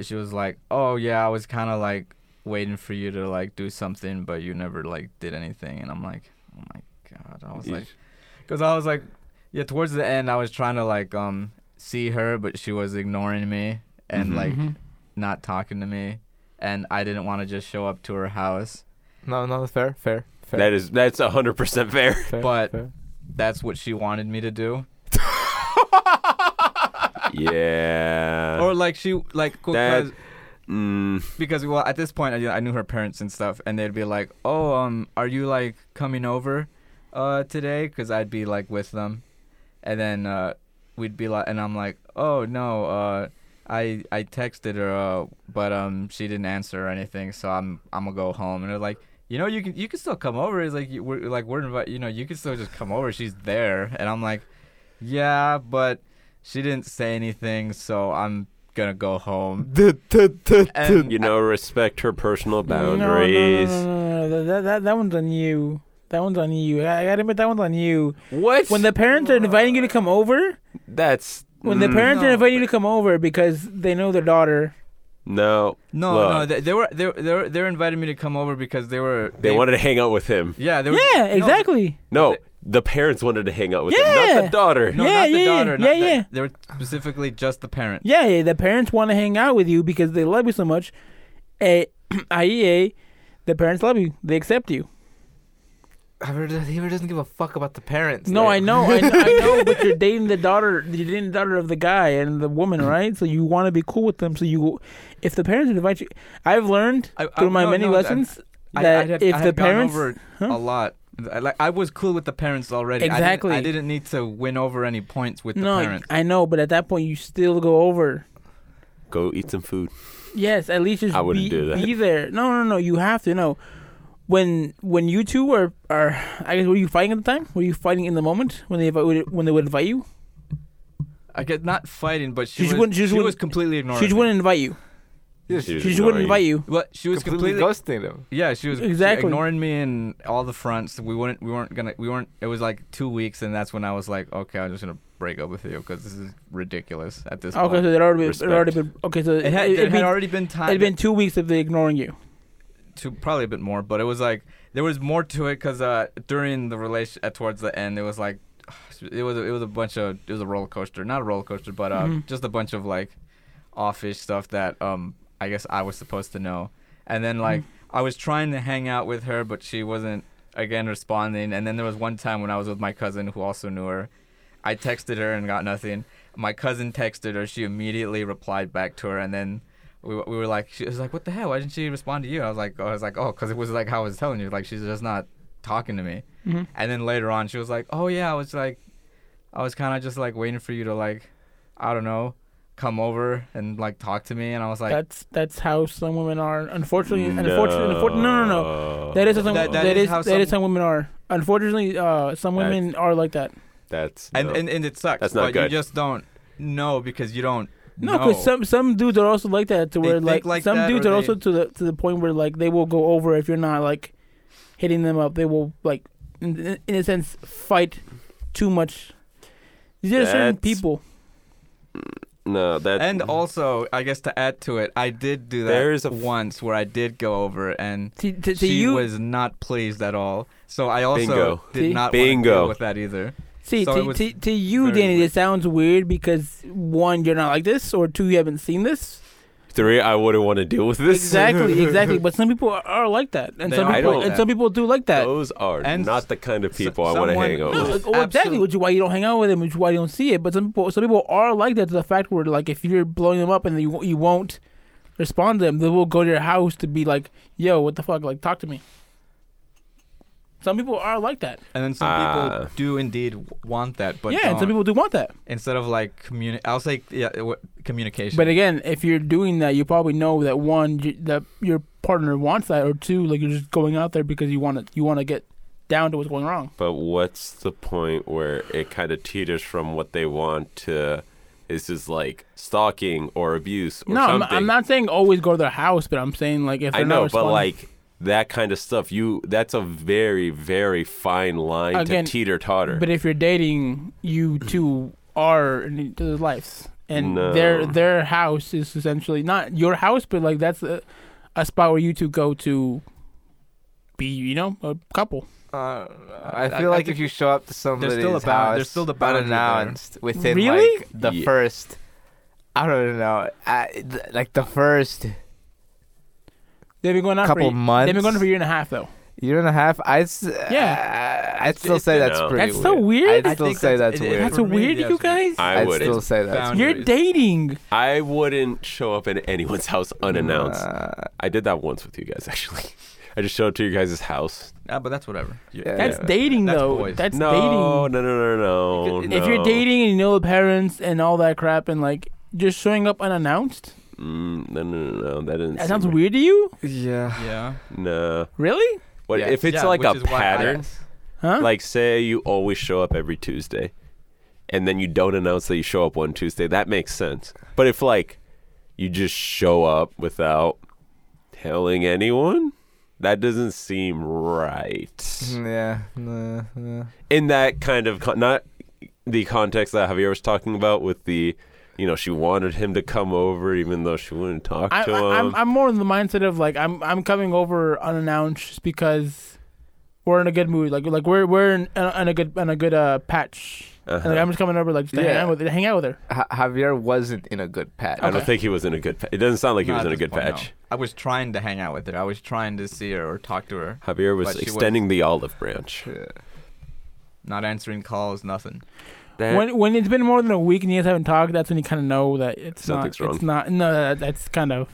E: she was like, "Oh yeah, I was kind of like waiting for you to like do something, but you never like did anything," and I'm like, "Oh my god," I was
C: You-
E: like, because I was like. Yeah, towards the end, I was trying to like um see her, but she was ignoring me and
C: Mhm.
E: like
B: Mhm.
E: not talking to me, and I didn't want to just show up to her house.
D: No, no, fair, fair, fair.
C: That is that's hundred percent fair.
D: fair,
E: but-
D: fair.
E: That's what she wanted me to do,
C: yeah.
E: or like she like cool,
C: that-
E: 'cause-
C: mm,
E: because well at this point I, I knew her parents and stuff, and they'd be like, "Oh, um, are you like coming over, uh, today?" Because I'd be like with them, and then uh, we'd be like, and I'm like, "Oh no, uh." I, I texted her, uh, but um she didn't answer or anything, so I'm I'm gonna go home. And they're like, you know, you can you can still come over. It's like you- we're like we're invite, you know, you can still just come over. She's there, and I'm like, yeah, but she didn't say anything, so I'm gonna go home. And
C: you know, respect her personal
B: No, no, no,
C: boundaries.
B: No, no, no, no. That, that, that one's on you. That one's on you. I, I gotta admit, that one's on you.
C: What?
B: When the parents are inviting you to come over,
C: that's
B: when the
C: mm,
B: parents are
E: No,
B: inviting you to come over because they know their daughter.
C: no,
E: No,
C: Look.
E: no, they, they were they were- they were, they were inviting me to come over because they were
C: they wanted to hang out with him.
E: yeah they were
B: Yeah,
E: no,
B: exactly.
C: No, the parents wanted to hang out with him, not
B: Yeah.
C: the daughter.
E: no,
B: Yeah,
E: not the
B: yeah,
E: daughter
B: yeah,
E: not
B: yeah,
E: the-
B: yeah.
E: they were specifically just the parent
B: Yeah, yeah, the parents want to hang out with you because they love you so much. A, IEA, the parents love you. They accept you.
D: Heber does- Heber doesn't give a fuck about the parents.
B: No,
D: like-
B: I know, I, I know, but you're dating the daughter, you're dating the daughter of the guy and the woman,
E: Mm.
B: right? So you want to be cool with them. So you, if the parents invite you, I've learned
E: I- I-
B: through my
E: Oh, no,
B: many
E: no, I-
B: lessons
E: I-
B: that
E: I had-
B: if
E: I
B: the
E: had gone
B: parents,
E: over
B: Huh?
E: a lot I- like I was cool with the parents already I didn't-
B: Exactly.
E: I didn't, need to win over any points with
B: no,
E: the parents
B: I know, but at that point you still go over.
C: Go eat some food.
B: Yes, at least just
C: I wouldn't
B: be,
C: do that.
B: be there. No, no, no. You have to know when when you two are are. I guess were you fighting at the time? Were you fighting in the moment when they invite- when they would invite you?
E: I get not fighting but
B: She
E: she,
B: just
E: was,
B: wouldn't- she
E: she,
B: just
E: was
B: wouldn't-
E: completely ignoring
B: She just
E: me.
B: wouldn't invite you.
D: Yeah,
C: She
D: she
C: was
B: She just wouldn't
C: ignoring
B: invite
C: you.
B: you.
E: well she was
D: completely,
E: completely
D: ghosting him.
E: Yeah, she was she
B: Exactly.
E: ignoring me in all the fronts. We wouldn't, we weren't gonna, we weren't. It was like two weeks, and that's when I was like, okay, I'm just gonna break up with you because this is ridiculous at this
B: Okay, so
E: point.
B: they'd already been,
C: Respect.
B: they'd already been okay. So
E: it had,
B: it'd
E: there had
B: be-
E: already been time.
B: It's been two weeks of they ignoring you.
E: to probably a bit more, but it was like there was more to it because uh, during the relation uh, towards the end, it was like it was a, it was a bunch of it was a roller coaster, not a roller coaster, but uh,
B: Mhm.
E: just a bunch of like offish stuff that um I guess I was supposed to know, and then like I was trying to hang out with her, but she wasn't again responding, and then there was one time when I was with my cousin who also knew her, I texted her and got nothing. My cousin texted her. She immediately replied back to her, and then we, we were like, she was like, "What the hell? Why didn't she respond to you?" I was like, "I was like, oh, because it was like how I was telling you, like she's just not talking to me."
B: Mhm.
E: And then later on, she was like, "Oh yeah, I was like, I was kind of just like waiting for you to like, I don't know, come over and like talk to me." And I was like,
B: that's that's how some women are. Unfortunately, unfortunately, unfortunately, no, no, no. That is how some,
E: That- that
B: that
E: is
B: is
E: how
B: that is
E: some-
B: how women are. Unfortunately, uh, some
C: That-
B: women are like that.
C: That's
E: and,
C: no.
E: and and it sucks.
C: That's not
E: but
C: good.
E: You just don't know because you don't.
B: No,
E: know.
B: because some some dudes are also like that to
E: They
B: where
E: think
B: like,
E: like
B: some
E: that,
B: dudes
E: or
B: are
E: they-
B: also to the to the point where like they will go over if you're not like hitting them up. They will like in, in a sense fight too much. These are certain
C: That's-
B: people.
C: no that
E: And also, I guess to add to it, I did do that
C: There is a f-
E: once where I did go over and
B: See, to, to
E: she
B: you
E: was not pleased at all. So I also
C: Bingo.
E: did
B: See?
E: not wanna
C: Bingo.
E: deal with that either.
B: See,
E: So it
B: to,
E: was
B: to, to you,
E: very
B: Danny,
E: weird.
B: this sounds weird because one, you're not like this, or two, you haven't seen this.
C: three I wouldn't want to deal with this.
B: Exactly, exactly. But some people are, are like that, and
E: They
B: some
E: are
B: people,
C: like
B: and
E: that.
B: some people do like that.
C: Those are
E: And
C: not the kind of
E: s-
C: people I want to
E: someone-
C: hang out
B: No,
E: Oh,
C: with.
B: like, oh, exactly.
E: absolute-
B: Which is why you don't hang out with them. Which is why you don't see it. But some people, some people are like that to the fact where, like, if you're blowing them up and you you won't respond to them, they will go to your house to be like, "Yo, what the fuck? Like, talk to me." Some people are like that.
E: And then some
C: Ah.
E: people do indeed w- want that, but
B: yeah, and
E: don't.
B: some people do want that.
E: instead of like communi- I'll say yeah, it wa- communication.
B: But again, if you're doing that, you probably know that one you, that your partner wants that, or two, like you're just going out there because you want to you want to get down to what's going wrong.
C: But what's the point where it kind of teeters from what they want to this is like stalking or abuse or
B: no, I'm,
C: something?
B: I'm not saying always go to their house, but I'm saying like if
C: I
B: they're not
C: know, but
B: responding-
C: like that kind of stuff, you that's a very very fine line
B: Again,
C: to teeter totter.
B: But if you're dating, you two are in each other's lives, and
C: No.
B: their their house is essentially not your house, but like that's a, a spot where you two go to be you know a couple.
D: Uh, I
E: I-
D: feel
E: I
D: like
E: think
D: if you show up to somebody's
E: still a bound-
D: house,
E: there's still the boundary there.
D: unannounced within
B: Really?
D: like the
C: Yeah.
D: first, I don't know, I, th- like the first
B: They've been going on
D: couple
B: for
D: months,
B: they've been going on for a year and a half though.
D: year and a half. I
B: Yeah.
D: I'd still
C: It's-
D: say that's
C: no.
D: pretty.
B: That's so weird.
D: I'd still say that's
E: it- it-
D: weird.
B: That's
E: for me,
B: weird,
E: that's
B: you guys.
C: I
D: I'd
C: wouldn't.
D: still say that's
E: Bound-
B: You're
E: Boundaries.
B: dating.
C: I wouldn't show up at anyone's house unannounced.
D: Uh,
C: I did that once with you guys actually. I just showed up to your guys' house.
E: Ah, but that's whatever.
D: Yeah.
B: That's dating
E: That's
B: though.
E: boys.
B: That's
C: no,
B: dating.
C: no, no, no, no.
B: if
C: no.
B: you're dating and you know the parents and all that crap and like just showing up unannounced,
C: mm, no, no, no, no, that didn't.
B: that
C: seem
B: sounds
C: right.
B: weird to you?
D: yeah.
E: Yeah.
C: No.
B: Really?
C: What
E: Yeah.
C: if it's
E: Yeah,
C: like
E: which
C: a
E: is why I
C: pattern?
E: asked.
B: Huh?
C: Like, say you always show up every Tuesday, and then you don't announce that you show up one Tuesday. That makes sense. But if like you just show up without telling anyone, that doesn't seem
E: Mm-hmm.
C: right.
B: Mm,
D: Yeah. Nah, nah.
C: In that kind of con- not the context that Javier was talking about with the, you know, she wanted him to come over even though she wouldn't talk
B: I,
C: to
B: I,
C: him.
B: I'm I'm more in the mindset of like I'm I'm coming over unannounced just because we're in a good mood. Like like we're we're in, in, a good in a good uh patch. And like,
C: Uh-huh.
B: I'm just coming over like just to hang
D: Yeah.
B: out with hang out with her.
D: Ja- Javier wasn't in a good patch.
C: I don't
B: okay.
C: think he was in a good. Pa- it doesn't sound like he
E: Not
C: was
E: at
C: in a
E: this
C: good
E: point, no.
C: patch.
E: I was trying to hang out with her. I was trying to see her or talk to her.
C: Javier was
E: But she was-
C: extending the olive branch.
D: Yeah.
E: Not answering calls, nothing.
C: That-
B: when when it's been more than a week and you guys haven't talked, that's when you kind of know that it's
C: Something's
B: not.
C: wrong.
B: It's not. No, that, that's kind of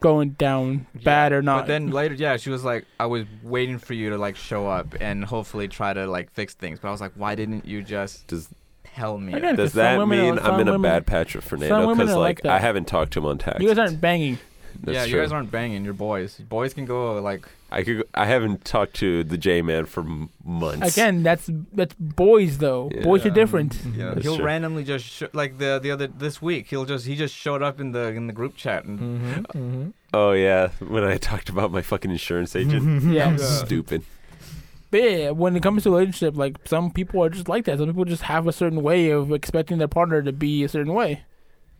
B: going down bad
E: Yeah,
B: or not.
E: But then later, yeah, she was like, I was waiting for you to like show up and hopefully try to like fix things. But I was like, why didn't you just
C: Does-
E: tell me?
B: I
C: Does
B: got Because some
C: that
B: women are-
C: mean
B: some
C: I'm in a
B: women-
C: bad patch with Fernando?
B: women
C: Because
B: are
C: like,
B: like
C: I
B: that.
C: haven't talked to him on text.
B: you guys aren't banging.
C: That's
E: yeah,
C: true.
E: you guys aren't banging. You're boys. Boys can go like
C: I could. I haven't talked to the J man for m- months.
B: Again, that's that's boys though. Boys are
E: Yeah.
B: different.
E: Yeah,
C: That's
E: he'll
C: true.
E: randomly just sh- like the the other this week. He'll just he just showed up in the in the group chat and
B: Mm-hmm,
C: Oh yeah, when I talked about my fucking insurance agent.
B: Yeah.
C: Stupid.
B: But yeah, when it comes to relationship, like some people are just like that. Some people just have a certain way of expecting their partner to be a certain way.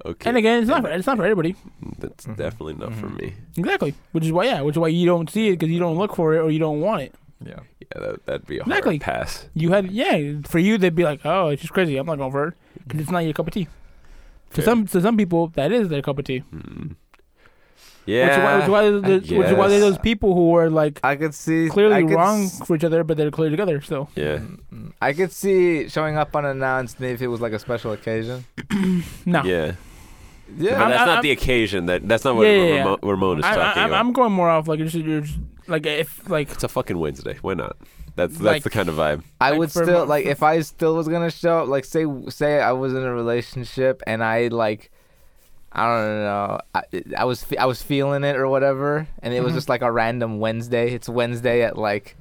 C: Okay.
B: And again, it's not for, it's not for everybody.
C: that's
B: Mm-hmm.
C: definitely not for
E: Mhm.
C: me.
B: Exactly. Which is why yeah, which is why you don't see it because you don't look for it or you don't want it.
E: yeah.
C: Yeah, that, that'd be a
B: Exactly.
C: hard pass.
B: You had yeah for you they'd be like oh she's crazy I'm not going for her because it's not your cup of tea. To
C: Fair.
B: some to some people that is their cup of tea.
C: Mm.
B: Which is why,
C: Yeah.
B: which is why, there's, which is why there's
C: guess.
B: those people who are like
D: I could see I
B: clearly
D: could
B: wrong
D: s-
B: for each other but they're clearly together still.
C: yeah.
D: Mm,
E: Mm-hmm.
D: mm. I could see showing up unannounced maybe if it was like a special occasion.
B: No.
C: Yeah. But
D: Yeah.
B: I'm-
C: that's not
B: I'm-
C: the occasion. That that's not what
B: Yeah, yeah, yeah.
C: Ramon, Ramon is
B: I,
C: talking
B: I, I'm,
C: about.
B: I'm going more off like it's just, you're just- like if like
C: It's a fucking Wednesday. Why not? That's that's
B: Like-
C: the kind of vibe.
D: I
B: like,
D: would
B: for
D: still
B: mo-
D: like if I still was gonna show up, like say say I was in a relationship and I like I don't know I, I was fe- I was feeling it or whatever and it was
B: Mhm.
D: just like a random Wednesday. It's Wednesday at like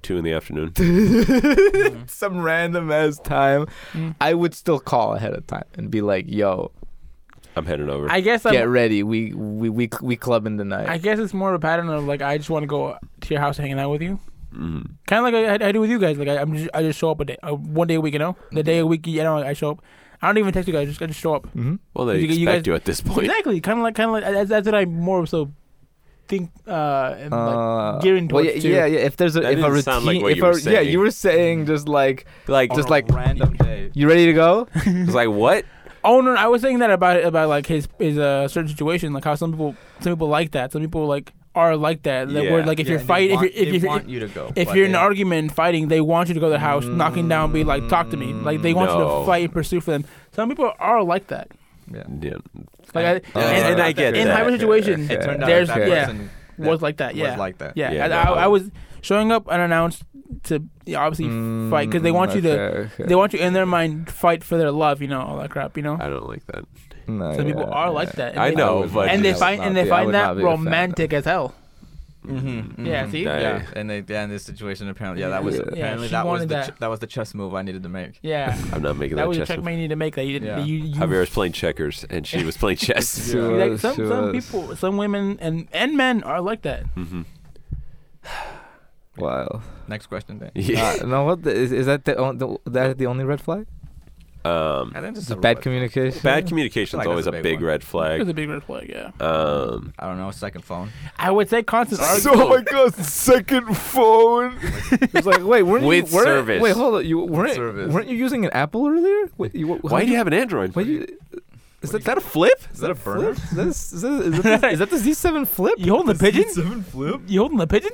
C: Two in the afternoon.
D: some random ass time.
B: Mm-hmm. Mm.
D: I would still call ahead of time and be like, "Yo,
C: I'm heading over.
B: I guess I'm,
D: get ready. We we we we clubbing tonight."
B: I guess it's more of a pattern of like I just want to go to your house hanging out with you,
C: Mhm.
B: kind of like I, I do with you guys. Like I, I'm just I just show up a day, uh, one day a week, you know, the day a week, you know, I show up. I don't even text you guys, just I just show up.
D: Mhm.
C: Well, they
B: You- you
C: expect you,
B: guys-
C: at this point.
B: Exactly, kind of like kind of like that's, that's what I more so think uh, and
D: Uh,
B: like gearing
D: well,
B: towards
D: yeah,
B: too. Mm.
D: yeah, yeah. If there's a if
C: That
D: a
C: didn't
D: routine,
C: sound like what
D: if
C: you
D: a,
C: were
D: yeah,
C: saying.
D: you were saying just like,
C: Like
E: On
D: Just
E: a
D: like-
E: random day.
D: "You ready to go?"
C: It's like what?
E: Uh.
B: Oh no, no, I was saying that about about like his his uh, certain situation, like how some people some people like that, some people like are like that. That where
C: Yeah.
B: like if
E: Yeah,
B: you're
E: they
B: fighting,
E: want-
B: if you're
E: they
B: if you're
E: want you to go.
B: if
E: but
B: you're in an
E: they-
B: argument fighting, they want you to go to their house, knocking down, be like, talk to me. Like they want you
C: No.
B: to fight and pursue for them. Some people are like that.
E: yeah.
C: Yeah.
B: Like I,
E: Uh,
C: and-
B: and,
C: and I get
B: in
C: that.
B: hyper situation,
E: It turned out
B: there's
E: that
B: yeah
E: person
B: was like that. Yeah,
E: was like that.
B: yeah.
C: Yeah,
B: and
C: no.
B: I, I was showing up unannounced to yeah, obviously
D: Mm.
B: fight because they want you to. They want you in their mind fight for their love, you know, all that crap, you know.
C: I don't like that.
B: Some people are like that. And
C: I
B: they,
C: know, but
B: and
C: I
B: they
C: would
B: find and they find that romantic as hell.
E: Mm-hmm,
B: Yeah, see?
C: Nah.
E: yeah, and they yeah, in this situation apparently yeah that was
D: Yeah.
B: Yeah,
E: apparently
B: she
E: that was the
B: wanted
E: ch-
B: that.
E: that was the chess move I needed to make.
B: Yeah,
C: I'm not making that,
B: that was a
C: chess.
B: check
C: move.
B: you need to make that you didn't.
E: Yeah.
B: You, you
C: Javier was playing checkers and she was playing chess.
D: Yeah.
B: Like,
D: Yes,
B: some some
D: yes.
B: people, some women and and men are like that.
C: hmm
D: Wow.
E: Next question, Dan.
C: Yeah.
D: Uh, no, what the, is, is that the, on, the that the only red flag?
C: Um,
E: I think this is
D: Just
E: a
D: bad
E: red-
D: communication.
C: bad communication
E: I
C: is
E: feel like
C: always a
E: that's a
C: big,
E: big one.
C: red
B: It's
C: flag.
B: a big red flag, yeah.
C: Um,
E: I don't know. Second phone.
B: I would say constant
A: oh my
B: argument.
A: god, second phone.
D: It's like, wait, weren't
C: With
D: you, weren't,
C: service.
D: Wait, hold on. You weren't
E: service.
D: weren't you using an Apple earlier? Wait, you,
C: why do you have an Android?
D: Why you? Is that, that a flip? Is
E: that a burner?
D: flip? Is that, is, that, is, that the, is that the Z7 flip?
B: You holding the pigeon?
E: Seven flip.
B: You holding the pigeon?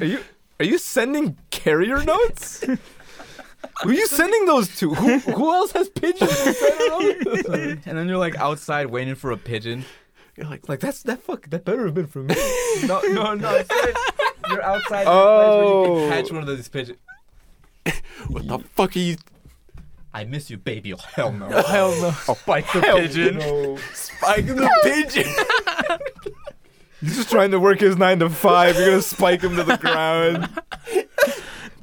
D: Are you are you sending carrier notes? Who are you sending those to? Who who else has pigeons?
E: and then you're like outside waiting for a pigeon. You're like, like that's that fuck that better have been for me. no, no, no. I'm serious. You're outside. Oh. Place where you
D: Oh.
E: can catch one of these pigeons.
C: What the fuck are you?
E: I miss you, baby. Oh, hell no. hell no.
D: Oh,
E: Spike the pigeon.
D: Spike the pigeon. He's just trying to work his nine to five. You're gonna spike him to the ground.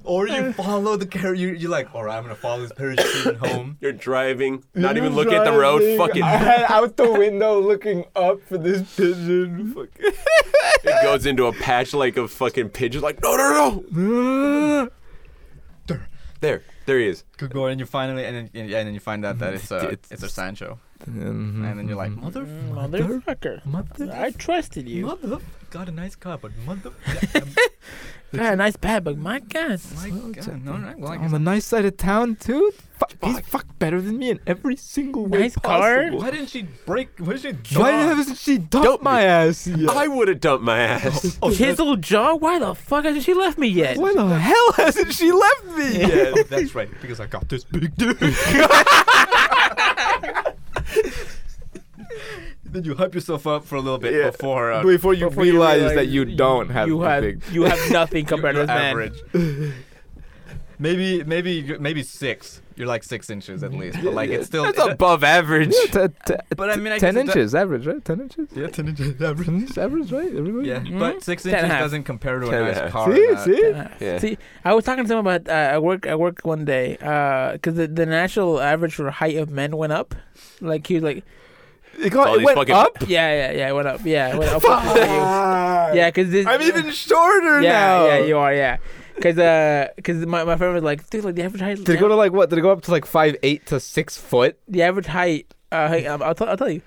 E: Or you follow the carrier. You, you're like, all right, I'm gonna follow this pigeon home.
C: You're driving, not even looking at the road.
A: Driving.
C: Fucking,
A: I had out the window looking up for this pigeon. Fucking.
C: it goes into a patch like a fucking pigeon. Like no, no, no. there, there he is.
E: Could go and you finally and then, and then you find out that it's a
D: It's-
E: it's a Sancho.
D: Mm-hmm.
E: And then you're like, mother,
B: Motherfucker.
E: mother,
B: I trusted you.
E: mother, got a nice car, but mother,
B: Got a nice pad, but my God.
E: my God, no, no, well, I
D: on
E: guess.
D: the nice side of town too. Fuck, he's fuck better than me in every single way
B: Nice car.
D: possible.
E: Why didn't she break? Why did she?
D: Why
E: drop?
D: hasn't she dumped
C: Dump
D: my ass yet?
C: I would have dumped my ass.
E: Oh,
B: His old jaw? Why the fuck hasn't she left me yet?
D: Why the hell hasn't she left me yet?
E: Yeah, that's right. Because I got this big dick. then you hype yourself up for a little bit
D: Yeah.
E: before uh,
D: Before you
B: Before
D: realize that you don't have
B: you
D: the
B: have
D: big-
B: you have nothing compared to
E: your
B: this man.
E: average. maybe, maybe, you- maybe six. You're like six inches at least, but like it's still.
C: That's above average.
D: Yeah, t- t-
E: But I mean, I
D: ten
E: guess it
D: inches average, right? Ten inches.
E: yeah, ten inches
D: Ten inches average, right? Everybody.
E: Yeah,
B: Mhm.
E: but six
B: Ten and
E: inches
B: a half.
E: doesn't compare to a
C: Ten and a
E: nice
C: half.
E: car.
D: See,
E: uh,
D: see.
B: Uh,
C: Yeah.
B: See, I was talking to someone about uh, I work I work one day because the, the national average for height of men went up. Like he was like,
D: It, got,
C: All
D: it
C: these
D: went
C: fucking-
D: up.
B: yeah, yeah, yeah, it went up, yeah, it went up. yeah, because this.
D: I'm even shorter
B: yeah,
D: now.
B: yeah, you are, yeah, because because my, my friend was like, dude, like the average height.
D: Did it go to like what? Did it go up to like five eight to six foot?
B: the average height. Uh, hey, I'll, I'll, t- I'll tell you.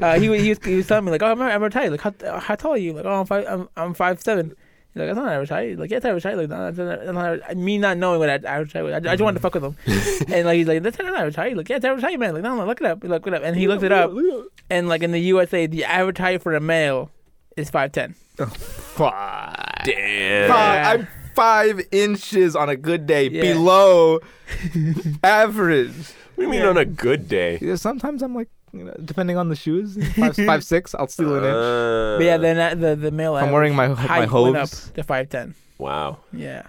B: Uh, he, was- he was he was telling me like, oh, I'm not average height. Like, how, how tall are you? Like, oh, I'm five. I'm, I'm five seven. He's like, that's not average height. Like, yeah, that's average height. Like, no, that's not, that's not average. me not knowing what a- average height was. I, I just wanted to fuck with him. and like, he's like, that's not average height. Like, yeah, it's average height, man. Like, no, no, look it up. Look it up. And he looked it up. And like in the USA, the average height for a male is five ten.
D: Oh, Fuck.
C: Damn.
B: Fuck.
D: I'm five inches on a good day
B: Yeah.
D: below average.
C: What do you mean on a good day?
D: Yeah, sometimes I'm like, you know, depending on the shoes, five, five six. I'll steal an inch.
C: Uh,
B: But yeah, then uh, the the male.
D: If I'm
B: average
D: wearing my my
B: height went up
D: hose.
B: to five ten.
C: Wow,
B: Yeah,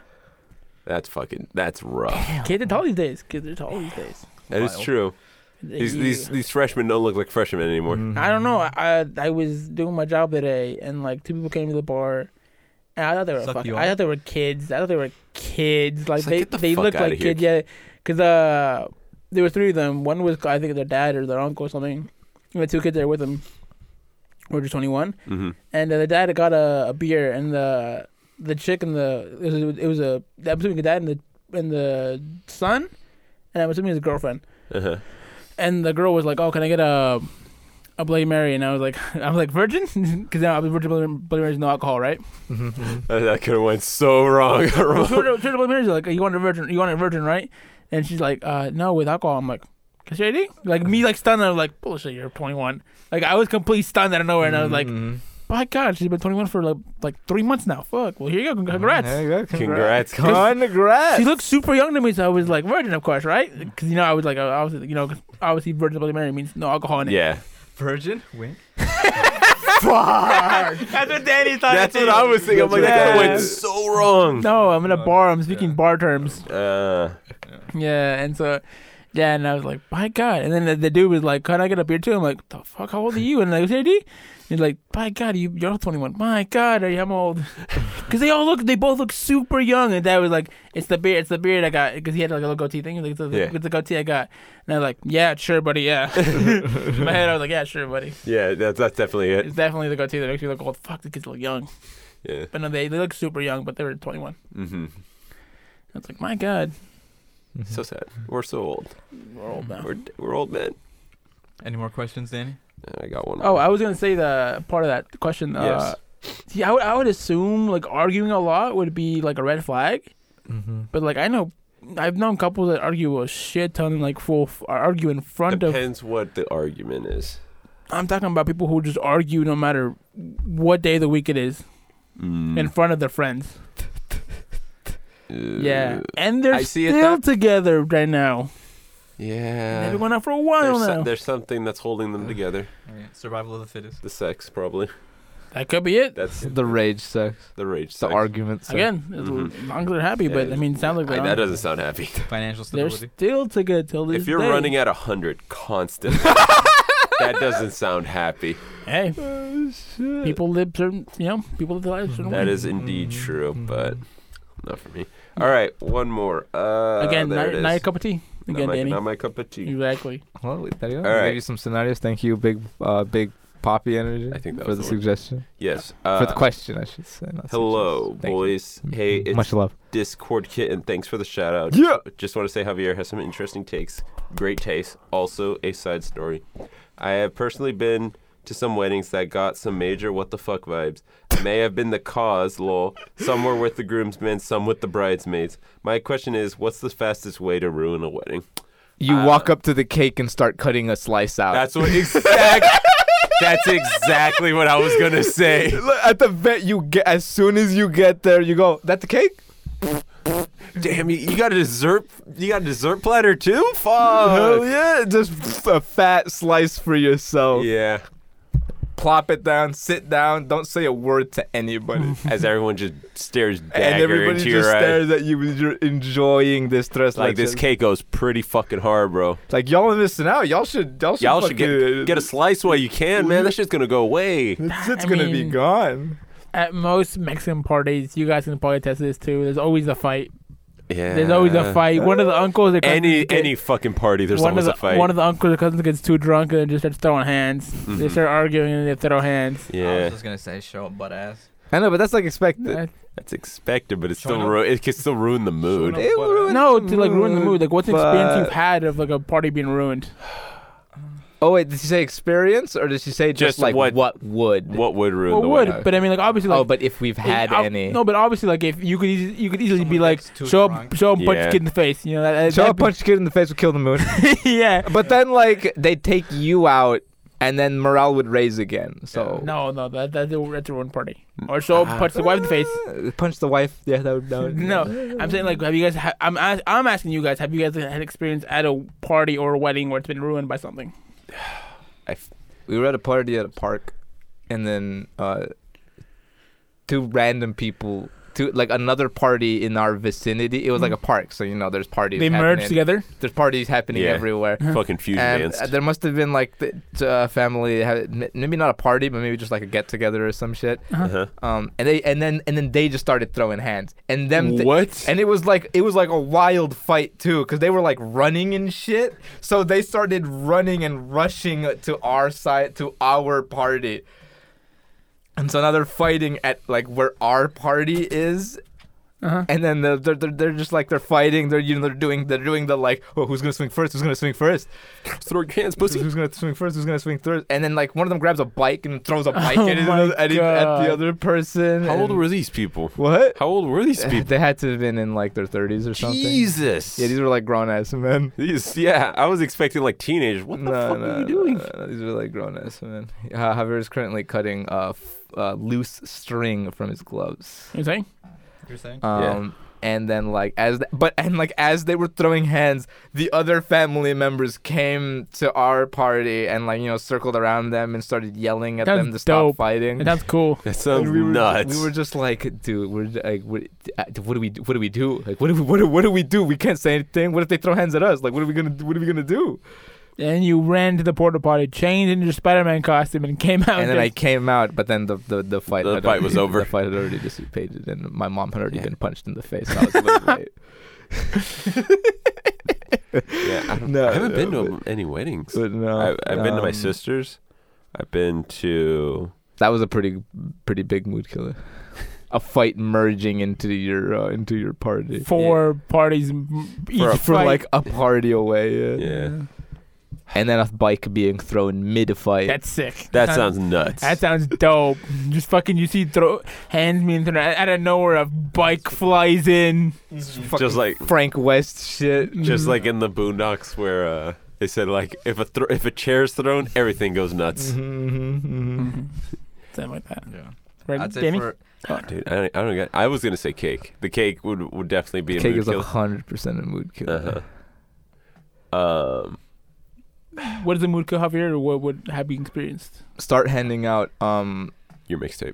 C: that's fucking. That's rough.
B: kids are tall these days. Kids are tall these days.
C: That is
E: Wild.
C: true. These these these freshmen don't look like freshmen anymore.
B: I don't know. I I was doing my job today, and like two people came to the bar, and I thought they were
E: Suck
B: fucking,
E: you
B: I
E: off?
B: thought they were kids. I thought they were kids. Like
C: It's like,
B: they
C: get the
B: they
C: fuck
B: looked
C: outta
B: like
C: here.
B: kids. Yeah, because uh, there were three of them. One was I think their dad or their uncle or something. And the two kids that were with them were just twenty one,
C: Mm-hmm.
B: and uh, the dad got a, a beer, and the the chick and the it was, it was a I'm assuming the dad and the and the son, and I'm assuming his girlfriend
C: Uh-huh.
B: and the girl was like, "Oh, can I get a a Bloody Mary?" And I was like, "I was like virgin, because now virgin Bloody, Bloody Mary is no alcohol, right?"
E: Mm-hmm.
C: That, could have went so wrong.
B: So the- so the Bloody Mary's like, "You want a virgin? You want a virgin, right?" And she's like, "Uh, no, with alcohol." I'm like, "Cause your ID?" Like me, like stunned. I was like, "Bullshit, you're 21." Like I was completely stunned out of nowhere, and I was
E: Mm.
B: like,
E: Mm-hmm.
B: "My God, she's been 21 for like like three months now. Fuck. Well, here you go. Congrats."
D: There you go.
C: Congrats.
D: Congrats.
B: She looked super young to me, so I was like virgin, of course, right? Because you know I was like, I- obviously, you know, 'cause obviously, virgin Bloody Mary means no alcohol in it.
C: yeah,
E: Virgin, wink.
B: that's what Danny thought.
C: that's what
B: it is.
C: I was thinking. I'm like, that
B: Yeah.
C: went so wrong.
B: No, I'm in a
E: Uh,
B: bar. I'm speaking
E: yeah.
B: bar terms.
C: Uh,
B: Yeah, and so, yeah, and I was like, my God. And then the, the dude was like, can I get a beer too? I'm like, the fuck, how old are you? And I was like, "AD?" He's like, my God, you, you're 21. My God, are you, I'm old. Because they all look, they both look super young. And dad was like, it's the beard, it's the beard I got. Because he had like a little goatee thing. He's like, it's the,
C: Yeah.
B: it's the goatee I got. And I was like, yeah, sure, buddy, yeah. in my head, I was like, yeah, sure, buddy.
C: yeah, that's that's definitely it.
B: It's definitely the goatee that makes me look old. Fuck, the kids look young.
C: Yeah.
B: But no, they, they look super young, but they were 21.
C: Mm-hmm.
B: It's like, my God.
E: Mm-hmm.
C: So sad. We're so old.
B: We're old now.
C: We're we're old men.
E: Any more questions, Danny?
C: And I got one.
B: Oh,
C: more.
B: I was gonna say the part of that question. Uh,
C: yes.
B: yeah, I would, I would assume like arguing a lot would be like a red flag,
D: Mm-hmm.
B: but like I know, I've known couples that argue a shit ton, like full f- uh, argue in front of
C: Depends what the argument is.
B: I'm talking about people who just argue no matter what day of the week it is
C: Hmm.
B: in front of their friends. Yeah. And they're
C: Uh, I see it
B: still
C: that-
B: together right now.
C: Yeah.
B: They've been going out for a while
C: there's, so-
B: now.
C: there's something that's holding them together.
E: Survival of the fittest.
C: The sex, probably.
B: That could be it.
C: That's
D: The rage sex,
C: the rage.
D: the
C: Sex.
D: argument sex.
B: Again, as
C: Mhm.
B: long as they're happy, but I mean, it sounds like
C: I-
B: they're
C: that
B: not.
C: doesn't sound happy.
E: Financial
B: They're
E: stability.
B: still together till this
C: If you're
B: day.
C: running at hundred constant, that doesn't sound happy.
B: hey,
D: Oh,
B: people live certain, you know, people live their lives certain
C: That
B: way.
C: is indeed true,
D: Mm.
C: but not for me. All right, one more. Uh,
B: again,
C: there it
B: not,
C: is.
B: not your cup of tea.
C: Not
B: Again,
C: my,
B: Danny.
C: Not my cup of tea.
B: Exactly.
D: Well, there you go.
C: All right.
D: Give you some scenarios. Thank you, big, uh, big poppy energy.
C: I think that
D: for
C: was
D: the
C: the word.
D: suggestion,
C: Yes. Uh,
D: for the question, I should say. not
C: Hello,
D: suggestion. Thank you. Mm-hmm.
C: boys.
B: Mm-hmm.
C: Hey, it's
D: much love.
C: Discord Kitten. Thanks for the shout out.
D: Yeah.
C: Just want to say Javier has some interesting takes, great taste, also a side story. I have personally been to some weddings that got some major what the fuck vibes. I may have been the cause, lol. Some were with the groomsmen, some with the bridesmaids. My question is, what's the fastest way to ruin a wedding?
D: You
C: Uh,
D: walk up to the cake and start cutting a slice out.
C: That's what exact. that's exactly what I was gonna say.
D: Look, at the vet. You get as soon as you get there, you go. That the cake?
C: Damn, you, you got a dessert. You got a dessert platter too. Fuck.
D: Hell yeah! Just a fat slice for yourself.
C: Yeah.
D: Plop it down. Sit down. Don't say a word to anybody.
C: As everyone just stares dagger
D: and everybody
C: into
D: just
C: your eyes.
D: stares at you. as You're enjoying this stress.
C: Like this cake goes pretty fucking hard, bro.
D: Like y'all are missing out. Y'all should. Y'all should.
C: Y'all should
D: fucking-
C: get get a slice while you can, man. That shit's gonna go away.
D: It's, it's
B: I
D: gonna be
B: mean-
D: gone.
B: At most Mexican parties, you guys can probably test this too. There's always a fight.
C: Yeah.
B: There's always a fight. One of the uncles, or cousins
C: Any
B: get-
C: any fucking party, there's
B: one of
C: always
B: the
C: a fight.
B: one of the uncles or cousins gets too drunk and just starts throwing hands. They
C: Mhm.
B: start arguing and they throw hands.
E: I
C: yeah,
E: was just gonna say show up butt ass.
D: I know, but that's like expected.
B: Uh,
C: that's expected, but it's
E: Showing
C: still
E: up-
C: ru- it can still ruin the mood.
E: Showing up butt ass.
B: no, to like ruin the mood. Like what's an experience
D: but-
B: you've had of like a party being ruined?
D: Oh wait, did she say experience or did she say just,
C: Just
D: like
C: what-
D: what, would?
C: What would ruin
B: Well,
C: the
B: would
C: wedding?
B: but I mean like obviously like
D: oh, but if we've
B: if-
D: had
B: ob-
D: any.
B: No, but obviously like if you could easily, you could easily be
E: Someone
B: like
E: gets too
B: show up
E: drunk.
B: show up punch
C: Yeah.
B: kid in the face. You know that, that
D: Show a
B: that'd be-
D: punch kid in the face would kill the mood.
B: yeah.
D: but then like they take you out and then morale would raise again. So
B: No, no, that that's a, that's a ruined party. Or show
C: Ah.
B: punch the wife in the face.
D: Uh, punch the wife. Yeah, that would. That would
B: No, I'm saying like, have you guys? Ha- I'm as- I'm asking you guys, have you guys had experience at a party or a wedding where it's been ruined by something?
D: we were at a party at a park, and then uh, two random people, two like another party in our vicinity. It was like a park, so you know there's parties.
B: Mm. they
D: happening.
B: merged together.
D: There's parties happening
C: Yeah.
D: everywhere.
C: fucking fusion
D: And
C: dance.
D: uh, there must have been like the uh, family, had, m- maybe not a party, but maybe just like a get together or some shit.
C: uh-huh.
D: Um, and they and then and then they just started throwing hands, and them th-
C: What?
D: and it was like it was like a wild fight too, because they were like running and shit. So they started running and rushing to our side to our party, and so now they're fighting at like where our party is.
B: Uh-huh.
D: And then they're, they're, they're they're just like they're fighting. They're you know they're doing they're doing the like oh who's gonna swing first who's gonna swing first
C: Throw your hands,
D: so
C: pussy.
D: who's gonna swing first? Who's gonna swing third? And then like one of them grabs a bike and throws a bike
B: Oh
D: at, his-
B: my
D: at, his- at
B: God.
D: the other person.
C: How old
D: and-
C: were these people?
D: what?
C: How old were these people?
D: They had to have been in like their thirties or something.
C: Jesus.
D: Yeah, these were like grown ass men.
C: These- yeah, I was expecting like teenagers. What the
D: no,
C: fuck
D: no,
C: are
D: no,
C: you doing?
D: no, no, these are like grown ass men. Uh, Javier is currently cutting uh, f- uh, loose string from his gloves.
B: You know what I'm saying?
E: You're saying?
D: Um, And then like as th- but and like as they were throwing hands, the other family members came to our party and like you know circled around them and started yelling at
B: That's
D: them to stop
B: dope.
D: fighting.
B: That sounds cool.
C: That sounds
D: And we were,
C: nuts.
D: We were just like, dude, we're j- like, what, uh, what do we, what do we do? Like, what do we, what do, what do we do? We can't say anything. What if they throw hands at us? Like, what are we gonna, do? what are we gonna do?
B: And you ran to the porta potty, changed into your Spider-Man costume, and came out.
D: And then I
B: just-
D: came out, but then the the, the fight,
C: The
D: had
C: fight was
D: already-
C: over.
D: The fight had already dissipated, and my mom had already
C: Yeah.
D: been punched in the face. So I was a little late.
C: yeah, I, don't,
D: No,
C: I haven't
D: no,
C: been to any weddings.
D: But no,
C: I, I've been to my
D: um,
C: sister's. I've been to.
D: That was a pretty, pretty big mood killer. a fight merging into your uh, into your party
B: Four parties m- each
D: for, a- for
B: fight.
D: like a party away. Yeah.
C: Yeah.
D: And then a bike being thrown mid fight.
B: That's sick.
C: That sounds nuts.
B: That sounds dope. Just fucking, you see, throw hands me into out of nowhere, a bike flies in. Mm-hmm.
C: just like
D: Frank West shit.
C: just like in the Boondocks where uh, they said like if a thro if a chair's thrown, everything goes
D: Mm-hmm,
C: nuts.
B: Mm-hmm. Something like that.
E: Yeah.
B: Right,
E: I'd say
B: Danny?
E: for
C: Dude, I don't, I don't get. I was gonna say cake. The cake would would definitely be a
D: Cake
C: mood
D: is
C: killer.
D: hundred percent a mood killer.
C: Uh-huh. Um,
B: what is the mood kill Javier, or what would have you experienced?
D: Start handing out um
C: your mixtape.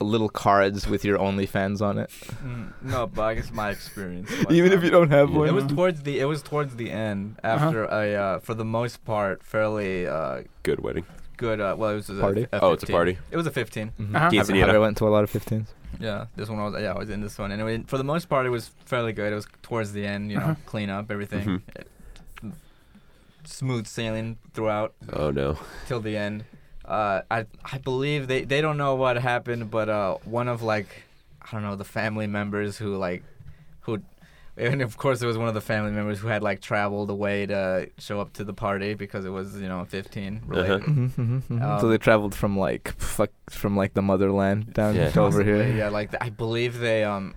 D: little cards with your OnlyFans on it,
E: mm, no, but I guess my experience.
D: even if you don't have
C: Yeah.
D: one.
E: It was towards the it was towards the end after a uh, for the most part fairly uh,
C: Good wedding.
E: good. Uh, well, it was a
D: Party?
E: a
C: Oh, it's a
E: 15.
C: party?
E: It was a 15.
D: Mhm.
B: Uh-huh.
D: Have-
C: Quinceañera.
D: have I went to a lot of 15s.
E: Yeah, this one I was yeah I was in this one and it, wa- for the most part it was fairly good. It was towards the end, you know,
B: Uh-huh.
E: clean up everything,
C: Mhm.
E: It- smooth sailing throughout
C: Oh no.
E: till the end. Uh, I I believe they they don't know what happened, but uh, one of like I don't know the family members who like who. And of course, it was one of the family members who had like traveled away to show up to the party because it was, you know, 15 related.
C: Uh-huh.
D: Mhm, mhm, mhm. so
E: Um,
D: they traveled from like fuck from like the motherland down
C: Yeah.
D: to over
E: Possibly,
D: here.
E: Yeah, like I believe they um,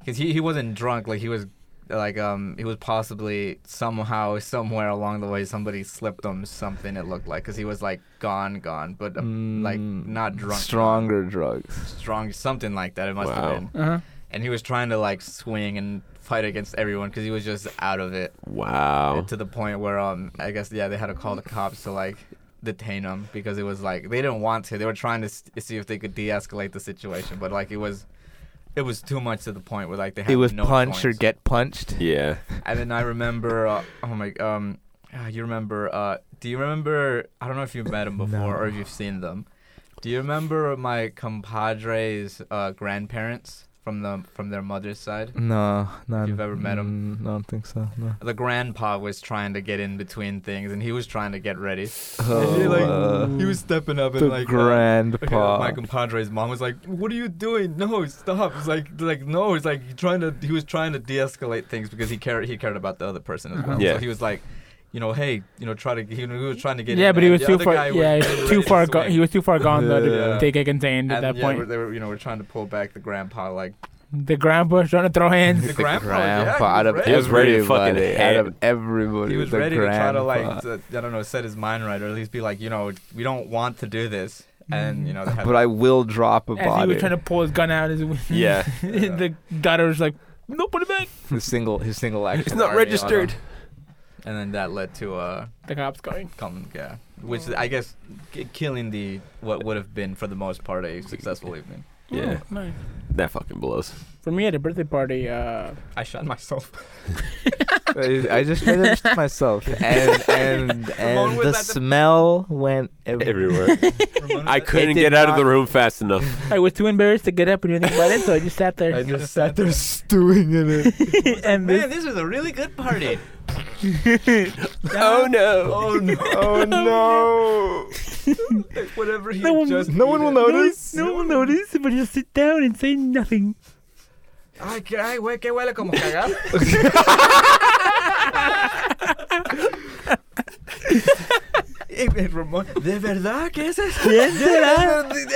E: because he he wasn't drunk. Like he was like um he was possibly somehow somewhere along the way somebody slipped him something. It looked like because he was like gone gone, but uh, like
D: Mm,
E: not drunk.
D: Stronger drugs.
E: strong something like that. It must
C: Wow.
E: have been.
B: Uh huh.
E: And he was trying to like swing and fight against everyone because he was just out of it
D: Oh.
C: Wow.
E: to the point where um I guess yeah they had to call the cops to like detain him because it was like they didn't want to they were trying to s- see if they could de-escalate the situation but like it was it was too much to the point where like they had
D: It was
E: no
D: punch or
E: points.
D: get punched.
C: Yeah.
E: and then I remember uh, oh my um ah, you remember uh do you remember I don't know if you've met him before or if you've seen them do you remember my compadre's uh, grandparents from the from their mother's side
D: No, not
E: you've ever met
D: him. I don't think so. No.
E: the grandpa was trying to get in between things and he was trying to get ready
D: Oh,
E: he, like,
D: uh,
E: he was stepping up and
D: the
E: like uh,
D: grandpa.
E: my compadre's mom was like, "What are you doing? No, stop!" It's like, like no, it's like trying to. He was trying to de-escalate things because he cared. He cared about the other person as
D: Mm-hmm.
E: well.
C: Yeah.
E: So he was like, you know, hey, you know, try to. He, he was trying to get.
B: Yeah,
E: in
B: but he
E: there.
B: was
E: The
B: too
E: other guy
B: far. Yeah, he
E: was
B: was
E: ready
B: too
E: to
B: far gone.
E: swing.
B: He was too far gone though to
E: Yeah.
B: take it contained at
E: And,
B: that
E: yeah,
B: point.
E: we're- they were, you know, we're trying to pull back the grandpa. Like
B: The grandpa was trying to throw hands.
E: the grandpa, yeah,
D: grandpa out of
E: he was ready.
C: He was ready to fucking
D: everybody, out of
C: hit.
D: everybody.
E: He was
D: the
E: ready to try to like,
D: grandpa.
E: to, I don't know, set his mind right, or at least be like, you know, we don't want to do this, and you know, they had-
D: But I will drop a
B: As he
D: body.
B: was trying to pull his gun out, his
C: Yeah.
B: the daughter was like, "No, put it back."
D: his single, his single action.
C: It's not
E: Already on
C: registered.
E: him. And then that led to uh,
B: The cops going.
E: come yeah, which I guess k- killing the what would have been for the most part a successful evening.
C: Yeah.
B: Oh, nice.
C: That fucking blows.
B: For me at a birthday party, uh,
E: I shot myself.
D: I I just finished myself, and and
E: Ramon
D: and
E: was
D: the
E: at the-
D: smell went everywhere.
C: Everywhere. I couldn't get out of the room fast enough.
B: I was too embarrassed to get up and do anything about it, so I just sat there.
E: just sat there.
D: stewing in it.
B: and this,
E: Man, this was a really good party.
C: Oh no.
E: oh no!
D: Oh no!
E: Like, whatever he
B: No one-
E: just.
D: no one will
E: needed.
B: no, one-
D: notice.
B: no one will notice, but just sit down and say nothing.
E: Ay, que- ay, güey, que huele como cagar. Eh, eh, Ramón, ¿De verdad que es eso?
B: Yes, yeah.
E: Ramón,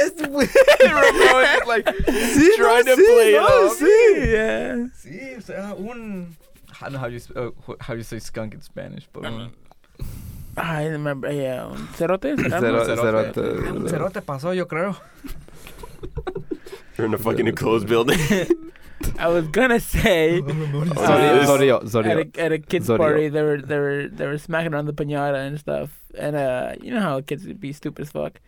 E: like,
D: See,
C: Trying
D: no,
C: to
D: see,
C: play it
D: no,
C: off.
D: see.
B: yeah.
E: Sí, o sea, un. I don't know how you sp- uh, wh- how you say skunk in Spanish, but um,
B: I remember. Yeah, um, cerote.
D: Zero-
B: cerote?
D: zero
E: Cerote.
D: to-
E: cerote pasó, yo creo.
C: You're in a fucking enclosed building.
B: I was gonna say.
D: Zorio,
B: Uh,
E: Ah,
D: Zorio,
B: at
D: Zorio.
B: a, at a kids
D: Zodio.
B: party, they were they were they were smacking around the pinata and stuff, and uh, you know how kids would be stupid as fuck.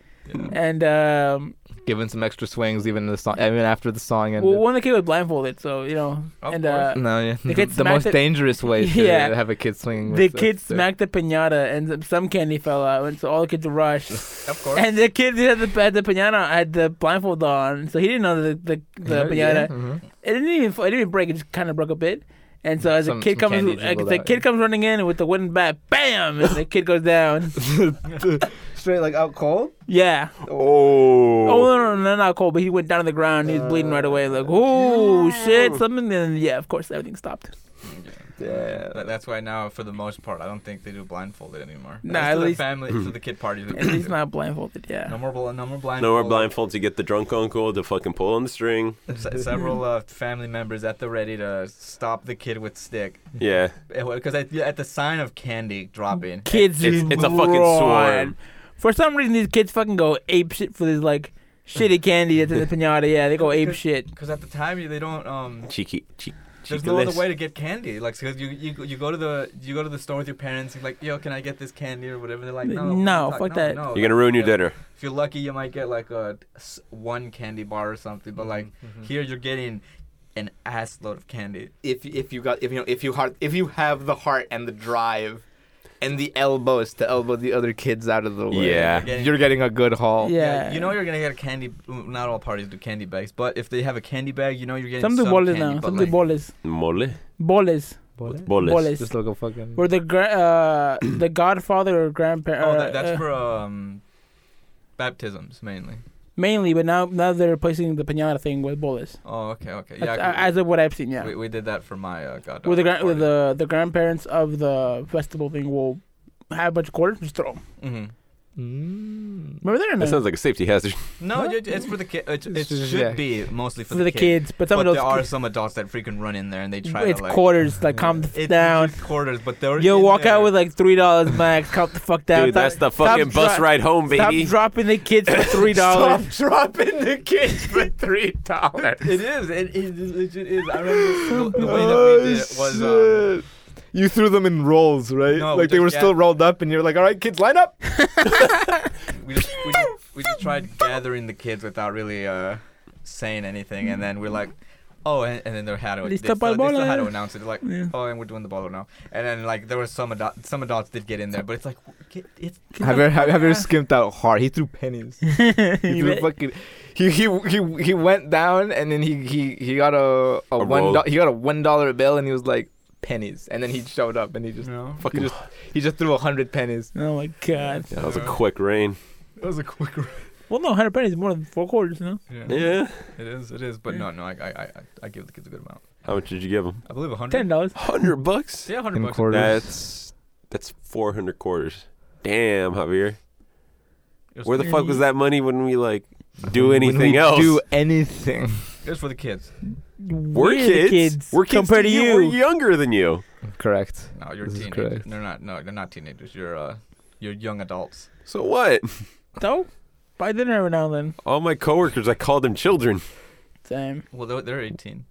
B: And um,
D: Giving some extra swings, even the song, even after the song ended.
B: well, one of the kids was blindfolded, so you know,
E: Of
B: and
E: course.
B: uh,
D: no, yeah,
B: the
D: the,
B: kid
D: the most
B: smacked it-
D: dangerous way to
B: Yeah.
D: have a kid swinging.
B: the
D: with a
B: kid
D: stick.
B: smacked the pinata, and some- some candy fell out, and so all the kids rushed.
E: Of course.
B: and the kid that had the had the pinata had the blindfold on, so he didn't know the the, the
D: Yeah, yeah,
B: pinata.
D: mhm.
B: It didn't even it didn't even break; it just kind of broke a bit. And so as
D: Some-
B: the kid
D: some
B: comes,
D: candy
B: as
D: dribbled
B: the
D: out,
B: kid
D: yeah.
B: comes running in with the wooden bat, bam! And the kid goes down.
A: straight like out cold?
B: Yeah.
C: Oh.
B: Oh no, no, no, no, not cold. But he went down to the ground. He was bleeding right away. Like, oh shit, something. Then yeah, of course, everything stopped.
A: Yeah.
E: That- that's why now, for the most part, I don't think they do blindfolded anymore.
B: Nah,
E: At least to
B: at
E: the
B: least-
E: family, to the kid parties.
B: At least not blindfolded.
E: No
B: Yeah.
E: more, bl- no more blindfold.
C: No more blindfolds. You get the drunk uncle to fucking pull on the string.
E: Se- several uh, family members at the ready to stop the kid with stick
C: Yeah.
E: because at, at the sign of candy dropping.
B: Kids,
C: It's-
B: just
C: it's a fucking
B: run.
C: swarm.
B: For some reason, these kids fucking go ape shit for this like shitty candy that's in the pinata. Yeah, they go ape shit.
E: Because Eh, at the time you- they don't um.
C: Cheeky. Cheek,
E: There's no other
C: cheekless.
E: way to get candy. Like, 'cause you, you you go to the you go to the store with your parents. And like, yo, can I get this candy or whatever? They're like, no,
B: No,
E: fuck
B: fuck
E: no,
B: that.
E: No.
C: You're gonna ruin your
E: Yeah.
C: dinner.
E: If you're lucky, you might get like a s- one candy bar or something. But
B: Mm-hmm.
E: like
D: Mm-hmm.
E: here, you're getting an ass load of candy.
D: If if you got if you know if you heart if you have the heart and the drive, and the elbows to elbow the other kids out of the way.
C: Yeah.
D: You're getting a good haul.
B: Yeah.
E: you know you're gonna get a candy. mm, Not all parties do candy bags, but if they have a candy bag, you know you're getting
B: Something
E: some
B: bolas
E: candy,
B: now.
E: but, like,
B: Something bolas.
C: Mole.
B: Bolas.
C: Bolas.
B: Bolas.
D: Just like a fucking.
B: Where the gra- uh, the godfather or uh, grandparent.
E: Oh, that, that's for um, baptisms mainly.
B: uh, mainly, but now now they're replacing the pinata thing with bolas.
E: Oh, okay, okay,
B: That's-
E: yeah.
B: uh, as of what I've seen, yeah.
E: we, we did that for my uh, goddaughter.
B: With the gra- with the the grandparents of the festival thing will have a bunch of quarters and just throw 'em.
E: hmm
D: Mm.
B: Remember they're in
C: That
B: there
C: sounds like a safety hazard.
E: No, you- it's for the kid. It, it
D: It's just-
E: should
D: yeah.
E: be mostly for,
B: for the
E: kid.
B: kids, but some
E: But
B: of those
E: there are
B: kids-
E: some adults that freaking run in there and they try
B: it's
E: to like
B: quarters. Like calm the f-
E: It's
B: down.
E: just quarters, but they're
B: You'll
E: in
B: walk
E: there.
B: out with like three dollars max. Calm the fuck down.
C: Dude,
B: Stop-
C: that's the fucking
B: stop
C: bus
B: dri-
C: ride home, baby.
B: Stop dropping the kids for three
D: Stop
B: dollars.
D: dropping the kids for three dollars.
E: It is. It is. It legit is. I remember the, the way that we did it was.
B: Oh,
D: Oh,
E: Um,
D: you threw them in rolls, right?
E: No,
D: like they
E: just-
D: were
E: yeah.
D: still rolled up, and you're like, "All right, kids, line up."
E: we just we just, we just tried gathering the kids without really uh, saying anything, and then we're like, oh, and, and then they had to they
B: Lista
E: still,
B: pa'l
E: they still had to
B: bola.
E: announce it like,
B: Yeah.
E: oh, and we're doing the bolo now, and then like there was some adult, some adults did get in there, but it's like w- get- it's
D: Have you have, have you skimped out hard? He threw pennies. He threw fucking. He he he he went down, and then he he he got a, a,
C: A
D: one
C: roll.
D: do, he got a one dollar bill, and he was like pennies, and then he showed up, and he just
E: no.
D: he
C: Fucking.
D: just he just threw a hundred pennies.
B: Oh my god.
C: that was a quick rain.
E: That was a quick. r-
B: Well, no, hundred pennies is more than four quarters. No.
E: Yeah,
C: Yeah.
E: it is. It is. But no, no, I I I, I give the kids a good amount.
C: How much did you give him?
E: I believe a hundred.
B: Ten dollars.
C: Hundred bucks.
E: Yeah, hundred
D: In
E: bucks.
D: quarters.
C: That's that's four hundred quarters. Damn, Javier.
E: It was
C: Where the
E: for-
C: fuck was that money when we like do
D: When we
C: anything else?
D: Do anything.
E: It was for the kids.
C: We're kids. We're kids
B: compared to you.
C: We're younger than you.
D: Correct.
E: No, you're
D: This is
E: teenagers.
D: correct.
E: They're not. No, they're not teenagers. You're uh, you're young adults.
C: So what?
B: So, buy dinner every now and then.
C: All my coworkers, I called them children.
B: Same.
E: Well, they're, they're 18,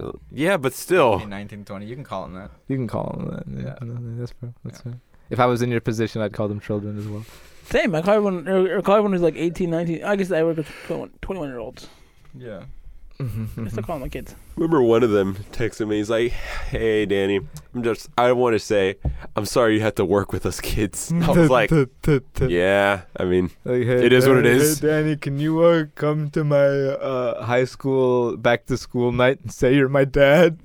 C: Uh, Yeah, but still.
E: 19, 20. You can call them that.
D: You can call them that. Yeah,
E: Yeah.
D: No, no, that's fair. That's
E: Yeah.
D: fair. If I was in your position, I'd call them children as well.
B: Same. I call everyone. Or, or call everyone who's like 18, 19. I guess I work with 21, 21 year olds.
E: Yeah.
B: I
D: Mm-hmm.
B: still call them my kids.
C: Remember one of them texted me. He's like, "Hey, Danny, I'm just. I want to say, I'm sorry you had to work with us kids." I was like, "Yeah, I mean,
D: Like, hey,
C: It is what it
D: Danny-
C: is.
D: Hey, Danny, can you uh, come to my uh, high school back to school night and say you're my dad?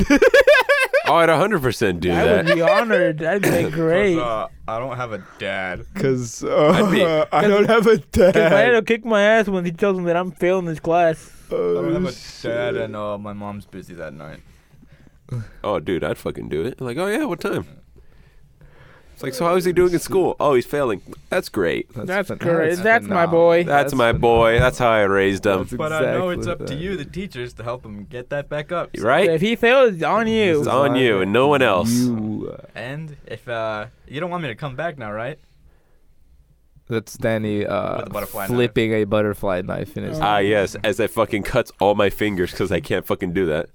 C: oh, I'd 100 percent do
B: I
C: that."
B: would be honored. That'd be great. Cause
E: uh, I don't have a dad.
D: Because
C: I'd be-
D: uh, I don't have a
B: my dad will
D: dad.
B: kick my ass when he tells me that I'm failing this class.
D: Oh,
E: I don't have a dad, and uh, my mom's busy that night.
C: Oh, dude, I'd fucking do it. like, oh yeah, what time? It's like, so how is he doing in school? Oh, he's failing. That's great.
B: That's correct. That's my boy.
C: That's, my boy. That's how I raised him.
D: That's
E: But I know it's
D: exactly
E: up to
D: that.
E: you, the teachers, to help them get that back up.
C: Right?
B: If he fails, it's on you.
C: It's on you and no one else.
D: You, uh,
E: And if uh, you don't want me to come back now, right?
D: That's Danny
E: With
D: uh,
E: a butterfly knife.
D: flipping a butterfly knife in his.
B: Oh.
C: Ah, yes. As I fucking cuts all my fingers because I can't fucking do that.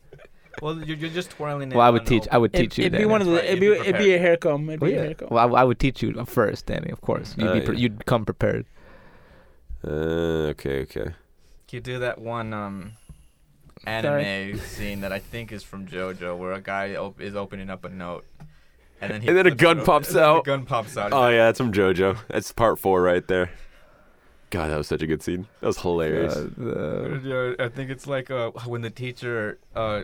E: Well, you're, you're just twirling it.
D: Well, I
E: on
D: would
E: the
D: teach.
E: old-
D: I would
B: It,
D: teach you.
B: it'd be
D: Danny.
B: one of the.
E: That's right,
B: It'd be.
E: you'd be
B: It'd be a
E: prepared.
B: hair comb. It'd
D: Well,
B: be a
D: Oh, yeah.
B: hair comb.
D: well I, I would teach you first, Danny. Of course, you'd
C: Uh,
D: be pre-
C: yeah.
D: you'd come prepared.
C: Uh, okay, okay.
E: You do that one um, anime scene that I think is from JoJo, where a guy op- is opening up a note, and then he
C: And then a
E: flips
C: gun
E: it over-
C: pops
E: and then
C: out.
E: The gun pops out.
C: Oh, yeah, that's from JoJo. That's part four right there. God, that was such a good scene. That was hilarious.
D: Uh, the-
E: Yeah, I think it's like uh, when the teacher uh,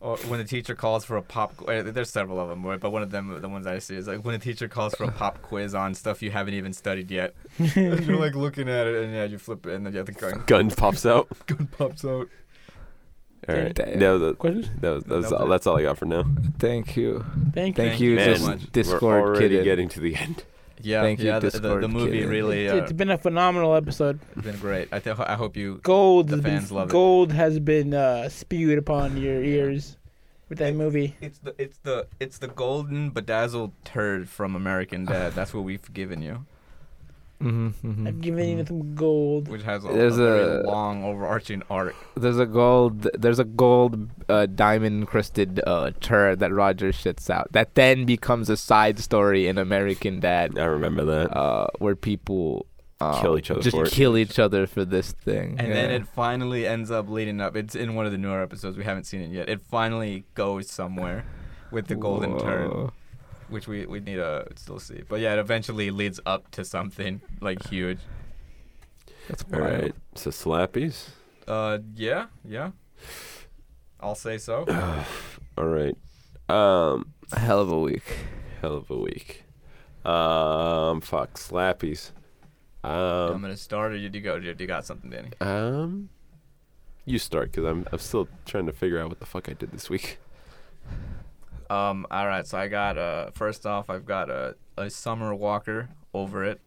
E: Or when the teacher calls for a pop, qu- uh, there's several of them, right? But one of them, the ones I see, is like when the teacher calls for a pop quiz on stuff you haven't even studied yet. you're like looking at it, and yeah, you flip it, and then yeah, the gun,
C: Gun pops out.
E: gun pops out.
C: All right.
D: Damn.
C: That was,
B: Questions?
C: that was, that was
E: That was
C: all,
E: it.
C: that's all I got for now.
D: Thank you.
B: Thank
D: Thank
B: you.
E: Thank
D: you,
E: you so
C: Man,
D: this
E: much.
D: Discord
C: we're already
D: kid.
C: getting to the end.
E: Yeah,
D: Thank you,
E: yeah. the, the, the
D: Discord
E: movie
D: kid.
E: really
B: It's-
E: uh,
B: it's been a phenomenal episode.
E: been great. I think I hope you.
B: Gold
E: The
B: has been
E: fans love it.
B: gold has been uh, spewed upon your ears with that movie.
E: It's the it's the it's the golden bedazzled turd from American Dad. That's what we've given you,
D: hmm hmm
B: I've given you some gold.
E: which has a,
D: There's
E: a, very
D: a-
E: long overarching arc.
D: There's a gold. There's a gold uh, diamond encrusted uh, turd that Roger shits out. That then becomes a side story in American Dad,
C: I remember that.
D: uh, where people uh,
C: Kill each other
D: Just
C: for it.
D: kill each other for this thing.
E: And then
D: Yeah.
E: it finally ends up leading up. It's in one of the newer episodes. We haven't seen it yet. It finally goes somewhere with the golden turd,
D: Whoa.
E: which we, we need to still see. But yeah, it eventually leads up to something like huge.
D: That's
C: all
D: wild.
C: right. So slappies.
E: Uh, yeah, yeah. I'll say so.
C: All right. Um,
D: Hell of a week.
C: hell of a week. Um, fuck slappies.
E: I'm
C: Um,
E: gonna start or you do you go? You you got something, Danny?
C: um, you start because I'm I'm still trying to figure out what the fuck I did this week.
E: Um, all right. So I got uh, first off, I've got a a summer walker over it.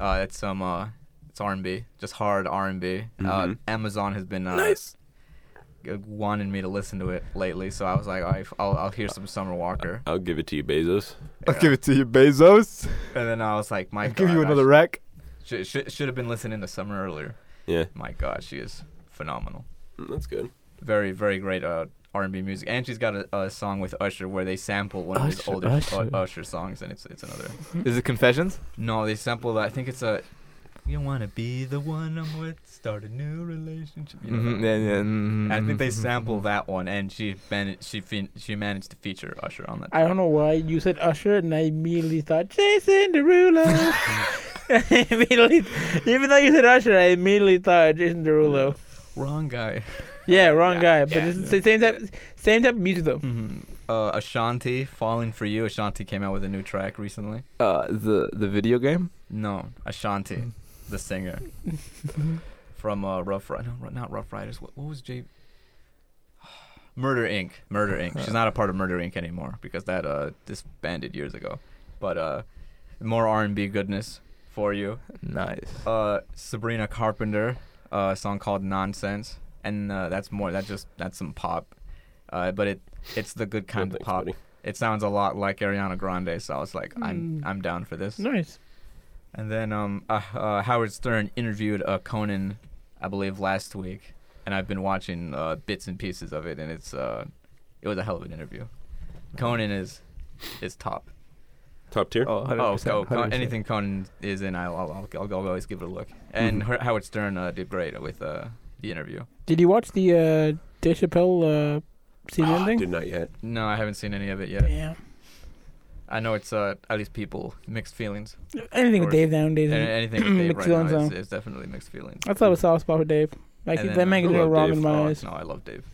E: Uh, it's some uh, it's R and B, just hard R and B.
D: Mm-hmm.
E: Uh,
C: Mhm.
E: Amazon has been uh,
C: Nice.
E: g- wanting me to listen to it lately, so I was like, all right, I'll I'll hear some Summer Walker.
C: I'll give it to you, Bezos.
E: Yeah.
D: it to you, Bezos.
E: And then I was like, my God,
D: rack.
E: Should should should have been listening to Summer earlier.
C: Yeah,
E: My God, she is phenomenal.
C: Mm, that's good.
E: Very very great uh, R and B music, and she's got a, a song with Usher where they sample one of his
D: Usher,
E: older
D: Usher.
E: U- Usher songs, and it's it's another.
D: Is it Confessions?
E: No, they sampled. I think it's a. You wanna be the one I'm with, start a new relationship. You know
D: Mhm,
E: that?
D: yeah, yeah, mhm,
E: I think they
D: mhm, mhm.
E: sampled that one, and she managed. She fin- she managed to feature Usher on that.
B: I don't know why you said Usher, and I immediately thought Jason Derulo. immediately, even though you said Usher, I immediately thought Jason Derulo.
E: Wrong guy.
B: Yeah, wrong
E: Yeah,
B: guy. But
E: yeah.
B: it's the same type, same type of music though.
D: Mm-hmm.
E: hmm Uh, Ashanti, "Falling for You." Ashanti came out with a new track recently.
D: Uh, the the video game.
E: No, Ashanti, the singer from uh, Rough Riders. No, not Rough Riders. What, what was J? Murder Inc. Murder Inc. She's not a part of Murder Inc. anymore because that uh disbanded years ago. But uh, more R and B goodness for you.
D: Nice.
E: Uh, Sabrina Carpenter, uh, a song called Nonsense, and uh, that's more. That's just that's some pop. Uh, but it it's the good kind
C: Good, thanks,
E: of pop.
C: buddy.
E: It sounds a lot like Ariana Grande, so I was like, I'm
B: Mm.
E: I'm down for this.
B: Nice.
E: And then um, uh, uh, Howard Stern interviewed uh, Conan, I believe, last week, and I've been watching uh, bits and pieces of it, and it's uh, it was a hell of an interview. Conan is is top.
C: Top tier.
D: Oh, 100%,
E: oh, so Con-
D: 100%.
E: anything Conan is in, I'll I'll, I'll, I'll always give it a look. And
B: Mm-hmm.
E: Her- Howard Stern uh, did great with uh, the interview.
B: Did you watch the uh, Dave Chappelle uh, season
C: Ah,
B: ending?
C: dude, not yet.
E: No, I haven't seen any of it yet.
B: Yeah.
E: I know it's uh, at least people mixed feelings.
B: Anything with
E: Or- Eh,
B: Dave nowadays.
E: And
B: is-
E: anything with Dave
B: Mixed
E: right now
B: feelings,
E: is,
B: though.
E: is definitely mixed feelings.
B: I thought it was soft spot for Dave. Like
E: And
B: that
E: then,
B: man
E: uh,
B: is no
C: love
B: wrong
C: Dave.
B: in
E: Oh,
B: my eyes.
E: No, I love Dave.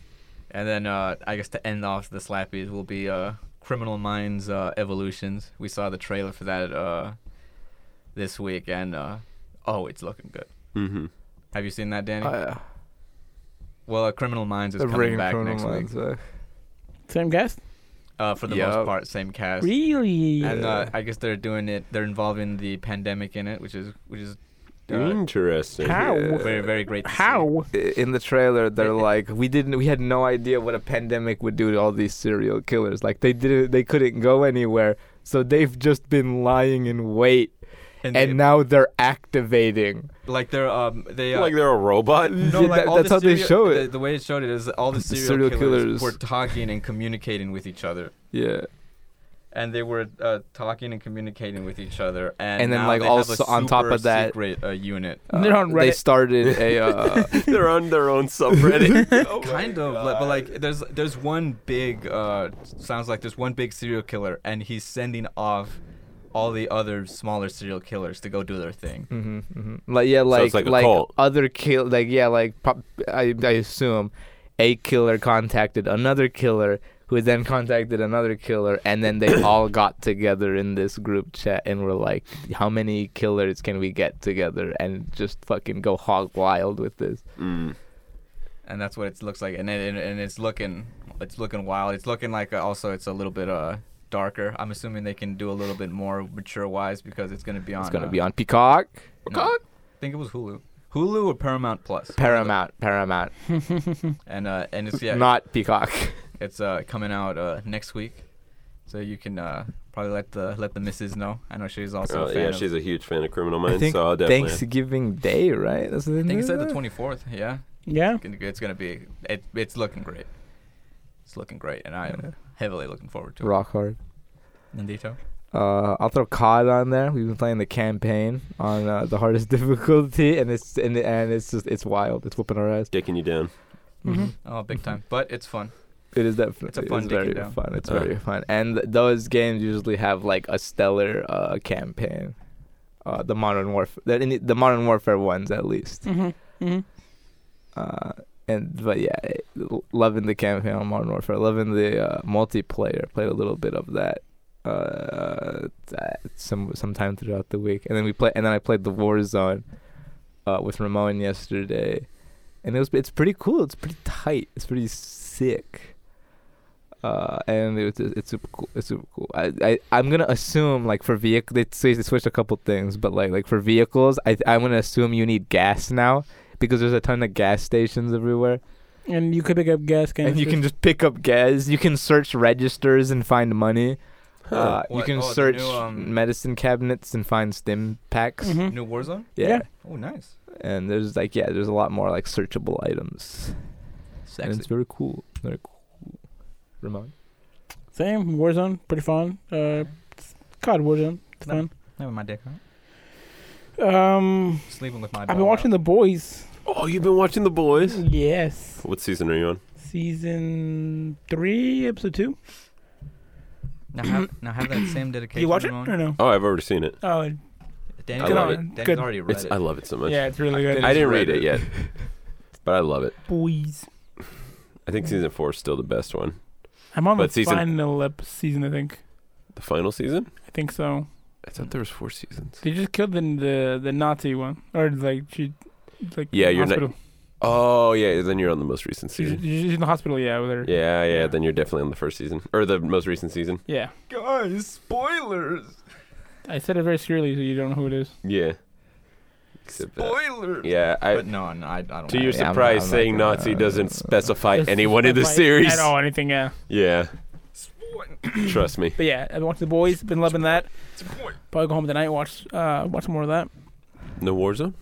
E: And then uh, I guess to end off the slappies will be uh, Criminal Minds uh, Evolutions. We saw the trailer for that uh, this week, and uh, oh, it's looking good.
C: Mm-hmm.
E: Have you seen that, Danny?
D: Uh,
E: well, uh, Criminal Minds is
D: the
E: coming
D: ring
E: back
D: from
E: next week.
D: Romanza.
B: Same guest?
E: Uh, for the
D: Yup.
E: most part, same cast.
B: Really?
E: And uh,
D: Yeah.
E: I guess they're doing it. They're involving the pandemic in it, which is which is uh,
C: Interesting.
B: How?
E: very very great. to see.
B: How?
D: I- in the trailer they're like we didn't we had no idea what a pandemic would do to all these serial killers like they didn't they couldn't go anywhere so they've just been lying in wait
E: And,
D: and
E: they-
D: now they're activating
E: like they're um they uh,
C: Like they're a robot.
E: Mm-hmm. No,
D: Yeah,
E: like
D: that-
E: all
D: that's
E: the
D: how they
E: serial-
D: show it.
E: The, the way it showed it is all the serial,
D: serial
E: killers,
D: killers.
E: were talking and communicating with each other,
D: yeah
E: and they were uh, talking and communicating with each other, and,
D: And then,
E: now
D: like,
E: they have
D: also
E: a
D: on top
E: super
D: of that-
E: secret uh, unit.
B: They're on
D: they
B: Reddit.
D: started a uh,
C: they're on their own subreddit. Oh my
E: Uh, kind of,
C: God.
E: like- but like there's there's one big uh, sounds like there's one big serial killer, and he's sending off all the other smaller serial killers to go do their thing.
D: hmm Like yeah,
C: So
D: like
C: it's like a
D: like
C: cult.
D: other kill, like yeah, like prob- I I assume a killer contacted another killer who then contacted another killer and then they all got together in this group chat and were like how many killers can we get together and just fucking go hog wild with this
C: Mm.
E: and that's what it looks like. And it, and, and it's looking, it's looking wild. It's looking like uh, also it's a little bit uh darker. I'm assuming they can do a little bit more mature wise because it's gonna be on.
D: it's going to
E: uh,
D: be on peacock
E: no, I think it was Hulu, Hulu or Paramount Plus.
D: paramount paramount
E: And uh and it's yeah,
D: not peacock
E: it's uh coming out uh next week, so you can uh probably let the let the missus know. I know she's also
C: Oh,
E: a fan.
C: yeah,
E: of,
C: she's a huge fan of Criminal
D: I
C: Minds,
D: think
C: so I'll definitely.
D: thanksgiving day right that's the
E: I think it's at the 24th. Yeah,
B: Yeah.
E: Gonna- it's gonna be it, It's looking great. It's looking great, and I am heavily looking forward to it.
D: rock hard
E: Nandito.
D: Uh, I'll throw COD on there. We've been playing the campaign on uh, the hardest difficulty, and it's and, and it's just it's wild. It's whooping our ass.
C: Dicking you down.
B: Mm-hmm.
E: Oh, big time. But it's fun.
D: It is definitely
E: It's a fun
D: it's
E: dick and
D: very
E: down.
D: fun. It's
C: Uh.
D: very fun, and th- those games usually have like a stellar uh, campaign. Uh, the modern warfare, the, the modern warfare ones at least.
B: Mm-hmm. Mm-hmm.
D: Uh, and but yeah, it- l- loving the campaign on modern warfare, loving the uh, multiplayer. Played a little bit of that. Uh, that some sometime throughout the week, and then we play, and then I played the Warzone, uh, with Ramon yesterday, and it was it's pretty cool. It's pretty tight. It's pretty sick. Uh, and it was it's super cool. It's super cool. I I i am gonna assume like for vehicle they, say they switched a couple things, but like like for vehicles, I I'm gonna assume you need gas now because there's a ton of gas stations everywhere,
B: And you could pick up gas cans.
D: and you can just pick up gas. You can search registers and find money. Uh, you
E: What-
D: can
E: oh, the new,
D: search
E: um, Mm-hmm.
D: medicine cabinets and find stim packs.
B: Mhm.
E: New Warzone.
D: Yeah.
B: Yeah.
E: Oh, nice.
D: and there's like yeah, there's a lot more like searchable items, and it's very cool. Very cool. Ramon,
B: Same. Warzone. Pretty fun. Uh, it's COD Warzone. It's
E: No.
B: fun.
E: Never my dick, huh?
B: Um,
E: Sleeping with my.
B: I've
D: Uh,
B: been watching The Boys.
C: Oh, you've been watching The Boys?
B: Yes.
C: What season are you on?
B: Season three, episode two.
E: Now have, now have that same dedication.
B: Did you watch it
E: Ramon.
B: or no?
C: Oh, I've already seen it.
B: Oh,
E: Danny's
C: I love
E: already-
B: it.
E: Danny's
B: Good.
E: already read
C: It's
E: it.
C: I love it so much.
B: yeah, it's really good.
C: I didn't
D: Read
C: read it
D: it.
C: yet, but I love it.
B: Boys.
C: I think season four is still the best one.
B: I'm on
C: But
B: the
C: season-
B: final ep- season, I think.
C: The final season?
B: I think so.
C: I thought there was four seasons.
B: They just killed the the, the Nazi one, or like she, like
C: Yeah,
B: in
C: you're not-
B: hospital.
C: Oh yeah, then you're on the most recent
B: she's,
C: season.
B: she's in the hospital. Yeah, with her.
C: Yeah,
B: Yeah.
C: yeah, then you're definitely on the first season or the most recent season.
B: Yeah.
E: Guys, spoilers.
B: I said it very serially, so you don't know who it is.
C: Yeah. Except that.
E: Spoilers.
C: Yeah, I.
E: but no, no, I, I don't.
C: To your
D: Yeah, I'm-
C: surprise,
D: I'm not
C: saying
D: gonna- uh,
C: Nazi doesn't specify
B: Doesn't
C: anyone in the
B: specify
C: series.
B: at all, anything. Yeah.
C: Yeah,
E: Spoil-
C: trust me.
B: But yeah, I've been watching the boys. Been loving that.
E: spoil-
B: Probably go home tonight. Watch uh watch more of that.
C: No Warzone?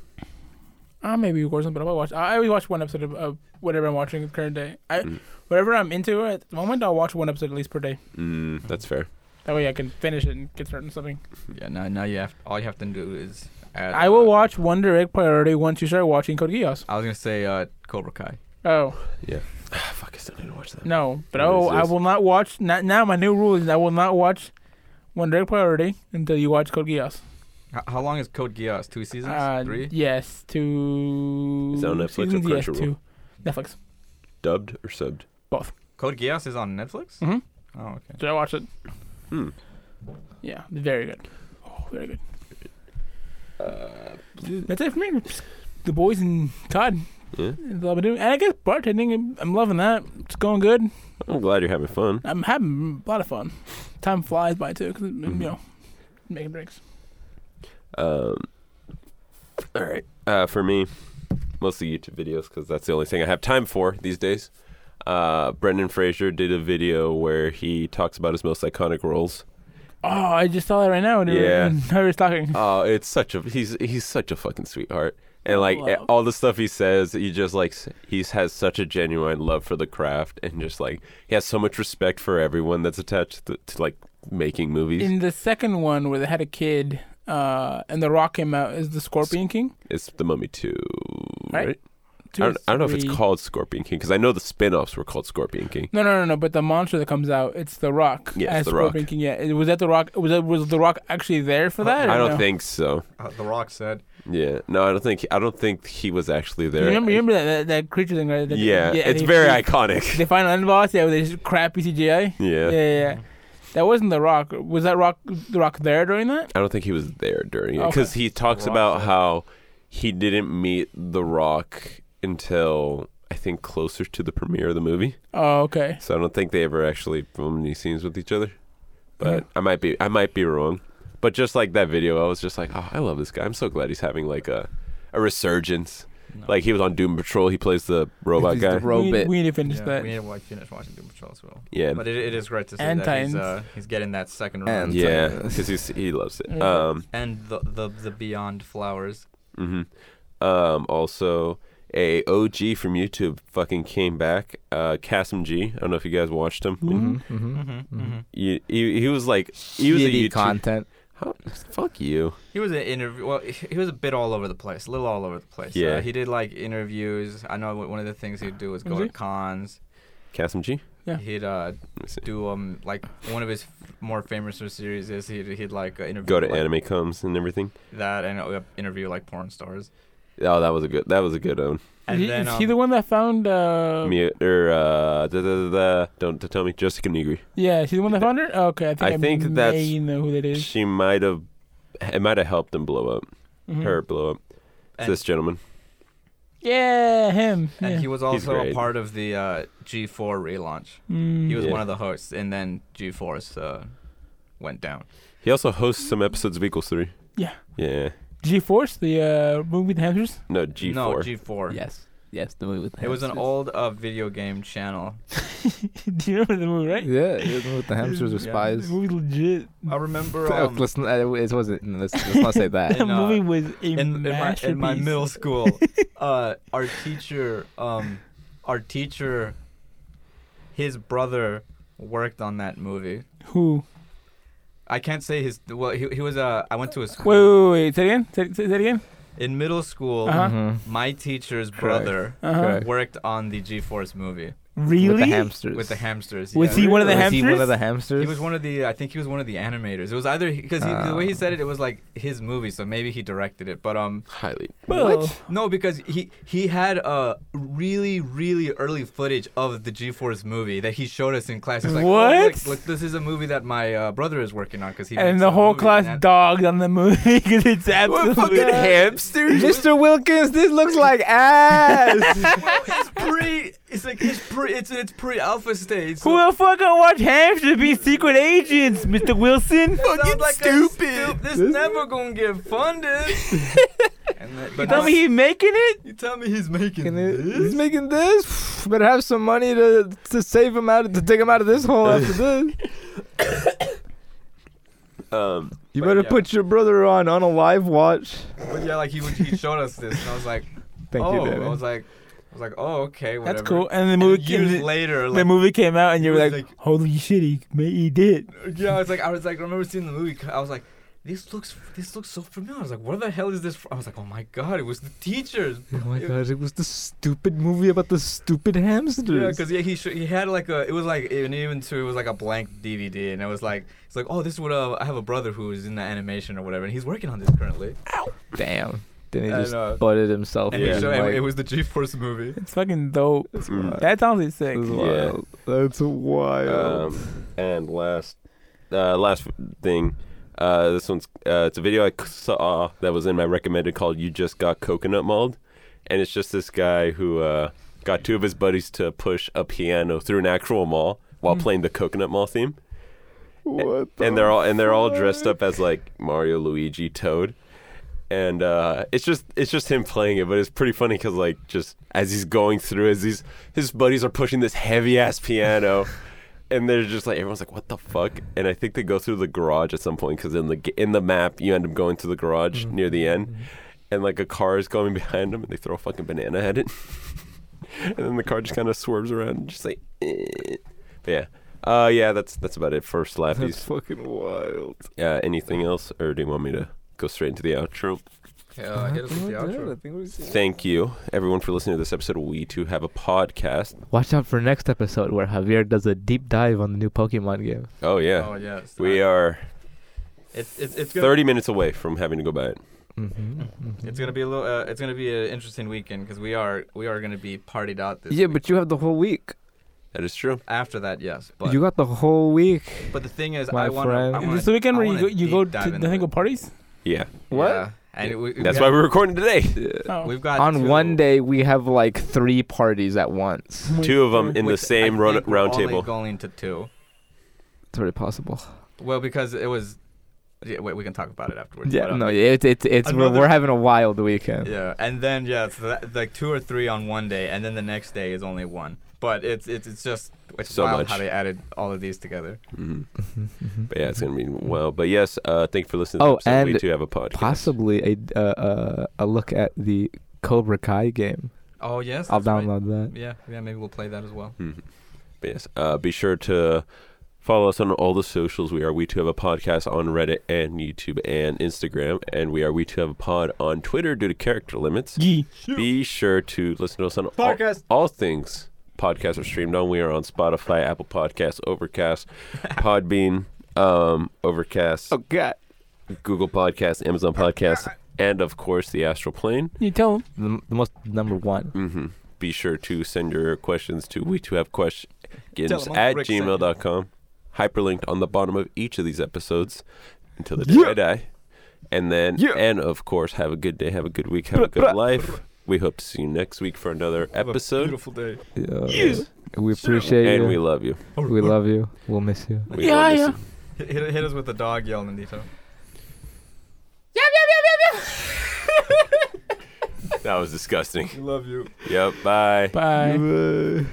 B: Uh, maybe Warzone, but I'll watch. I always watch one episode of, of whatever I'm watching the current day. I
C: Mm.
B: whatever I'm into at the moment, I'll watch one episode at least per day.
C: Mm, that's fair.
B: That way I can finish it and get started on something.
E: Yeah. Now, now you have. All you have to do is. Add,
B: I will
E: uh,
B: watch One Direct priority once you start watching Code Geass.
E: I was gonna say uh, Cobra Kai.
B: Oh
C: Ah, Fuck, I still need to watch that.
B: no, but
C: What
B: oh,
C: is
B: I
C: this?
B: will not watch. Not, now my new rule is I will not watch One Direct priority until you watch Code Geass.
E: How, how long is Code Geass? Two seasons?
B: Uh,
E: Three?
B: Yes, two.
C: Is that on Netflix or
B: seasons, yes,
C: Crunchyroll?
B: two. Netflix.
C: Dubbed or subbed?
E: Code Geass is on Netflix.
B: Mhm.
E: Oh, okay.
B: Did I watch it?
C: Hmm.
B: Yeah, very good. Oh, very good.
C: Uh,
B: That's it for me. Just The boys and Todd.
C: Yeah.
B: That's all I've been doing. And I guess bartending, I'm- I'm loving that. It's going good.
C: I'm glad you're having fun.
B: I'm having a lot of fun. Time flies by too, 'cause, you
C: Mhm.
B: know, making drinks.
C: Um, all right. Uh, for me, mostly YouTube videos because that's the only thing I have time for these days. Uh, Brendan Fraser did a video where he talks about his most iconic roles.
B: Oh, I just saw that right now. dude.
C: Yeah.
B: I was talking.
C: Oh, it's such a he's he's such a fucking sweetheart, and like
B: Love.
C: all the stuff he says, he just like s- he's has such a genuine love for the craft, and just like he has so much respect for everyone that's attached to, to like making movies.
B: In the second one where they had a kid uh, and The Rock came out, is The Scorpion King?
C: it's The Mummy Two,
B: Right.
C: right?
B: Two
C: I
B: or
C: don't, I don't know if it's
B: three.
C: called Scorpion King because I know the spin-offs were called Scorpion King.
B: No, no, no, no. But the monster that comes out, it's The Rock.
C: Yeah, it's
B: as
C: The
B: Scorpion
C: Rock.
B: King. Yeah, It- was that The Rock? Was that, was The Rock actually there for that?
C: I
B: or
C: don't
B: no?
C: think so.
E: Uh, the Rock said.
C: Yeah. No, I don't think I don't think he was actually there.
B: You remember, you remember that, that that creature thing, right? That-
C: yeah,
B: and
C: it's
B: he-
C: very
B: he-
C: iconic.
B: The final end boss, yeah, with this crappy CGI.
C: Yeah.
B: Yeah, yeah, yeah. That wasn't the Rock. Was that Rock? The Rock there during that?
C: I don't think he was there during it
B: Okay.
C: because he talks
E: Rock
C: about
E: said-
C: how he didn't meet The Rock until I think closer to the premiere of the movie.
B: Oh, okay.
C: So I don't think they ever actually filmed any scenes with each other. But I might be I might be wrong. But just like that video, I was just like, oh, I love this guy. I'm so glad he's having like a a resurgence.
E: No.
C: Like he was on Doom Patrol. He plays the robot
D: He's the
C: guy.
D: ro-
B: we, need,
D: Robit.
B: we need to finish
E: Yeah,
B: that.
E: we need to watch, finish watching Doom Patrol as well.
C: yeah,
E: But it, it is great to see that
B: Antines.
E: he's, uh, he's getting that second
D: And-
E: round.
C: yeah, because he loves it.
B: Yeah.
C: Um,
E: And the, the the Beyond Flowers.
C: Mm-hmm. Um, also, a OG from YouTube fucking came back. Uh, Kasim G. I don't know if you guys watched him.
B: Mhm.
D: Mm-hmm.
E: Mm-hmm,
D: Mhm.
E: hmm
C: He, he, he was like he was a
D: Shitty
C: YouTube.
D: content.
C: How- fuck you.
E: He was an interview. Well, he was a bit all over the place, a little all over the place.
C: Yeah.
E: Uh, he did like interviews. I know one of the things he'd do was go
B: Was
E: to
B: he?
E: cons.
C: Kasim G.
B: Yeah.
E: He'd uh,
C: Let me see.
E: do um like one of his f- more famous series is he'd, he'd like uh, interview
C: Go to
E: like,
C: anime comes and everything.
E: that and uh, interview like porn stars.
C: Oh, that was a good. That was a good one.
E: And
B: is he,
E: then
B: is
E: um,
B: he the one that found? Uh,
C: Me or uh, da, da, da, da, don't t- tell me Jessica Negri.
B: yeah, she's the one that found her. Oh, Okay, I think
C: I
B: I,
C: think
B: may
C: that's-
B: know who that is.
C: She might have. It might have helped him blow up.
B: Mhm.
C: Her blow up.
E: And-
C: this gentleman.
B: Yeah, him.
E: and
B: yeah.
E: he was also a
C: great.
E: part of the uh, G4 relaunch.
B: Mm.
E: He was
C: Yeah.
E: one of the hosts, and then G4's uh, went down.
C: He also hosts some episodes of Equals Three.
B: Yeah.
C: Yeah.
B: G-Force, the uh, movie with hamsters.
C: No G four.
E: No, G4.
D: Yes. Yes, the movie with
E: It was an
D: hamsters.
E: old uh, video game channel.
B: Do you remember the movie, right?
D: Yeah, it was with the hamsters or
E: Yeah.
D: spies.
B: The movie legit.
E: I remember
D: Oh,
E: um,
D: let's, uh, it wasn't. Let's, let's not say that.
E: In,
B: That
E: uh,
B: movie was a
E: in, in my
B: masterpiece.
E: in my middle school, uh, our teacher, um, our teacher, his brother worked on that movie.
B: Who?
E: I can't say his. Well, he, he was. Uh, I went to a school
B: Wait, wait, wait, wait. Say it again. Say, say, say it again.
E: in middle school.
B: Uh-huh.
D: Mhm.
E: My teacher's
D: Correct.
E: brother
B: Uh huh.
D: Correct.
E: worked on the G-Force movie
B: Really?
D: With the hamsters.
E: with the hamsters.
B: Was
E: yeah.
B: he one of the
D: Was he one
B: hamsters?
D: of the hamsters?
E: He was one of the. I think he was one of the animators. It was either because the
B: Ah.
E: way he said it, it was like his movie, so maybe he directed it. But um,
C: Highly.
B: Well,
E: no, because he he had uh really really early footage of the G-Force movie that he showed us in class. He's like, oh,
B: What?
E: look, look, this is a movie that my uh, brother is working on because he makes
B: And the
E: a
B: whole
E: movie
B: class
E: and that-
B: dogged on the movie because it's absolutely.
C: hamsters.
D: Mr. Wilkins, this looks like ass.
E: Well, it's pre. It's like it's pre. It's it's pre alpha stage. so-
B: Who the fuck gonna watch hamsters be secret agents, Mr. Wilson?
E: Sounds like a stu- this never gonna get funded. and that, but
B: Tell
E: now-
B: me he making it?
E: you tell me he's making
D: Making it-
E: this.
D: He's making this. Better have some money to to save him out to dig him out of this hole after this.
C: Um,
D: You
E: But
D: better
E: yeah.
D: put your brother on on a live watch.
E: But yeah, like he would, he showed us this, and I was like,
D: Thank
E: oh,
D: you, David.
E: I was like, I was like, oh, okay, whatever.
B: That's cool. And the
E: And
B: movie
E: years
B: came.
E: later,
B: The
E: like,
B: movie came out, and you were
E: was
B: like,
E: like-
B: "Holy shit, he, ma- he did!"
E: yeah, I was like, I was like, I remember seeing the movie. I was like, this looks, this looks so familiar. I was like, where the hell is this? From? I was like, oh my god, it was the teachers.
D: oh my god, it was the stupid movie about the stupid
E: Yeah,
D: hamsters.
E: because yeah, he sh- he had like a it was like and even too it was like a blank DVD and it was like it's like oh this would uh, I have a brother who's in the animation or whatever and he's working on this currently
D: Damn. Then he
E: And,
D: just
E: uh,
D: butted himself.
E: and
D: in,
E: he
C: Yeah.
E: showed, and
D: like-
E: it was the G Force movie
B: It's fucking dope.
D: That's
C: Mm.
D: wild.
B: That sounds like sick.
D: That's
C: Yeah.
D: wild. That's wild.
C: um, and last, uh, last thing. Uh, this one's uh, it's a video I c- saw that was in my recommended called "You Just Got Coconut Mauled," and it's just this guy who uh, got two of his buddies to push a piano through an actual mall while
B: Mm.
C: playing the coconut mall theme,
D: what the
C: and they're all and they're all dressed up as like Mario, Luigi, Toad. And uh, it's just it's just him playing it, but it's pretty funny because like just as he's going through, as these his buddies are pushing this heavy ass piano, and they're just like everyone's like, "What the fuck?" And I think they go through the garage at some point because in the g- in the map you end up going through the garage
D: Mm-hmm.
C: near the end, and like a car is going behind them, and they throw a fucking banana at it, and then the car just kind of swerves around, and just like, eh. but yeah, uh, yeah, that's that's about it for
D: That's
C: Slappies.
D: fucking wild.
C: Uh, anything else, or do you want me to go straight into the outro?
E: yeah Uh, hit us with the outro
C: Thank you, everyone, for listening to this episode. of We too have a podcast.
D: Watch out for next episode where Javier does a deep dive on the new Pokemon game.
C: Oh yeah,
E: oh yes
C: we are
E: it's it's, it's gonna-
C: thirty minutes away from having to go buy it.
E: Mm-hmm.
C: Mm-hmm.
E: It's gonna be a little. Uh, it's gonna be an interesting weekend because we are we are gonna be partied out this.
D: Yeah,
E: week.
D: but you have the whole week.
C: That is true.
E: after that, yes. But
D: you got the whole week.
E: but the thing is,
D: My
E: I want.
D: friend.
E: I
B: Is
E: wanna-
B: this the weekend
E: I
B: where you
E: wanna
B: go, you go
E: deep dive
B: to the
E: into
B: single
E: it.
B: parties?
C: Yeah.
D: What?
E: Yeah. And we, we
C: That's
E: have,
C: why we're recording today.
B: Oh.
E: We've got
D: On
E: two-
D: one day, we have like three parties at once.
C: Two of them in the
E: which
C: same
E: I
C: run,
E: think we're
C: round
E: only
C: table.
E: Going to two.
D: It's very possible.
E: Well, because it was. Yeah, wait, we can talk about it afterwards.
D: Yeah,
E: but, uh,
D: no, it, it, it's we're,
E: another-
D: we're having a wild weekend.
E: Yeah, and then yeah, it's that, like two or three on one day, and then the next day is only one. But it's it's, it's just it's
C: So
E: wild
C: much.
E: how they added all of these together.
C: Mhm.
D: Mm-hmm,
C: But yeah, it's gonna be well. But yes, uh, thank you for listening.
D: Oh,
C: to this episode. we
D: and
C: too have a podcast.
D: Possibly a uh, uh, a look at the Cobra Kai game.
E: Oh yes,
D: I'll
E: that's right.
D: download that.
E: Yeah, yeah, maybe we'll play that as well.
C: Mhm. But yes, uh, be sure to follow us on all the socials. We are We Too Have a Podcast on Reddit and YouTube and Instagram, and we are We Too Have a Pod on Twitter due to character limits.
B: Yee.
C: Be sure to listen to us on all,
E: Podcast.
C: all things podcasts are streamed on. We are on Spotify, Apple Podcasts, Overcast, Podbean, um, Overcast,
D: God.
C: Google Podcasts,
D: Oh,
C: Amazon Podcasts, and of course the Astral Plane.
B: You tell them.
D: The, the most number one.
C: Mm-hmm. Be sure to send your questions to we to have questions
E: Tell 'em
C: at
E: Rick sent you.
C: gmail.com. Hyperlinked on the bottom of each of these episodes until the day
D: Yeah.
C: I die. And then,
D: Yeah.
C: and of course, have a good day, have a good week, have a good life. We hope to see you next week for another
E: Have a
C: episode.
E: beautiful day.
D: Yeah. We appreciate
C: And we
D: you.
C: love you.
D: We, love you. We'll miss you.
C: We
B: Yeah,
C: will miss
B: yeah.
C: you.
E: Hit, hit hit us with the dog yelling in detail.
C: That was disgusting.
E: We love you.
C: Yep. Bye.
B: Bye.